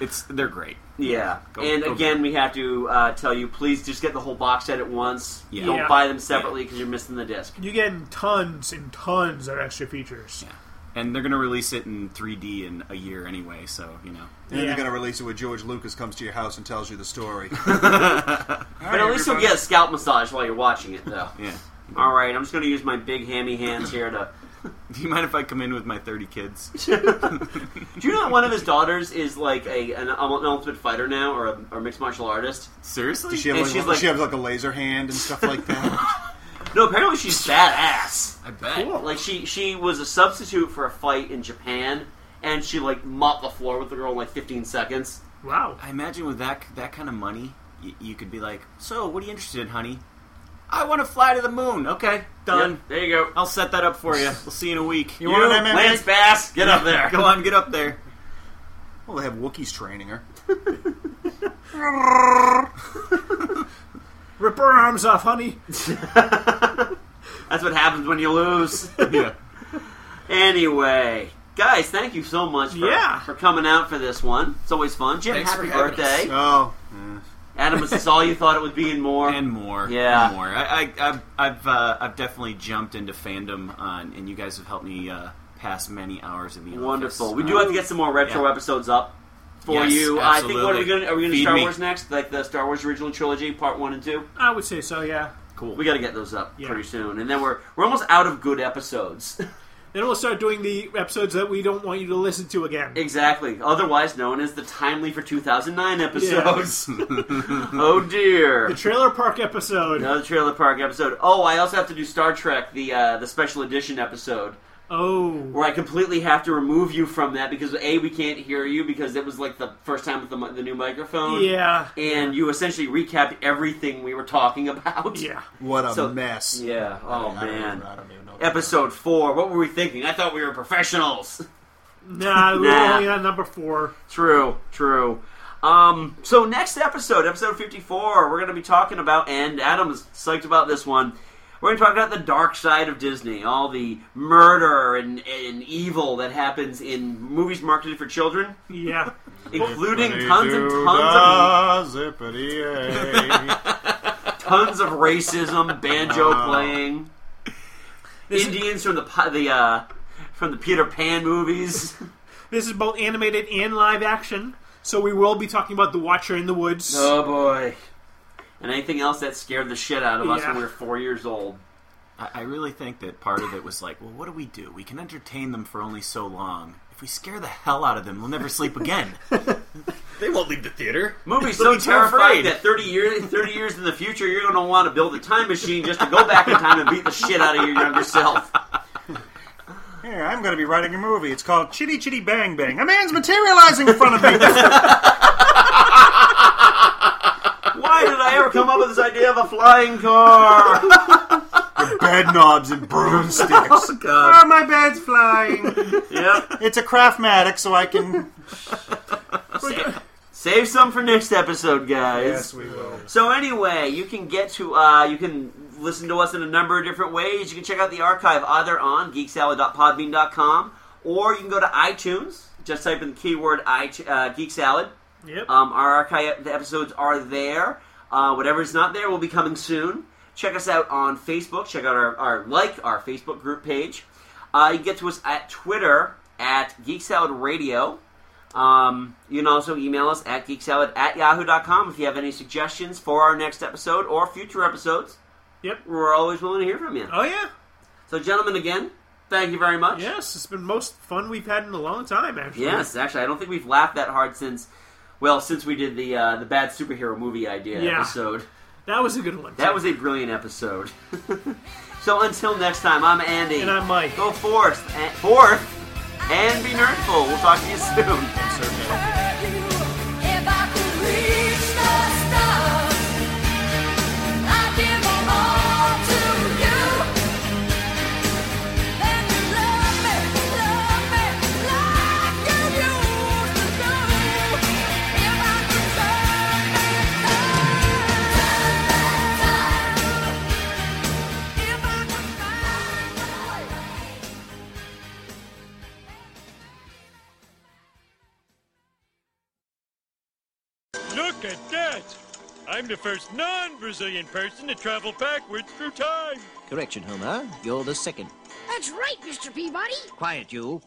Speaker 7: It's they're great.
Speaker 5: Yeah,
Speaker 7: Go-
Speaker 5: and
Speaker 7: go-
Speaker 5: again, we have to uh, tell you, please just get the whole box set at once.
Speaker 4: Yeah.
Speaker 5: Don't
Speaker 4: Yeah.
Speaker 5: buy them separately because you're missing the disc.
Speaker 4: You're getting tons and tons of extra features.
Speaker 7: And they're gonna release it in 3D in a year anyway, so you know.
Speaker 6: And then they're going to release it where George Lucas comes to your house and tells you
Speaker 5: [LAUGHS]
Speaker 6: the story.
Speaker 5: but at least you'll get a scalp massage while you're watching it, though.
Speaker 7: Yeah.
Speaker 5: All right, I'm just going to use my big hammy hands here to.
Speaker 7: Do you mind if I come in with my 30 kids?
Speaker 5: Do you know that one of his daughters is like a an, ul- an ultimate fighter now, or a or mixed martial artist?
Speaker 7: Seriously?
Speaker 6: Does she have,
Speaker 5: and
Speaker 6: like,
Speaker 5: she's
Speaker 6: does
Speaker 5: like,
Speaker 6: she have like a laser hand and stuff
Speaker 5: [LAUGHS]
Speaker 6: like that?
Speaker 5: no, apparently she's badass.
Speaker 7: I bet.
Speaker 5: Like she she was a substitute for a fight in Japan, and she like mopped the floor with the girl in like 15 seconds.
Speaker 4: Wow.
Speaker 7: I imagine with that that kind of money, y- you could be like, "So, what are you interested in, honey? I want to fly to the moon." Okay, done.
Speaker 5: Yep, there you go.
Speaker 7: I'll set that
Speaker 5: [LAUGHS]
Speaker 7: up for you. We'll see you in a week.
Speaker 6: You want an MMA?
Speaker 5: Lance Bass,
Speaker 7: [LAUGHS]
Speaker 5: get up there.
Speaker 7: Go on, get up there.
Speaker 6: Well, they have Wookiees training her.
Speaker 4: Rip her arms off, honey.
Speaker 5: That's what happens when you
Speaker 7: [LAUGHS]
Speaker 5: lose. yeah. Anyway, guys, thank you so much for,
Speaker 4: Yeah.
Speaker 5: for coming out for this one. It's always fun. Jim,
Speaker 7: Thanks
Speaker 5: happy
Speaker 7: for having us.
Speaker 5: birthday.
Speaker 6: [LAUGHS] Oh.
Speaker 5: [LAUGHS] Adam, is this all you thought it would be and more?
Speaker 7: And more.
Speaker 5: Yeah.
Speaker 7: and more. I, I, I've I've, uh, I've definitely jumped into fandom, on, and you guys have helped me uh, pass many hours in the
Speaker 5: Wonderful.
Speaker 7: Office. Uh,
Speaker 5: We do have to get some more retro
Speaker 7: Yeah.
Speaker 5: episodes up for
Speaker 7: Yes,
Speaker 5: you. I think what are we
Speaker 7: absolutely.
Speaker 5: going to are we going to
Speaker 7: Feed
Speaker 5: Star
Speaker 7: me.
Speaker 5: Wars next? Like the Star Wars original trilogy, part one and two.
Speaker 4: I would say so. Yeah.
Speaker 5: Cool. We got to get those up pretty soon, and then we're we're almost out of good episodes.
Speaker 4: Then we'll start doing the episodes that we don't want you to listen to again.
Speaker 5: exactly. Otherwise known as the timely for 2009 episodes. oh dear.
Speaker 4: The trailer park episode.
Speaker 5: Another trailer park episode. Oh, I also have to do Star Trek the uh, the special edition episode.
Speaker 4: Oh.
Speaker 5: Where I completely have to remove you from that because a we can't hear you because it was like the first time with the, mi- the new microphone.
Speaker 4: Yeah.
Speaker 5: and you essentially recapped everything we were talking about. Yeah,
Speaker 6: What a mess.
Speaker 5: Yeah. Oh
Speaker 6: I don't
Speaker 5: man.
Speaker 6: even-
Speaker 5: Episode four. What were we thinking? I thought we were professionals. [LAUGHS]
Speaker 4: Nah, we
Speaker 5: Nah.
Speaker 4: are only on number four.
Speaker 5: True, true. Um, so next episode, episode fifty-four, we're going to be talking about, and Adam's psyched about this one. We're going to talk about the dark side of Disney, all the murder and, and evil that happens in movies marketed for children,
Speaker 4: Yeah.
Speaker 5: including tons and tons
Speaker 6: ah,
Speaker 5: of tons of racism, banjo
Speaker 4: Wow.
Speaker 5: playing, Indians from the pi- the uh, from the Peter Pan movies.
Speaker 4: This is both animated and live action, so we will be talking about The Watcher in the Woods.
Speaker 5: Oh boy. And anything else that scared the shit out of us
Speaker 4: Yeah.
Speaker 5: when we were four years old.
Speaker 7: I, I really think that part of it was like, well, what do we do? We can entertain them for only so long. If we scare the hell out of them, they'll never sleep
Speaker 6: [LAUGHS]
Speaker 7: again. they won't leave the theater.
Speaker 5: Movie's
Speaker 7: They'll
Speaker 5: so
Speaker 7: be
Speaker 5: terrifying
Speaker 7: terrified.
Speaker 5: that 30 years, 30 years in the future, you're going to want to build a time machine just to go back in time and beat the shit out of your younger self.
Speaker 6: [LAUGHS] Here, I'm going to be writing a movie. It's called Chitty Chitty Bang Bang. A man's materializing in front
Speaker 5: [LAUGHS]
Speaker 6: of me.
Speaker 5: Why did I ever come up with this idea of a flying car?
Speaker 6: Bed knobs and broomsticks. Oh,
Speaker 5: God.
Speaker 6: my bed's flying.
Speaker 5: Yep.
Speaker 6: It's a craftmatic, so I can.
Speaker 5: Save some for next episode, guys.
Speaker 6: will.
Speaker 5: So anyway, you can get to uh, you can listen to us in a number of different ways. You can check out the archive either on geeksalad.podbean.com or you can go to iTunes. Just type in the keyword iTu- uh, Geek Salad.
Speaker 4: Yep.
Speaker 5: Um, our archive the episodes are there. Uh, whatever's not there will be coming soon. Check us out on Facebook. Check out our, our like our Facebook group page. Uh, you can get to us at Twitter at Geek Salad Radio. Um, you can also email us at geeksalad at yahoo.com if you have any suggestions for our next episode or future episodes.
Speaker 4: Yep.
Speaker 5: We're always willing to hear from you.
Speaker 4: Oh, yeah.
Speaker 5: So, gentlemen, again, thank you very much.
Speaker 4: Yes, it's been most fun we've had in a long time, actually.
Speaker 5: Yes, actually, I don't think we've laughed that hard since, well, since we did the uh, the bad superhero movie idea
Speaker 4: Yeah.
Speaker 5: episode.
Speaker 4: That was a good one.
Speaker 5: That was a brilliant episode. [LAUGHS] so until next time, I'm Andy.
Speaker 4: And I'm Mike.
Speaker 5: Go forth, and, forth, and be nerdful. We'll talk to you soon.
Speaker 8: Look at that! I'm the first non Brazilian person to travel backwards through time.
Speaker 22: Correction, Homer. You're the second.
Speaker 23: That's right, Mr. Peabody.
Speaker 22: Quiet, you.